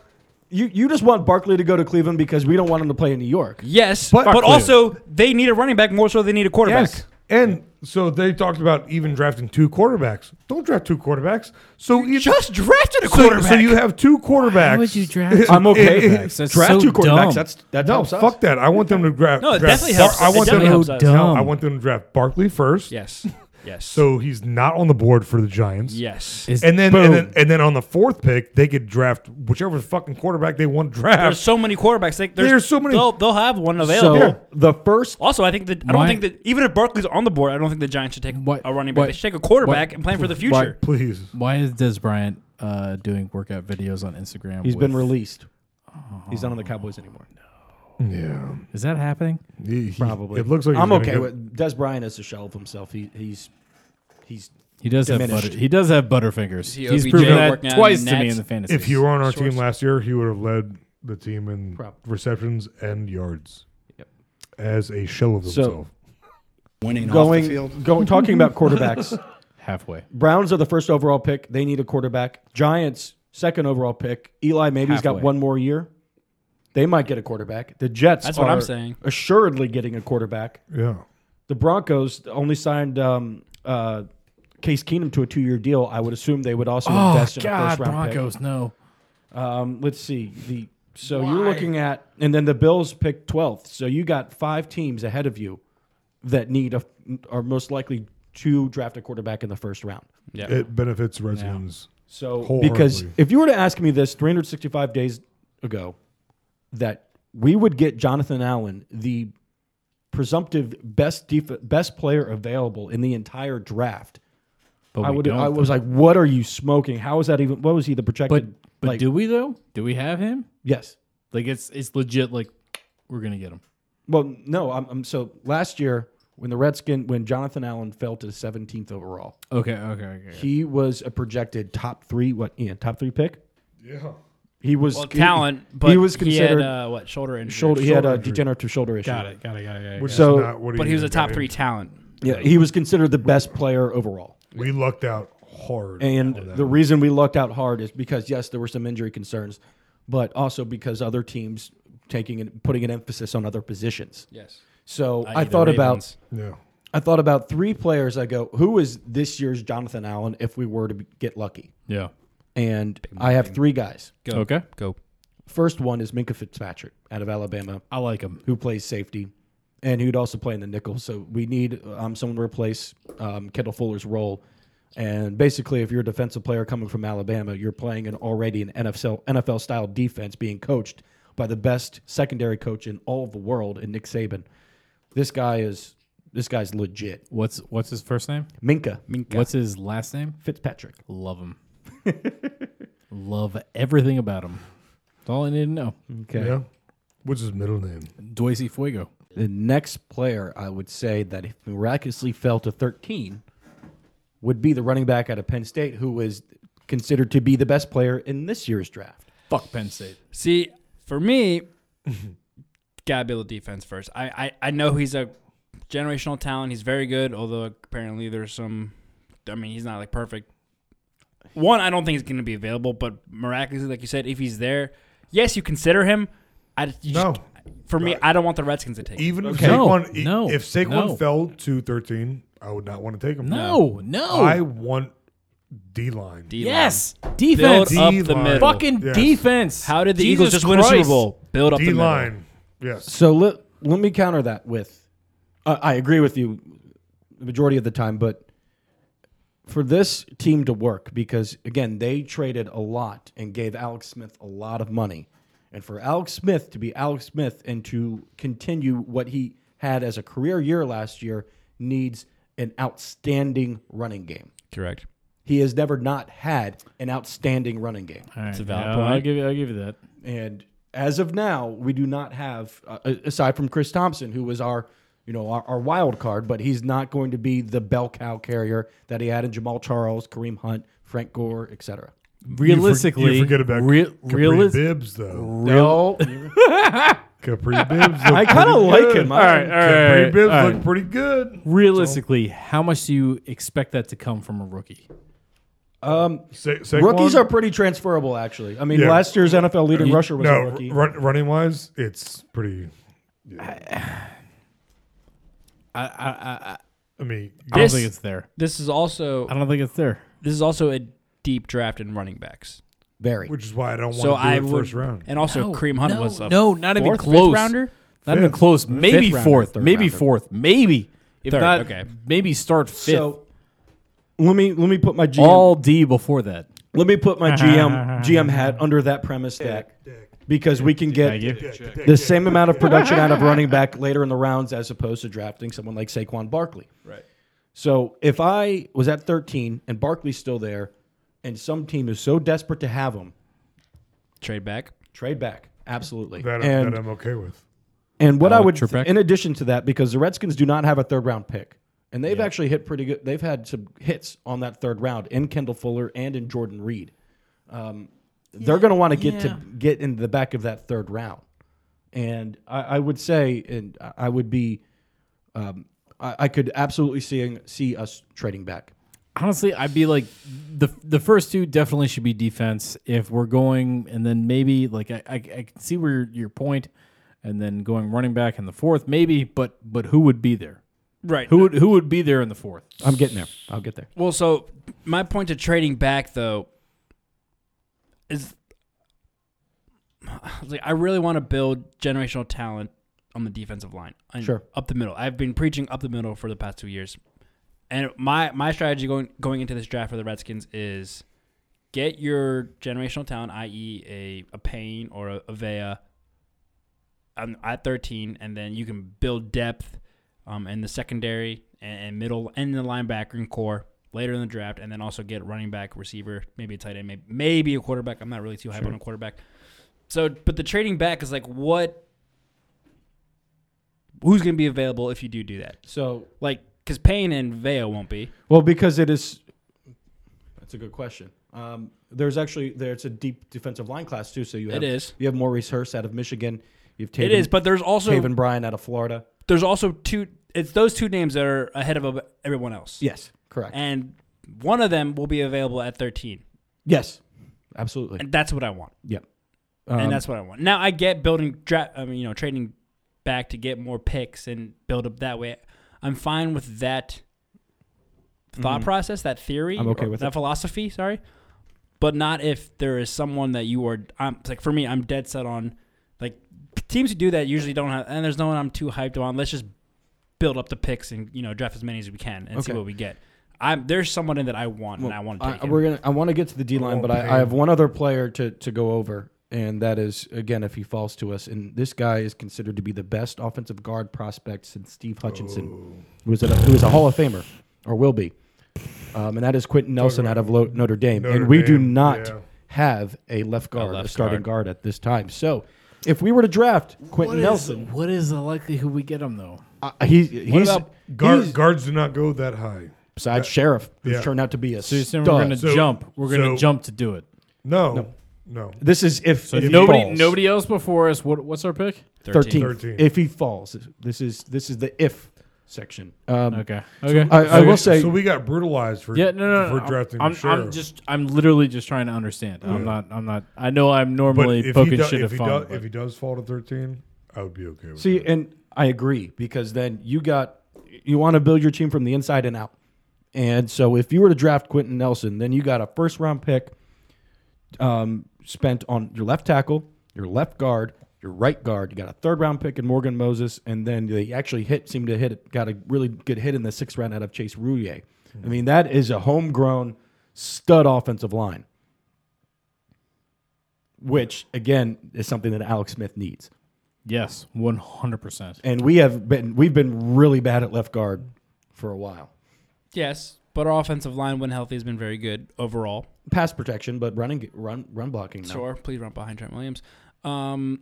Speaker 7: you you just want Barkley to go to Cleveland because we don't want him to play in New York.
Speaker 3: yes,
Speaker 5: But-
Speaker 3: but,
Speaker 5: Barkley.
Speaker 3: also they need a running back more so than they need a quarterback.
Speaker 5: Yes. And so they talked about even drafting two quarterbacks. Don't draft two quarterbacks. So you
Speaker 9: just drafted a
Speaker 5: so, so
Speaker 9: quarterback.
Speaker 5: you have two quarterbacks. Why would
Speaker 4: you draft I'm two okay with quarterbacks. That's
Speaker 8: Draft
Speaker 4: so
Speaker 8: two quarterbacks.
Speaker 4: dumb.
Speaker 8: That's that
Speaker 5: no,
Speaker 8: helps us.
Speaker 5: fuck that. I want them to draft.
Speaker 3: No, it
Speaker 5: draft
Speaker 3: definitely helps
Speaker 5: I
Speaker 3: us. It
Speaker 5: want
Speaker 3: definitely
Speaker 5: them
Speaker 3: helps
Speaker 5: to
Speaker 3: us.
Speaker 5: No,
Speaker 4: Dumb.
Speaker 5: I want them to draft Barkley first.
Speaker 3: Yes. Yes.
Speaker 5: So he's not on the board for the Giants.
Speaker 3: yes.
Speaker 4: Is-
Speaker 5: And then,
Speaker 4: boom.
Speaker 5: and then and then on the fourth pick, they could draft whichever fucking quarterback they want to
Speaker 3: There's
Speaker 5: draft.
Speaker 3: so many quarterbacks. Like, there's,
Speaker 5: There's so many-
Speaker 3: They'll, they'll have one
Speaker 7: So
Speaker 3: available.
Speaker 7: the first
Speaker 3: Also, I think that I don't
Speaker 4: Why-
Speaker 3: think that even if Barkley's on the board, I don't think the Giants should take
Speaker 4: What-
Speaker 3: a running back.
Speaker 4: what-
Speaker 3: they should take a quarterback
Speaker 4: what-
Speaker 3: and plan for the
Speaker 4: why-
Speaker 3: future.
Speaker 5: Please.
Speaker 4: Why is Des Bryant uh, doing workout videos on Instagram?
Speaker 7: he's
Speaker 4: with-
Speaker 7: been released. He's not on the Cowboys anymore.
Speaker 5: Yeah.
Speaker 4: Is that happening?
Speaker 5: He- he-
Speaker 7: Probably.
Speaker 5: It looks like he's
Speaker 7: I'm
Speaker 5: gonna
Speaker 7: okay
Speaker 5: go-
Speaker 7: with Des Bryant as a shell of himself. He, he's he's
Speaker 4: He does have
Speaker 7: Diminished.
Speaker 4: butter, he does have butterfingers.
Speaker 3: he
Speaker 4: he's
Speaker 3: OBJ
Speaker 4: proven
Speaker 3: working
Speaker 4: that
Speaker 3: out
Speaker 4: twice
Speaker 3: in
Speaker 4: to me
Speaker 3: Nats?
Speaker 4: in the fantasy.
Speaker 5: If he were on our
Speaker 3: Source.
Speaker 5: team last year, he would have led the team in
Speaker 7: Prob-
Speaker 5: receptions and yards. Yep. As a shell of
Speaker 7: So-
Speaker 5: himself.
Speaker 8: Winning off the field.
Speaker 7: going going talking about quarterbacks.
Speaker 4: halfway,
Speaker 7: Browns are the first overall pick. They need a quarterback. Giants second overall pick. Eli maybe has got
Speaker 4: Halfway.
Speaker 7: one more year. They might get a quarterback. The Jets
Speaker 3: That's what I'm
Speaker 7: are
Speaker 3: saying.
Speaker 7: assuredly getting a quarterback.
Speaker 5: yeah.
Speaker 7: The Broncos only signed um, uh, Case Keenum to a two year deal. I would assume they would
Speaker 5: Oh,
Speaker 7: also invest in a first round
Speaker 4: Oh, Broncos! No,
Speaker 7: pick. Um, let's see the so you're looking at and then the Bills picked 12th. So you got five teams ahead of you that need a are most likely to draft a quarterback in the first round.
Speaker 5: It benefits Redskins.
Speaker 7: So
Speaker 5: Wholeheartedly.
Speaker 7: because if you were to ask me this 365 days ago, that we would get Jonathan Allen, the presumptive best def- best player available in the entire draft,
Speaker 4: but
Speaker 7: I
Speaker 4: we
Speaker 7: would
Speaker 4: don't,
Speaker 7: I was like, what are you smoking? How is that even? What was he the
Speaker 4: but
Speaker 7: projected?
Speaker 4: but
Speaker 7: like,
Speaker 4: do we though? Do we have him?
Speaker 7: yes.
Speaker 4: Like it's it's legit. Like we're gonna get him.
Speaker 7: Well, no. I'm, I'm so last year when the Redskin when Jonathan Allen fell to 17th overall,
Speaker 4: Okay, okay, okay.
Speaker 7: he was a projected top three. What Ian? Top three pick.
Speaker 5: Yeah.
Speaker 7: He was
Speaker 3: Well, talent, but
Speaker 7: he was considered
Speaker 3: he had, uh, what shoulder injury.
Speaker 7: shoulder. He had a
Speaker 5: shoulder injury.
Speaker 7: degenerative shoulder issue.
Speaker 4: Got it, got it, got it, got it.
Speaker 5: Which
Speaker 7: So-
Speaker 5: is not what
Speaker 3: but he was a
Speaker 5: got
Speaker 3: top
Speaker 5: in.
Speaker 3: three talent.
Speaker 7: Yeah, he was considered the best player overall.
Speaker 5: We lucked out hard.
Speaker 7: And
Speaker 5: on Oh, that.
Speaker 7: the reason we lucked out hard is because yes, there were some injury concerns, but also because other teams taking and putting an emphasis on other positions.
Speaker 3: Yes.
Speaker 7: So
Speaker 3: i.e.
Speaker 7: I
Speaker 3: the
Speaker 7: thought about
Speaker 3: Ravens.
Speaker 5: yeah.
Speaker 7: I thought about three players. I go, who is this year's Jonathan Allen if we were to be- get lucky?
Speaker 4: Yeah.
Speaker 7: And I have three guys.
Speaker 3: Go.
Speaker 4: Okay.
Speaker 3: Go.
Speaker 7: First one is Minka Fitzpatrick out of Alabama.
Speaker 4: I like him.
Speaker 7: who plays safety, and who'd also play in the nickel. So we need um, someone to replace um, Kendall Fuller's role. And basically, if you're a defensive player coming from Alabama, you're playing an already an NFL NFL style defense, being coached by the best secondary coach in all of the world, in Nick Saban. This guy is this guy's legit.
Speaker 4: What's what's his first name?
Speaker 7: Minka
Speaker 4: What's his last name?
Speaker 7: Fitzpatrick.
Speaker 4: Love him. Love everything about him. That's all I need to know.
Speaker 3: Hmm.
Speaker 7: Okay.
Speaker 5: Yeah. What's his middle name?
Speaker 4: Doisy Fuego.
Speaker 7: The next player I would say that if miraculously fell to 13 would be the running back out of Penn State, who was considered to be the best player in this year's draft.
Speaker 4: Fuck Penn State.
Speaker 3: See, for me, gotta build a defense first. I, I, I know he's a generational talent. He's very good, although apparently there's some. I mean, he's not like perfect. One, I don't think he's gonna be available, but miraculously, like you said, if he's there, yes, you consider him. I you
Speaker 5: No.
Speaker 3: just, for me, I don't want the Redskins to take. him.
Speaker 5: Even
Speaker 4: Okay.
Speaker 5: if
Speaker 4: No,
Speaker 5: Saquon, e-
Speaker 4: no,
Speaker 5: if Saquon
Speaker 4: no.
Speaker 5: fell to 13, I would not want to take him.
Speaker 4: No, no.
Speaker 5: I want D line.
Speaker 3: D-line.
Speaker 4: yes.
Speaker 3: build
Speaker 4: Defense.
Speaker 5: D-
Speaker 3: up the
Speaker 5: D-line.
Speaker 3: middle.
Speaker 4: Fucking
Speaker 5: Yes.
Speaker 4: defense.
Speaker 3: How did the
Speaker 4: Jesus
Speaker 3: Eagles just win a Super
Speaker 4: Christ.
Speaker 3: Bowl? Build up the
Speaker 5: D
Speaker 3: middle.
Speaker 5: line. Yes.
Speaker 7: So let, let me counter that with I I agree with you the majority of the time, but for this team to work, because again, they traded a lot and gave Alex Smith a lot of money. And for Alex Smith to be Alex Smith and to continue what he had as a career year last year needs an outstanding running game.
Speaker 3: Correct.
Speaker 7: He has never not had an outstanding running game.
Speaker 4: All right,
Speaker 3: It's a valid
Speaker 4: yeah,
Speaker 3: point.
Speaker 4: I'll give you. I'll give you that.
Speaker 7: And as of now, we do not have, uh, aside from Chris Thompson, who was our, you know, our, our wild card, but he's not going to be the bell cow carrier that he had in Jamal Charles, Kareem Hunt, Frank Gore, etc.
Speaker 4: Realistically,
Speaker 5: you, for, you forget about
Speaker 4: real,
Speaker 5: Capri
Speaker 4: realis-
Speaker 5: Bibbs though.
Speaker 7: No,
Speaker 5: Capri Bibbs.
Speaker 7: I kind of like him.
Speaker 4: All right, all right,
Speaker 5: Capri Bibbs
Speaker 4: all right.
Speaker 5: look pretty good.
Speaker 4: Realistically, how much do you expect that to come from a rookie?
Speaker 5: Sa- Saquon,
Speaker 7: Rookies are pretty transferable, actually. I mean,
Speaker 5: Yeah.
Speaker 7: last year's NFL leading rusher was
Speaker 5: no
Speaker 7: a rookie.
Speaker 5: run, running wise. It's pretty. I mean,
Speaker 4: I don't
Speaker 3: This-
Speaker 4: think it's there.
Speaker 3: This is also
Speaker 4: I don't think it's there.
Speaker 3: this is also a deep draft in running backs.
Speaker 7: Very.
Speaker 5: which is why I don't want
Speaker 3: So
Speaker 5: to do
Speaker 3: I
Speaker 5: it
Speaker 3: would,
Speaker 5: first round.
Speaker 3: and also Cream Hunt was a
Speaker 4: no, not even
Speaker 3: fourth, fifth
Speaker 4: close.
Speaker 3: rounder.
Speaker 4: Not even
Speaker 5: Fifth.
Speaker 4: close. Maybe
Speaker 7: rounder,
Speaker 4: fourth.
Speaker 7: third
Speaker 4: Maybe
Speaker 7: rounder.
Speaker 4: fourth. Maybe if
Speaker 3: Third,
Speaker 4: not.
Speaker 3: okay.
Speaker 4: Maybe start fifth.
Speaker 7: So let me let me put my GM
Speaker 4: All D before that.
Speaker 7: let me put my GM GM hat under that premise that because we can get the same amount of production out of running back later in the rounds as opposed to drafting someone like Saquon Barkley. Right. So if I was at 13 and Barkley's still there, and some team is so desperate to have him,
Speaker 3: Trade back.
Speaker 7: trade back. Absolutely.
Speaker 5: That,
Speaker 7: and,
Speaker 5: that I'm okay with.
Speaker 7: and what I
Speaker 4: Alec
Speaker 7: would,
Speaker 4: Trebek.
Speaker 7: in addition to that, because the Redskins do not have a third round pick, and they've actually hit pretty good. They've had some hits on that third round in Kendall Fuller and in Jordan Reed. Um, they're going to want to get to get into the back of that third round, and I, I would say, and I- I would be, um, I, I could absolutely see see us trading back.
Speaker 4: Honestly, I'd be like the the first two definitely should be defense if we're going, and then maybe like I I, I can see where your, your point, and then going running back in the fourth maybe, but but who would be there?
Speaker 3: Right.
Speaker 4: Who would who would be there in the fourth?
Speaker 7: I'm getting there. I'll get there.
Speaker 3: Well, so my point to trading back though is I was like I really want to build generational talent on the defensive line. and
Speaker 7: Sure.
Speaker 3: Up the middle. I've been preaching up the middle for the past two years. And my my strategy going going into this draft for the Redskins is get your generational talent, i.e. a, a Payne or a, a Vea um, at 13, and then you can build depth um, in the secondary and, and middle and the linebacker and core later in the draft, and then also get running back, receiver, maybe a tight end, maybe, maybe a quarterback. I'm not really too hype on a quarterback. So, but the trading back is like what? Who's going to be available if you do do that?
Speaker 7: So,
Speaker 3: Like, because Payne and Vea won't be.
Speaker 7: well, because it is. That's a good question. Um, there's actually there's a deep defensive line class too. So you have,
Speaker 3: is.
Speaker 7: you have Maurice Hurst out of Michigan. You've Taven,
Speaker 3: It is, but there's also
Speaker 7: Taven Bryan out of Florida.
Speaker 3: there's also two. It's those two names that are ahead of everyone else.
Speaker 7: Yes, correct.
Speaker 3: and one of them will be available at 13.
Speaker 7: yes, absolutely.
Speaker 3: And that's what I want.
Speaker 7: yep.
Speaker 3: and
Speaker 7: Um,
Speaker 3: that's what I want. Now I get building draft. I mean, you know, trading back to get more picks and build up that way. I'm fine with that thought process, that theory.
Speaker 7: Mm-hmm. I'm okay
Speaker 3: or
Speaker 7: with
Speaker 3: that
Speaker 7: it.
Speaker 3: philosophy. Sorry, but not if there is someone that you are. I'm it's like for me, I'm dead set on. Like teams who do that usually don't have, and there's no one I'm too hyped on. Let's just build up the picks and you know draft as many as we can and see
Speaker 7: Okay.
Speaker 3: what we get. I'm there's someone in that I want and I want to
Speaker 7: I,
Speaker 3: take. him.
Speaker 7: we're gonna. I want to get to the D
Speaker 5: Oh,
Speaker 7: line, but I, I have one other player to to go over, and that is again if he falls to us, and this guy is considered to be the best offensive guard prospect since Steve
Speaker 5: Oh.
Speaker 7: Hutchinson, who was a, who was a Hall of Famer or will be, um, and that is Quentin Nelson out of Lo- Notre Dame,
Speaker 5: Notre
Speaker 7: and we do
Speaker 5: Dame,
Speaker 7: not
Speaker 5: yeah.
Speaker 7: have a left guard, a,
Speaker 3: left
Speaker 7: starting guard. at this time. So if we were to draft Quentin Nelson,
Speaker 4: what is the likelihood we get him though?
Speaker 7: uh, he's he's,
Speaker 3: about
Speaker 5: Guard,
Speaker 7: he's-
Speaker 5: guards do not go that high.
Speaker 7: besides Sheriff, who's
Speaker 5: yeah.
Speaker 7: turned out to be a
Speaker 4: So you're saying
Speaker 7: stud.
Speaker 4: we're gonna
Speaker 5: So-
Speaker 4: jump? We're gonna
Speaker 5: so-
Speaker 4: jump to do it.
Speaker 5: No, no, no.
Speaker 7: this is if, if he
Speaker 4: nobody,
Speaker 7: falls.
Speaker 4: nobody else before us. What, what's our pick?
Speaker 7: 13.
Speaker 5: 13.
Speaker 7: If he falls, this is this is the if section. Um,
Speaker 4: Okay, okay.
Speaker 7: I, I will say
Speaker 5: so we got brutalized for
Speaker 4: yeah, no, no, no.
Speaker 5: for drafting
Speaker 4: I'm,
Speaker 5: the
Speaker 4: I'm
Speaker 5: sheriff.
Speaker 4: just, I'm literally just trying to understand. I'm not, I'm not. I know I'm
Speaker 5: but
Speaker 4: normally
Speaker 5: if he,
Speaker 4: poking
Speaker 5: do,
Speaker 4: shit
Speaker 5: if,
Speaker 4: at
Speaker 5: he
Speaker 4: fun.
Speaker 5: do,
Speaker 4: but-
Speaker 5: if he does fall to thirteen, I would be okay with
Speaker 7: see,
Speaker 5: that.
Speaker 7: and I agree because then you got you want to build your team from the inside and out. And so if you were to draft Quentin Nelson, then you got a first round pick um, spent on your left tackle, your left guard, your right guard. You got a third round pick in Morgan Moses, and then they actually hit seemed to hit it. Got a really good hit in the sixth round out of Chase Rouillet. I mean, that is a homegrown stud offensive line, which again is something that Alex Smith needs.
Speaker 4: yes, one hundred percent.
Speaker 7: And we have been we've been really bad at left guard for a while.
Speaker 3: yes, but our offensive line when healthy has been very good overall.
Speaker 7: Pass protection, but running run run blocking. No.
Speaker 3: Sure, please run behind Trent Williams. Um,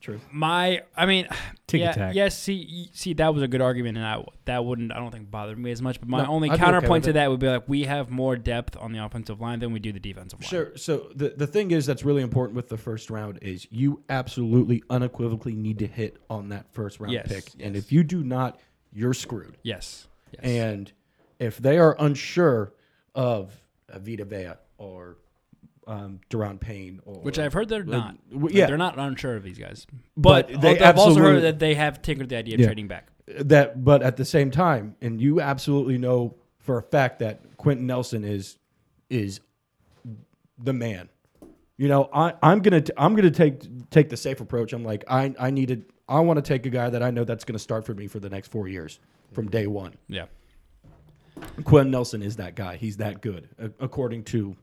Speaker 3: True. My, I mean,
Speaker 4: Tick
Speaker 3: yeah,
Speaker 4: attack.
Speaker 3: Yes, see, see, that was a good argument, and I that wouldn't, I don't think, bother me as much. But my
Speaker 7: No,
Speaker 3: only
Speaker 7: I'd be okay
Speaker 3: counterpoint
Speaker 7: with
Speaker 3: to
Speaker 7: it.
Speaker 3: that would be like we have more depth on the offensive line than we do the defensive line.
Speaker 7: Sure. So the, the thing is that's really important with the first round is you absolutely unequivocally need to hit on that first round
Speaker 3: Yes,
Speaker 7: pick. And
Speaker 3: yes.
Speaker 7: if you do not, you're screwed.
Speaker 3: Yes. Yes.
Speaker 7: And if they are unsure of a Vita Vea or um, Deron Payne or
Speaker 3: Which I've heard they're not.
Speaker 7: uh, w- yeah.
Speaker 3: they're not unsure of these guys. But,
Speaker 7: But they
Speaker 3: although I've also
Speaker 7: absolutely-
Speaker 3: heard that they have tinkered the idea of
Speaker 7: Yeah.
Speaker 3: trading back.
Speaker 7: that but at the same time and you absolutely know for a fact that quentin nelson is is the man you know I, i'm gonna t- i'm gonna take take the safe approach i'm like i i needed i want to take a guy that i know that's gonna start for me for the next four years from day one
Speaker 3: Yeah.
Speaker 7: Quentin Nelson is that guy. He's that good, a- according to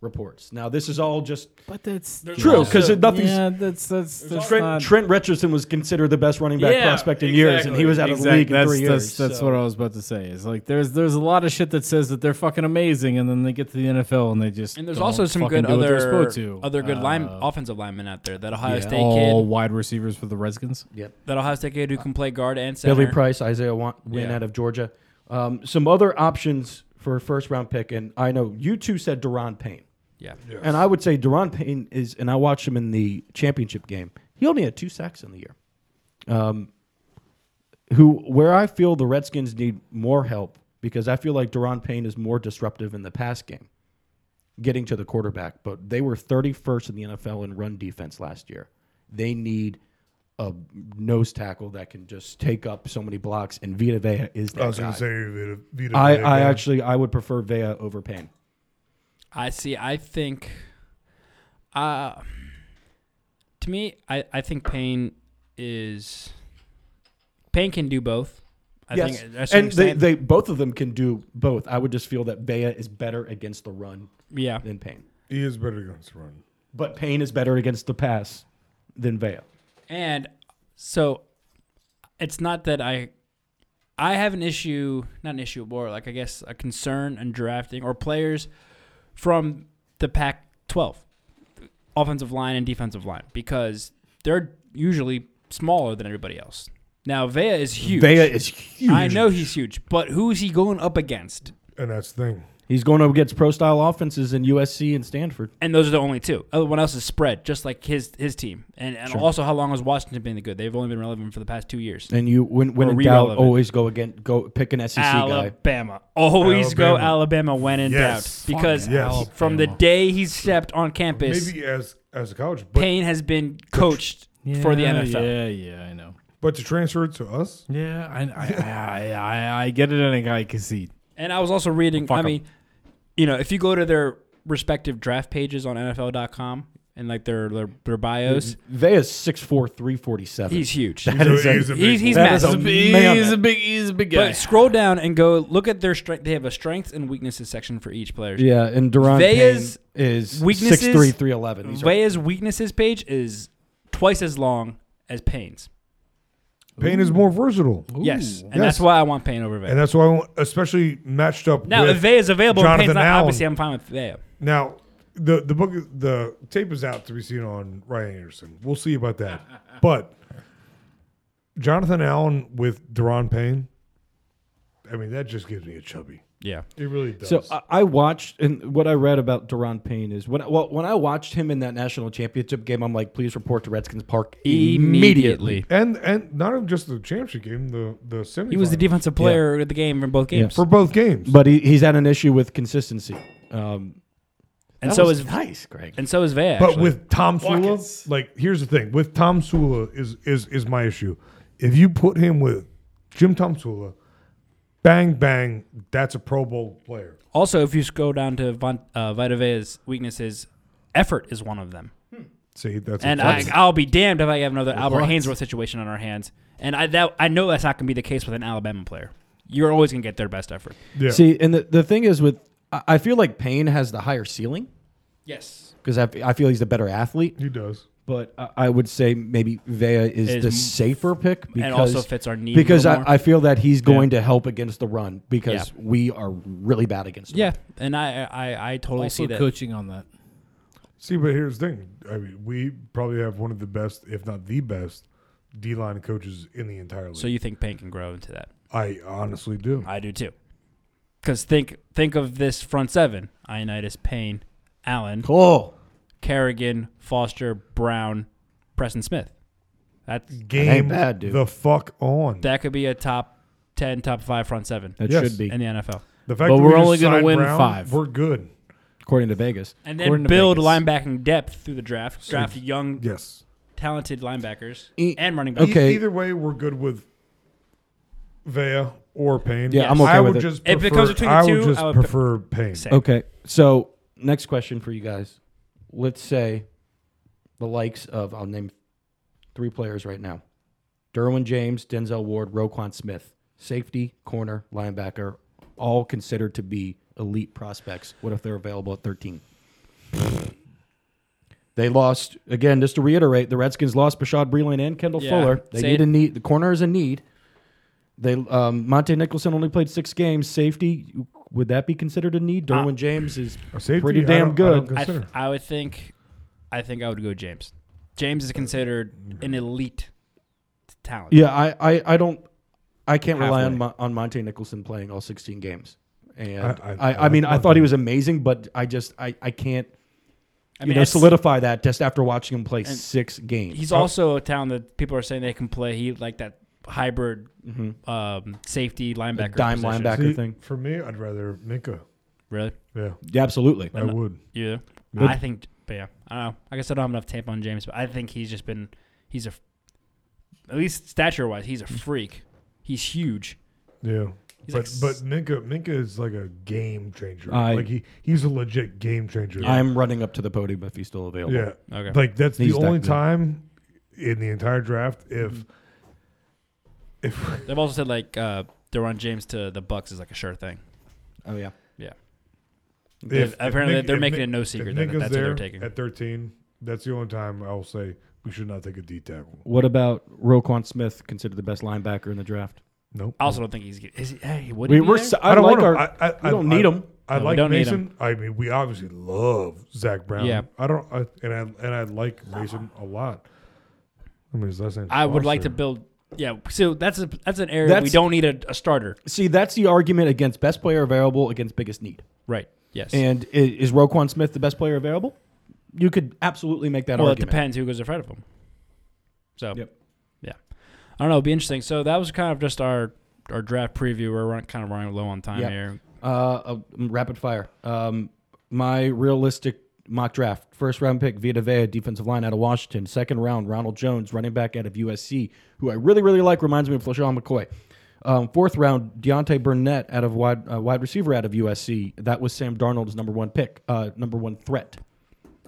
Speaker 7: reports. Now, this is all just
Speaker 4: But that's
Speaker 7: true because nothing's.
Speaker 4: Yeah, that's that's, that's
Speaker 7: Trent,
Speaker 4: not-
Speaker 7: Trent Richardson was considered the best running back
Speaker 4: Yeah,
Speaker 7: prospect in years, and he was out
Speaker 4: Exactly.
Speaker 7: of the league in
Speaker 4: that's,
Speaker 7: three
Speaker 4: That's,
Speaker 7: years.
Speaker 4: that's
Speaker 7: so-
Speaker 4: what I was about to say. Is like there's there's a lot of shit that says that they're fucking amazing, and then they get to the NFL and they just
Speaker 3: And there's
Speaker 4: don't
Speaker 3: also some
Speaker 4: fucking
Speaker 3: good
Speaker 4: do what they're
Speaker 3: other
Speaker 4: supposed to.
Speaker 3: other good
Speaker 4: Uh,
Speaker 3: line offensive linemen out there. That Ohio
Speaker 4: yeah,
Speaker 3: State
Speaker 4: all
Speaker 7: Oh,
Speaker 3: kid,
Speaker 4: wide receivers for the Redskins.
Speaker 3: that Ohio State kid who can play guard and center.
Speaker 7: Billy Price, Isaiah Wa- Wynn
Speaker 4: Yeah.
Speaker 7: out of Georgia. Um, some other options for a first round pick, and I know you two said Deron Payne.
Speaker 3: Yeah.
Speaker 7: And I would say Deron Payne is, and I watched him in the championship game. He only had two sacks in the year. Um, who where I feel the Redskins need more help because I feel like Deron Payne is more disruptive in the pass game, getting to the quarterback. But they were 31st in the NFL in run defense last year. They need a nose tackle that can just take up so many blocks, and Vita Vea is that
Speaker 5: I was
Speaker 7: guy.
Speaker 5: going to say Vita, Vita
Speaker 7: I,
Speaker 5: Vea,
Speaker 7: I
Speaker 5: yeah.
Speaker 7: actually I would prefer Vea over Payne.
Speaker 3: I see. I think, uh, to me, I, I think pain is pain can do both. I
Speaker 7: yes,
Speaker 3: think that's what I'm
Speaker 7: and they,
Speaker 3: saying.
Speaker 7: they both of them can do both. I would just feel that Bea is better against the run
Speaker 3: yeah.
Speaker 7: than Payne,
Speaker 5: he is better against the run.
Speaker 7: but Payne is better against the pass than Bea.
Speaker 3: And so it's not that I I have an issue, not an issue, more like I guess a concern in drafting or players from the Pac 12, offensive line and defensive line, because they're usually smaller than everybody else. Now, Vea is huge.
Speaker 7: Bea is huge.
Speaker 3: I know he's huge, but who is he going up against?
Speaker 5: And that's the thing.
Speaker 7: he's going up against pro style offenses in USC and Stanford.
Speaker 3: and those are the only two. Everyone else is spread, just like his his team. And, and also, how long has Washington been good? They've only been relevant for the past two years.
Speaker 7: And you when when
Speaker 3: Or
Speaker 7: in doubt,
Speaker 3: relevant.
Speaker 7: always go again. Go pick an E SEC guy.
Speaker 3: Alabama. Always go
Speaker 5: Alabama.
Speaker 3: Alabama when in
Speaker 5: Yes.
Speaker 3: doubt. Because
Speaker 5: Fucking yes.
Speaker 3: from the day he stepped on campus,
Speaker 5: Maybe as as a college, but
Speaker 3: Payne has been coached for the NFL.
Speaker 4: Yeah, yeah, I know.
Speaker 5: but to transfer it to us,
Speaker 4: Yeah, I I, I, I, I get it, and I can see.
Speaker 3: And I was also reading,
Speaker 4: Fuck
Speaker 3: I
Speaker 4: 'em.
Speaker 3: mean, you know, if you go to their respective draft pages on NFL.com and like their their, their bios,
Speaker 7: Vea is six four three forty
Speaker 4: Mm-hmm.
Speaker 7: seven.
Speaker 3: he's huge.
Speaker 5: he's, a, he's a big
Speaker 3: he's, he's
Speaker 5: boy.
Speaker 7: That is
Speaker 3: massive.
Speaker 7: a Man.
Speaker 4: He's a big, he's a big guy.
Speaker 3: But scroll down and go look at their strength. They have a strengths and weaknesses section for each player.
Speaker 7: yeah, and Duran
Speaker 3: Vea's
Speaker 7: is
Speaker 3: weaknesses-
Speaker 7: six three three eleven. These are-
Speaker 3: Vea's weaknesses page is twice as long as Payne's.
Speaker 5: Payne is more versatile,
Speaker 3: yes, and
Speaker 5: Yes.
Speaker 3: that's why I want Payne over
Speaker 5: and
Speaker 3: Vea.
Speaker 5: that's why, I want, especially matched up.
Speaker 3: Now,
Speaker 5: with
Speaker 3: if Vea is available, and
Speaker 5: Jonathan
Speaker 3: Payne's not,
Speaker 5: Allen.
Speaker 3: obviously I'm fine with Vea.
Speaker 5: Now, the the book the tape is out to be seen on Ryan Anderson. We'll see about that. but Jonathan Allen with Deron Payne, I mean, that just gives me a chubby.
Speaker 3: Yeah,
Speaker 5: It really does.
Speaker 7: So I, I watched, and what I read about Deron Payne is when well, when I watched him in that national championship game, I'm like, please report to Redskins Park immediately.
Speaker 5: and and not even just the championship game, the the semi.
Speaker 3: he was the defensive player of the game in both games,
Speaker 5: for both games.
Speaker 7: But he, he's had an issue with consistency. Um,
Speaker 3: and
Speaker 7: that
Speaker 3: so
Speaker 7: was
Speaker 3: is
Speaker 7: nice, Greg.
Speaker 3: and so is Vea.
Speaker 5: but
Speaker 3: actually.
Speaker 5: with Tom Sula, like here's the thing with Tom Sula is is is my issue. If you put him with Jim Tom Sula, bang bang, that's a Pro Bowl player.
Speaker 3: also, if you scroll down to Von, uh, Vita Vea's weaknesses, effort is one of them.
Speaker 5: See, that's
Speaker 3: And I, I'll be damned if I have another Albert Hainsworth situation on our hands. And I that I know that's not going to be the case with an Alabama player. You're always going to get their best effort.
Speaker 5: yeah.
Speaker 7: See, and the, the thing is with, I I feel like Payne has the higher ceiling
Speaker 3: Yes.
Speaker 7: because I, f- I feel he's the better athlete.
Speaker 5: he does.
Speaker 7: But I, I would say maybe Vea is,
Speaker 3: Is
Speaker 7: the
Speaker 3: m-
Speaker 7: safer pick because
Speaker 3: and also fits our need a
Speaker 7: because
Speaker 3: little
Speaker 7: I,
Speaker 3: more.
Speaker 7: I feel that he's going to help against the run because
Speaker 3: Yeah.
Speaker 7: we are really bad against. the
Speaker 3: Yeah,
Speaker 7: run.
Speaker 3: and I I, I totally see that.
Speaker 4: coaching on that.
Speaker 5: See, but here's the thing. I mean, we probably have one of the best, if not the best, D line coaches in the entire league.
Speaker 3: So you think Payne can grow into that?
Speaker 5: I honestly do.
Speaker 3: I do too. Because think think of this front seven: Ionitis, Payne, Allen,
Speaker 7: Cool.
Speaker 3: Kerrigan, Foster, Brown, Preston Smith. That's
Speaker 5: Game
Speaker 7: bad, dude.
Speaker 5: the fuck on.
Speaker 3: that could be a top ten, top five front seven
Speaker 7: That
Speaker 5: Yes.
Speaker 7: should be
Speaker 3: in the NFL.
Speaker 5: the fact
Speaker 4: But
Speaker 5: that
Speaker 4: we're
Speaker 5: we just
Speaker 4: only gonna
Speaker 5: signed
Speaker 4: win
Speaker 5: Brown,
Speaker 4: five.
Speaker 5: We're good.
Speaker 7: according to Vegas.
Speaker 3: And then
Speaker 4: According to
Speaker 3: build
Speaker 4: Vegas.
Speaker 3: linebacking depth through the draft. Draft young,
Speaker 5: Yes.
Speaker 3: talented linebackers
Speaker 7: E-
Speaker 3: and running backs.
Speaker 7: Okay.
Speaker 5: E- either way, we're good with Vea or Payne.
Speaker 7: Yeah, I'm okay
Speaker 5: I
Speaker 7: with
Speaker 5: would
Speaker 7: it.
Speaker 5: just prefer,
Speaker 3: If it comes between the
Speaker 5: I
Speaker 3: two,
Speaker 5: would just
Speaker 3: I would pre-
Speaker 5: prefer Payne.
Speaker 3: Same.
Speaker 7: Okay. So next question for you guys. Let's say the likes of I'll name three players right now. Derwin James, Denzel Ward, Roquan Smith. Safety, corner, linebacker, all considered to be elite prospects. What if they're available at 13? They lost again. Just to reiterate, the Redskins lost Bashad Breeland and Kendall
Speaker 3: Yeah,
Speaker 7: Fuller. They
Speaker 3: say
Speaker 7: need
Speaker 3: it.
Speaker 7: a need. The corner is a need. They um, Monte Nicholson only played six games. Safety would that be considered a need? Derwin James is
Speaker 5: Uh, A safety,
Speaker 7: pretty
Speaker 5: I
Speaker 7: damn
Speaker 5: don't- I don't
Speaker 7: good.
Speaker 3: I,
Speaker 5: consider.
Speaker 3: I would think, I think I would go James. James is considered an elite t- talent.
Speaker 7: yeah. I, I I don't I can't rely on
Speaker 3: Halfway.
Speaker 7: Mon- on Monte Nicholson playing all sixteen games. And
Speaker 5: I-
Speaker 7: I
Speaker 5: I-
Speaker 7: I,
Speaker 5: I like
Speaker 7: mean I
Speaker 5: Monte.
Speaker 7: thought he was amazing, but I just I I can't
Speaker 3: I
Speaker 7: you
Speaker 3: mean,
Speaker 7: know
Speaker 3: it's-
Speaker 7: solidify that just after watching him play six games.
Speaker 3: he's also a talent that people are saying they can play. He like that hybrid um, safety linebacker,
Speaker 7: Mm-hmm. dime
Speaker 3: position.
Speaker 7: linebacker.
Speaker 5: See,
Speaker 7: thing.
Speaker 5: For me, I'd rather Minka.
Speaker 3: Really?
Speaker 5: Yeah,
Speaker 7: Yeah, absolutely.
Speaker 5: I would.
Speaker 3: Yeah. I think, but yeah, I don't know. I guess I don't have enough tape on James, but I think he's just been, he's a, at least stature wise, he's a
Speaker 7: Mm-hmm.
Speaker 3: freak. He's huge.
Speaker 5: Yeah.
Speaker 3: He's like
Speaker 5: but
Speaker 3: s-
Speaker 5: but Minka Minka is like a game changer.
Speaker 7: I-
Speaker 5: like he he's a legit game changer.
Speaker 7: I'm running up to the podium if he's still available.
Speaker 5: Yeah.
Speaker 3: Okay.
Speaker 5: Like that's the
Speaker 7: He's that
Speaker 5: only
Speaker 7: good.
Speaker 5: time in the entire draft if if
Speaker 3: They've also said like uh, Deron James to the Bucks is like a sure thing.
Speaker 7: Oh yeah.
Speaker 3: Yeah.
Speaker 5: if
Speaker 3: apparently
Speaker 5: Mink-
Speaker 3: they're
Speaker 5: if
Speaker 3: making
Speaker 5: Mink-
Speaker 3: it no secret
Speaker 5: if
Speaker 3: that
Speaker 5: Minka's
Speaker 3: that's what they're
Speaker 5: there
Speaker 3: taking.
Speaker 5: at 13. That's the only time I will say we should not take a D tackle.
Speaker 7: What about Roquan Smith, considered the best linebacker in the draft?
Speaker 5: Nope.
Speaker 3: I also don't think he's. Is he, hey, would
Speaker 7: We,
Speaker 3: he
Speaker 7: we're,
Speaker 3: be
Speaker 7: s-
Speaker 3: there?
Speaker 7: I,
Speaker 5: don't
Speaker 7: like
Speaker 5: want
Speaker 7: our.
Speaker 5: him. I, I,
Speaker 7: we don't need him.
Speaker 5: I,
Speaker 3: we
Speaker 5: like
Speaker 3: don't need
Speaker 5: Mason. I mean, we obviously love Zach Brown.
Speaker 3: Yeah.
Speaker 5: I don't. I, and I and I like Mason a lot. I mean, his last name.
Speaker 3: I would like to build. Yeah, so that's a that's an area we
Speaker 7: Oh, That's-
Speaker 3: don't need a, a starter.
Speaker 7: See, that's the argument against best player available against biggest need.
Speaker 3: Right. Yes.
Speaker 7: And i- is Roquan Smith the best player available? You could absolutely make that
Speaker 3: well, it
Speaker 7: argument.
Speaker 3: depends who goes in front of him. So
Speaker 7: Yep.
Speaker 3: yeah, I don't know. It'd be interesting. So that was kind of just our our draft preview. We're run, kind of running low on time
Speaker 7: Yep.
Speaker 3: here.
Speaker 7: Uh, uh, rapid fire. Um, my realistic mock draft: first round pick Vita Vea, defensive line out of Washington. Second round Ronald Jones, running back out of USC, who I really really like. Reminds me of LaShawn McCoy. Um, fourth round Deontay Burnett out of wide uh, wide receiver out of USC. That was Sam Darnold's number one pick, uh, number one threat.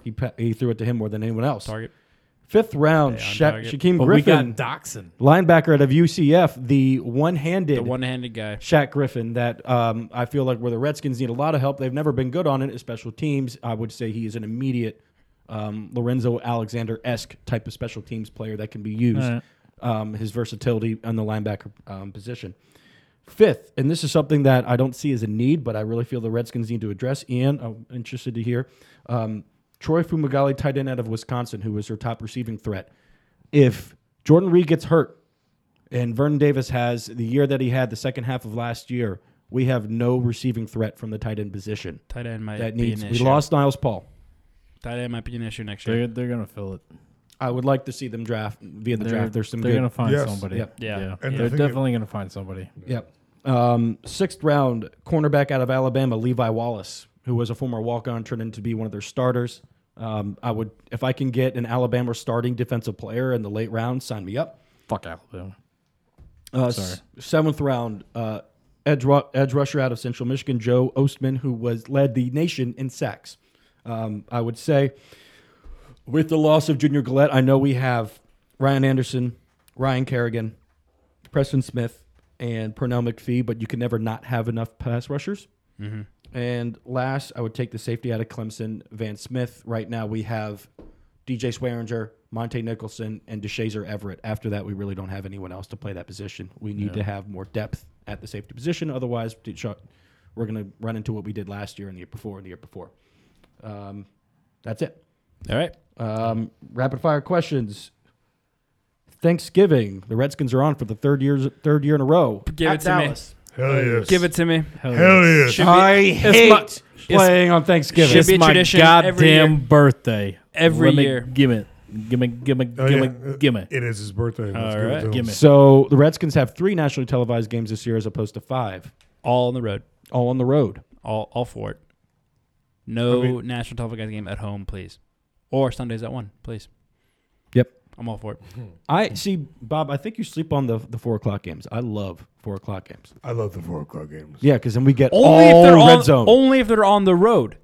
Speaker 7: He pa- he threw it to him more than anyone else.
Speaker 3: Target.
Speaker 7: Fifth round Sha-
Speaker 3: target.
Speaker 7: Shaquem
Speaker 4: But Oh, we got
Speaker 7: Griffin,
Speaker 4: Doxson.
Speaker 7: linebacker out of UCF, the one handed
Speaker 3: The one-handed guy.
Speaker 7: Shaq Griffin that um, I feel like where the Redskins need a lot of help. They've never been good on it, as special teams. I would say he is an immediate um, Lorenzo Alexander esque type of special teams player that can be used. Um, his versatility on the linebacker um, position. Fifth, and this is something that I don't see as a need, but I really feel the Redskins need to address. Ian, I'm interested to hear. Um, Troy Fumagalli, tight end out of Wisconsin, who was their top receiving threat. If Jordan Reed gets hurt, and Vernon Davis has the year that he had the second half of last year. We have no receiving threat from the tight end position.
Speaker 3: Tight end might
Speaker 7: That
Speaker 3: be
Speaker 7: needs
Speaker 3: an
Speaker 7: we
Speaker 3: issue.
Speaker 7: lost Niles Paul.
Speaker 3: Tight end might be an issue next year.
Speaker 4: They're, they're gonna fill it.
Speaker 7: I would like to see them draft via the
Speaker 4: They're,
Speaker 7: draft. There's some
Speaker 4: they're
Speaker 7: good.
Speaker 4: gonna find
Speaker 5: Yes.
Speaker 4: somebody.
Speaker 7: Yep.
Speaker 3: Yeah.
Speaker 5: And
Speaker 4: they're
Speaker 5: the thing-
Speaker 4: definitely gonna find somebody.
Speaker 7: Yep. Um, sixth round cornerback out of Alabama, Levi Wallace, who was a former walk-on, turned into be one of their starters. Um, I would, if I can get an Alabama starting defensive player in the late round, sign me up.
Speaker 4: Fuck Alabama.
Speaker 7: Uh, s- seventh round, uh, edge, ru- edge rusher out of Central Michigan, Joe Ostman, who was led the nation in sacks. Um, I would say, with the loss of Junior Gillette, I know we have Ryan Anderson, Ryan Kerrigan, Preston Smith, and Pernell McPhee, but you can never not have enough pass rushers. And last, I would take the safety out of Clemson, Van Smith. Right now, we have DJ Swearinger, Monte Nicholson, and DeShazer Everett. After that, we really don't have anyone else to play that position. We need to have more depth at the safety position. Otherwise, DeSha- we're going to run into what we did last year and the year before and the year before. Um, that's it.
Speaker 3: All right.
Speaker 7: Um, rapid fire questions. Thanksgiving, the Redskins are on for the third year third year in a row.
Speaker 3: Give
Speaker 7: at
Speaker 3: it to me.
Speaker 7: Dallas.
Speaker 5: Hell yes.
Speaker 3: Give it to me.
Speaker 5: Hell yes.
Speaker 3: Should be-
Speaker 7: I hate
Speaker 4: my- it's-
Speaker 7: playing on Thanksgiving.
Speaker 3: Should
Speaker 4: It's
Speaker 3: be a
Speaker 4: my
Speaker 3: tradition
Speaker 4: goddamn
Speaker 3: every year.
Speaker 4: birthday.
Speaker 3: Every
Speaker 4: Lemme-
Speaker 3: year.
Speaker 4: Gimme. Gimme, gimme,
Speaker 5: Oh,
Speaker 4: gimme,
Speaker 5: yeah.
Speaker 4: gimme.
Speaker 5: It is his birthday. Let's
Speaker 3: All
Speaker 5: give it
Speaker 3: right.
Speaker 5: to him.
Speaker 4: Gimme.
Speaker 7: So the Redskins have three nationally televised games this year as opposed to five,
Speaker 3: All on the road.
Speaker 7: all on the road.
Speaker 3: All all for it. No
Speaker 5: I mean-
Speaker 3: national televised game at home, please, or Sundays at one, please.
Speaker 7: Yep.
Speaker 3: I'm all for it.
Speaker 7: I see, Bob. I think you sleep on the the four o'clock games. I love four o'clock games.
Speaker 5: I love the four o'clock games.
Speaker 7: Yeah, because then we get
Speaker 3: Only
Speaker 7: all
Speaker 3: if they're
Speaker 7: red
Speaker 3: on,
Speaker 7: zone.
Speaker 3: Only if they're on the road.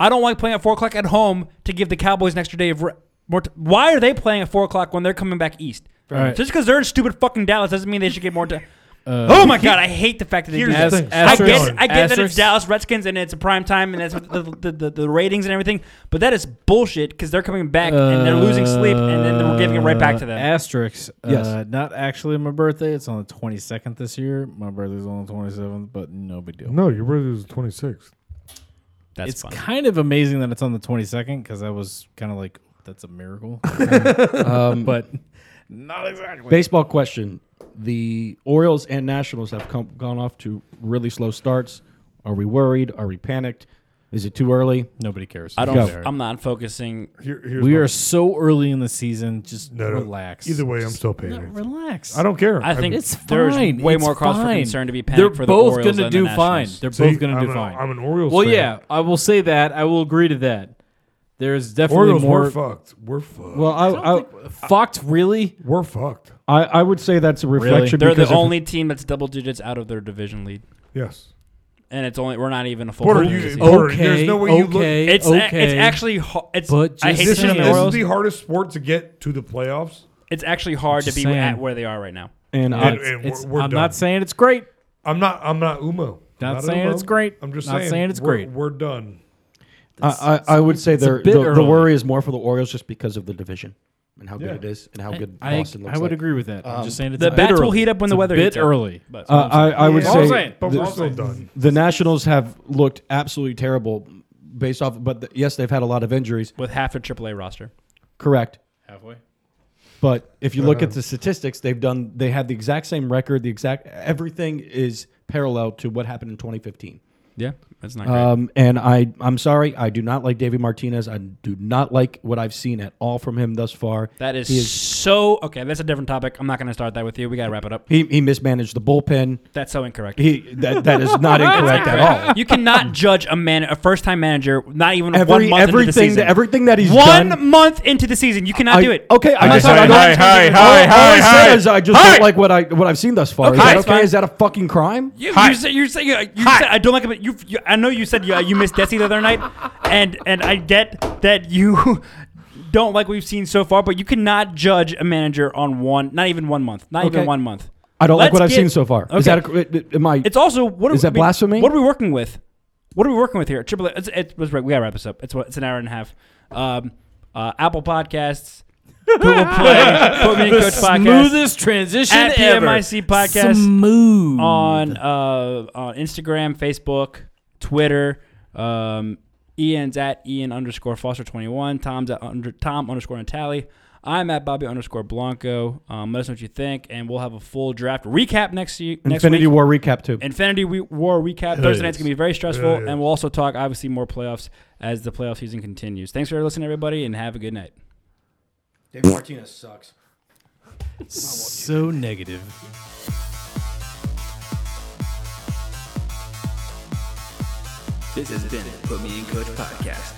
Speaker 3: I don't like playing at four o'clock at home to give the Cowboys an extra day of. Re- more t- Why are they playing at four o'clock when they're coming back east?
Speaker 4: right.
Speaker 3: Just because they're in stupid fucking Dallas doesn't mean they should get more time. oh my god, I hate the fact that they do
Speaker 5: here's
Speaker 3: that.
Speaker 5: the thing.
Speaker 3: I
Speaker 4: Asterisk-
Speaker 3: get, I get that it's
Speaker 4: asterisk.
Speaker 3: Dallas Redskins and it's a prime time and that's what the, the, the, the ratings and everything, but that is bullshit because they're coming back and they're losing sleep and then we're giving it right back to
Speaker 4: Uh,
Speaker 3: them.
Speaker 4: Asterisk.
Speaker 7: Yes.
Speaker 4: Uh, not actually my birthday. It's on the 22nd this year. My birthday's on the 27th, but no big deal.
Speaker 5: No, your brother was 26.
Speaker 3: That's
Speaker 4: it's
Speaker 3: fun.
Speaker 4: kind of amazing that it's on the 22nd because I was kind of like, that's a miracle. Um,
Speaker 7: Um,
Speaker 4: but not exactly.
Speaker 7: Baseball question: The Orioles and Nationals have come, gone off to really slow starts. Are we worried? Are we panicked? Is it too early?
Speaker 4: Nobody cares.
Speaker 3: I
Speaker 4: Who
Speaker 3: don't.
Speaker 4: cares?
Speaker 3: I'm not focusing.
Speaker 5: Here, here's
Speaker 4: we
Speaker 5: my-
Speaker 4: are so early in the season. Just
Speaker 5: No, no.
Speaker 4: relax.
Speaker 5: Either way, I'm
Speaker 4: Just-
Speaker 5: still paying
Speaker 4: No,
Speaker 5: attention.
Speaker 4: relax.
Speaker 5: I don't care.
Speaker 3: I think
Speaker 4: It's
Speaker 3: there's
Speaker 4: fine.
Speaker 3: way
Speaker 4: It's
Speaker 3: more cause for
Speaker 4: fine.
Speaker 3: concern to be panicked
Speaker 4: They're
Speaker 3: for the
Speaker 4: both
Speaker 3: Orioles
Speaker 4: gonna
Speaker 3: and the
Speaker 4: do fine.
Speaker 3: Nationals.
Speaker 4: They're
Speaker 5: See,
Speaker 4: both going to
Speaker 5: I'm
Speaker 4: do
Speaker 5: a-
Speaker 4: fine.
Speaker 5: I'm an Orioles
Speaker 4: Well,
Speaker 5: fan.
Speaker 4: yeah, I will say that. I will agree to that. There's definitely
Speaker 5: Orioles,
Speaker 4: more
Speaker 5: we're fucked. We're fucked.
Speaker 7: Well, I I,
Speaker 4: fucked. Really?
Speaker 5: we're fucked.
Speaker 4: uh,
Speaker 7: I I would say that's a reflection.
Speaker 3: They're
Speaker 7: because
Speaker 3: the
Speaker 7: if-
Speaker 3: only team that's double digits out of their division lead,
Speaker 5: Yes.
Speaker 3: and it's only we're not even a full.
Speaker 5: Porter,
Speaker 3: quarter
Speaker 5: you-
Speaker 3: of the season.
Speaker 5: Porter, there's no way you look-
Speaker 4: okay,
Speaker 3: it's a-
Speaker 4: okay.
Speaker 3: it's actually ho- it's
Speaker 4: But
Speaker 3: I
Speaker 4: just
Speaker 3: hate
Speaker 5: This,
Speaker 3: this
Speaker 5: is,
Speaker 4: saying-
Speaker 3: on the
Speaker 5: this is
Speaker 3: Orioles.
Speaker 5: the hardest sport to get to the playoffs.
Speaker 3: It's actually hard to
Speaker 4: Just
Speaker 3: be
Speaker 4: saying.
Speaker 3: at where they are right now.
Speaker 7: and
Speaker 4: Yeah,
Speaker 7: I,
Speaker 5: And- and
Speaker 4: it's-
Speaker 5: we're- we're
Speaker 4: I'm
Speaker 5: done.
Speaker 4: not saying it's great.
Speaker 5: I'm not. I'm not Umo.
Speaker 4: Not
Speaker 5: an
Speaker 4: saying
Speaker 5: Umo.
Speaker 4: it's great.
Speaker 5: I'm just
Speaker 4: Not
Speaker 5: saying,
Speaker 4: saying it's
Speaker 5: we're-
Speaker 4: great.
Speaker 5: We're done.
Speaker 7: I, I I would say
Speaker 4: it's a
Speaker 7: they're-
Speaker 4: bit
Speaker 7: the, the
Speaker 4: early.
Speaker 7: worry is more for the Orioles just because of the division and how
Speaker 5: Yeah.
Speaker 7: good it is and how good
Speaker 4: I,
Speaker 7: Boston looks
Speaker 4: I would
Speaker 7: like.
Speaker 4: agree with that. I'm just saying it's
Speaker 3: Um, the
Speaker 4: a bit
Speaker 3: bats will
Speaker 4: early.
Speaker 3: heat up when
Speaker 4: It's
Speaker 3: the
Speaker 4: a
Speaker 3: weather
Speaker 4: bit
Speaker 3: heats up.
Speaker 4: early.
Speaker 3: But
Speaker 7: Uh, I, I would
Speaker 5: Yeah.
Speaker 4: I'm
Speaker 7: say
Speaker 4: saying.
Speaker 5: but
Speaker 7: the-
Speaker 5: we're still done.
Speaker 7: the Nationals have looked absolutely terrible based off, but the, yes, they've had a lot of injuries.
Speaker 3: with half a AAA roster,
Speaker 7: Correct.
Speaker 4: halfway.
Speaker 7: But if you
Speaker 5: Uh-huh.
Speaker 7: look at the statistics, they've done, they have the exact same record. The exact, everything is parallel to what happened in 2015.
Speaker 3: yeah, that's not great.
Speaker 7: Um, and I, I'm sorry, I do not like Davey Martinez. I do not like what I've seen at all from him thus far.
Speaker 3: that is,
Speaker 7: he is-
Speaker 3: so okay. That's a different topic. I'm not going to start that with you. We got to wrap it up.
Speaker 7: He, he mismanaged the bullpen.
Speaker 3: That's so incorrect.
Speaker 7: He that, that is not incorrect at
Speaker 5: Oh.
Speaker 7: all.
Speaker 3: You cannot judge a man, a first time manager, not even one
Speaker 7: Every,
Speaker 3: month into the
Speaker 7: everything,
Speaker 3: season.
Speaker 7: that, everything that he's
Speaker 3: one
Speaker 7: done.
Speaker 3: month into the season, you cannot
Speaker 7: I-
Speaker 3: do it.
Speaker 7: Okay, I'm not
Speaker 5: just-
Speaker 7: saying I
Speaker 5: hi, hi,
Speaker 7: don't.
Speaker 5: hi,
Speaker 7: All-
Speaker 5: hi,
Speaker 7: all I
Speaker 5: hi,
Speaker 7: said
Speaker 5: hi.
Speaker 7: is I just don't like what I what I've seen thus far.
Speaker 3: Okay,
Speaker 7: is that
Speaker 3: that's
Speaker 7: okay?
Speaker 3: fine.
Speaker 7: Is that a fucking crime?
Speaker 3: You, you said you said you, you said I don't like it, but you, you I know you said uh, you, you missed Desi the other night, and and I get that you don't like what you've seen so far, but you cannot judge a manager on one, not even one month, not even
Speaker 7: Okay.
Speaker 3: one month.
Speaker 7: I don't like
Speaker 3: Let's
Speaker 7: what I've
Speaker 3: get-
Speaker 7: seen so far. Is
Speaker 3: okay.
Speaker 7: that a, am I?
Speaker 3: It's also what are,
Speaker 7: Is
Speaker 3: we-
Speaker 7: that blasphemy?
Speaker 3: What are we working with? What are we working with here? Triple. A- It's, it's, it's right. We gotta wrap this up. It's what- it's an hour and a half. Um, uh, Apple Podcasts, Google Play, Foot Meeting Coach Podcast
Speaker 4: Smoothest transition
Speaker 3: At
Speaker 4: ever.
Speaker 3: PMIC podcast.
Speaker 4: Smooth.
Speaker 3: on uh, on Instagram, Facebook, Twitter. Um, Ian's at Ian underscore Foster twenty one. Tom's at under Tom underscore Natali. I'm at Bobby underscore Blanco. Um, let us know what you think, and we'll have a full draft recap next year. Next
Speaker 7: Infinity
Speaker 3: week.
Speaker 7: War recap too.
Speaker 3: Infinity We- War recap Thursday night's gonna be very stressful,
Speaker 5: Yes.
Speaker 3: and we'll also talk obviously more playoffs as the playoff season continues. Thanks for listening, everybody, and have a good night.
Speaker 7: David Martinez sucks.
Speaker 4: So negative.
Speaker 6: This has been Put Me in Coach Podcast.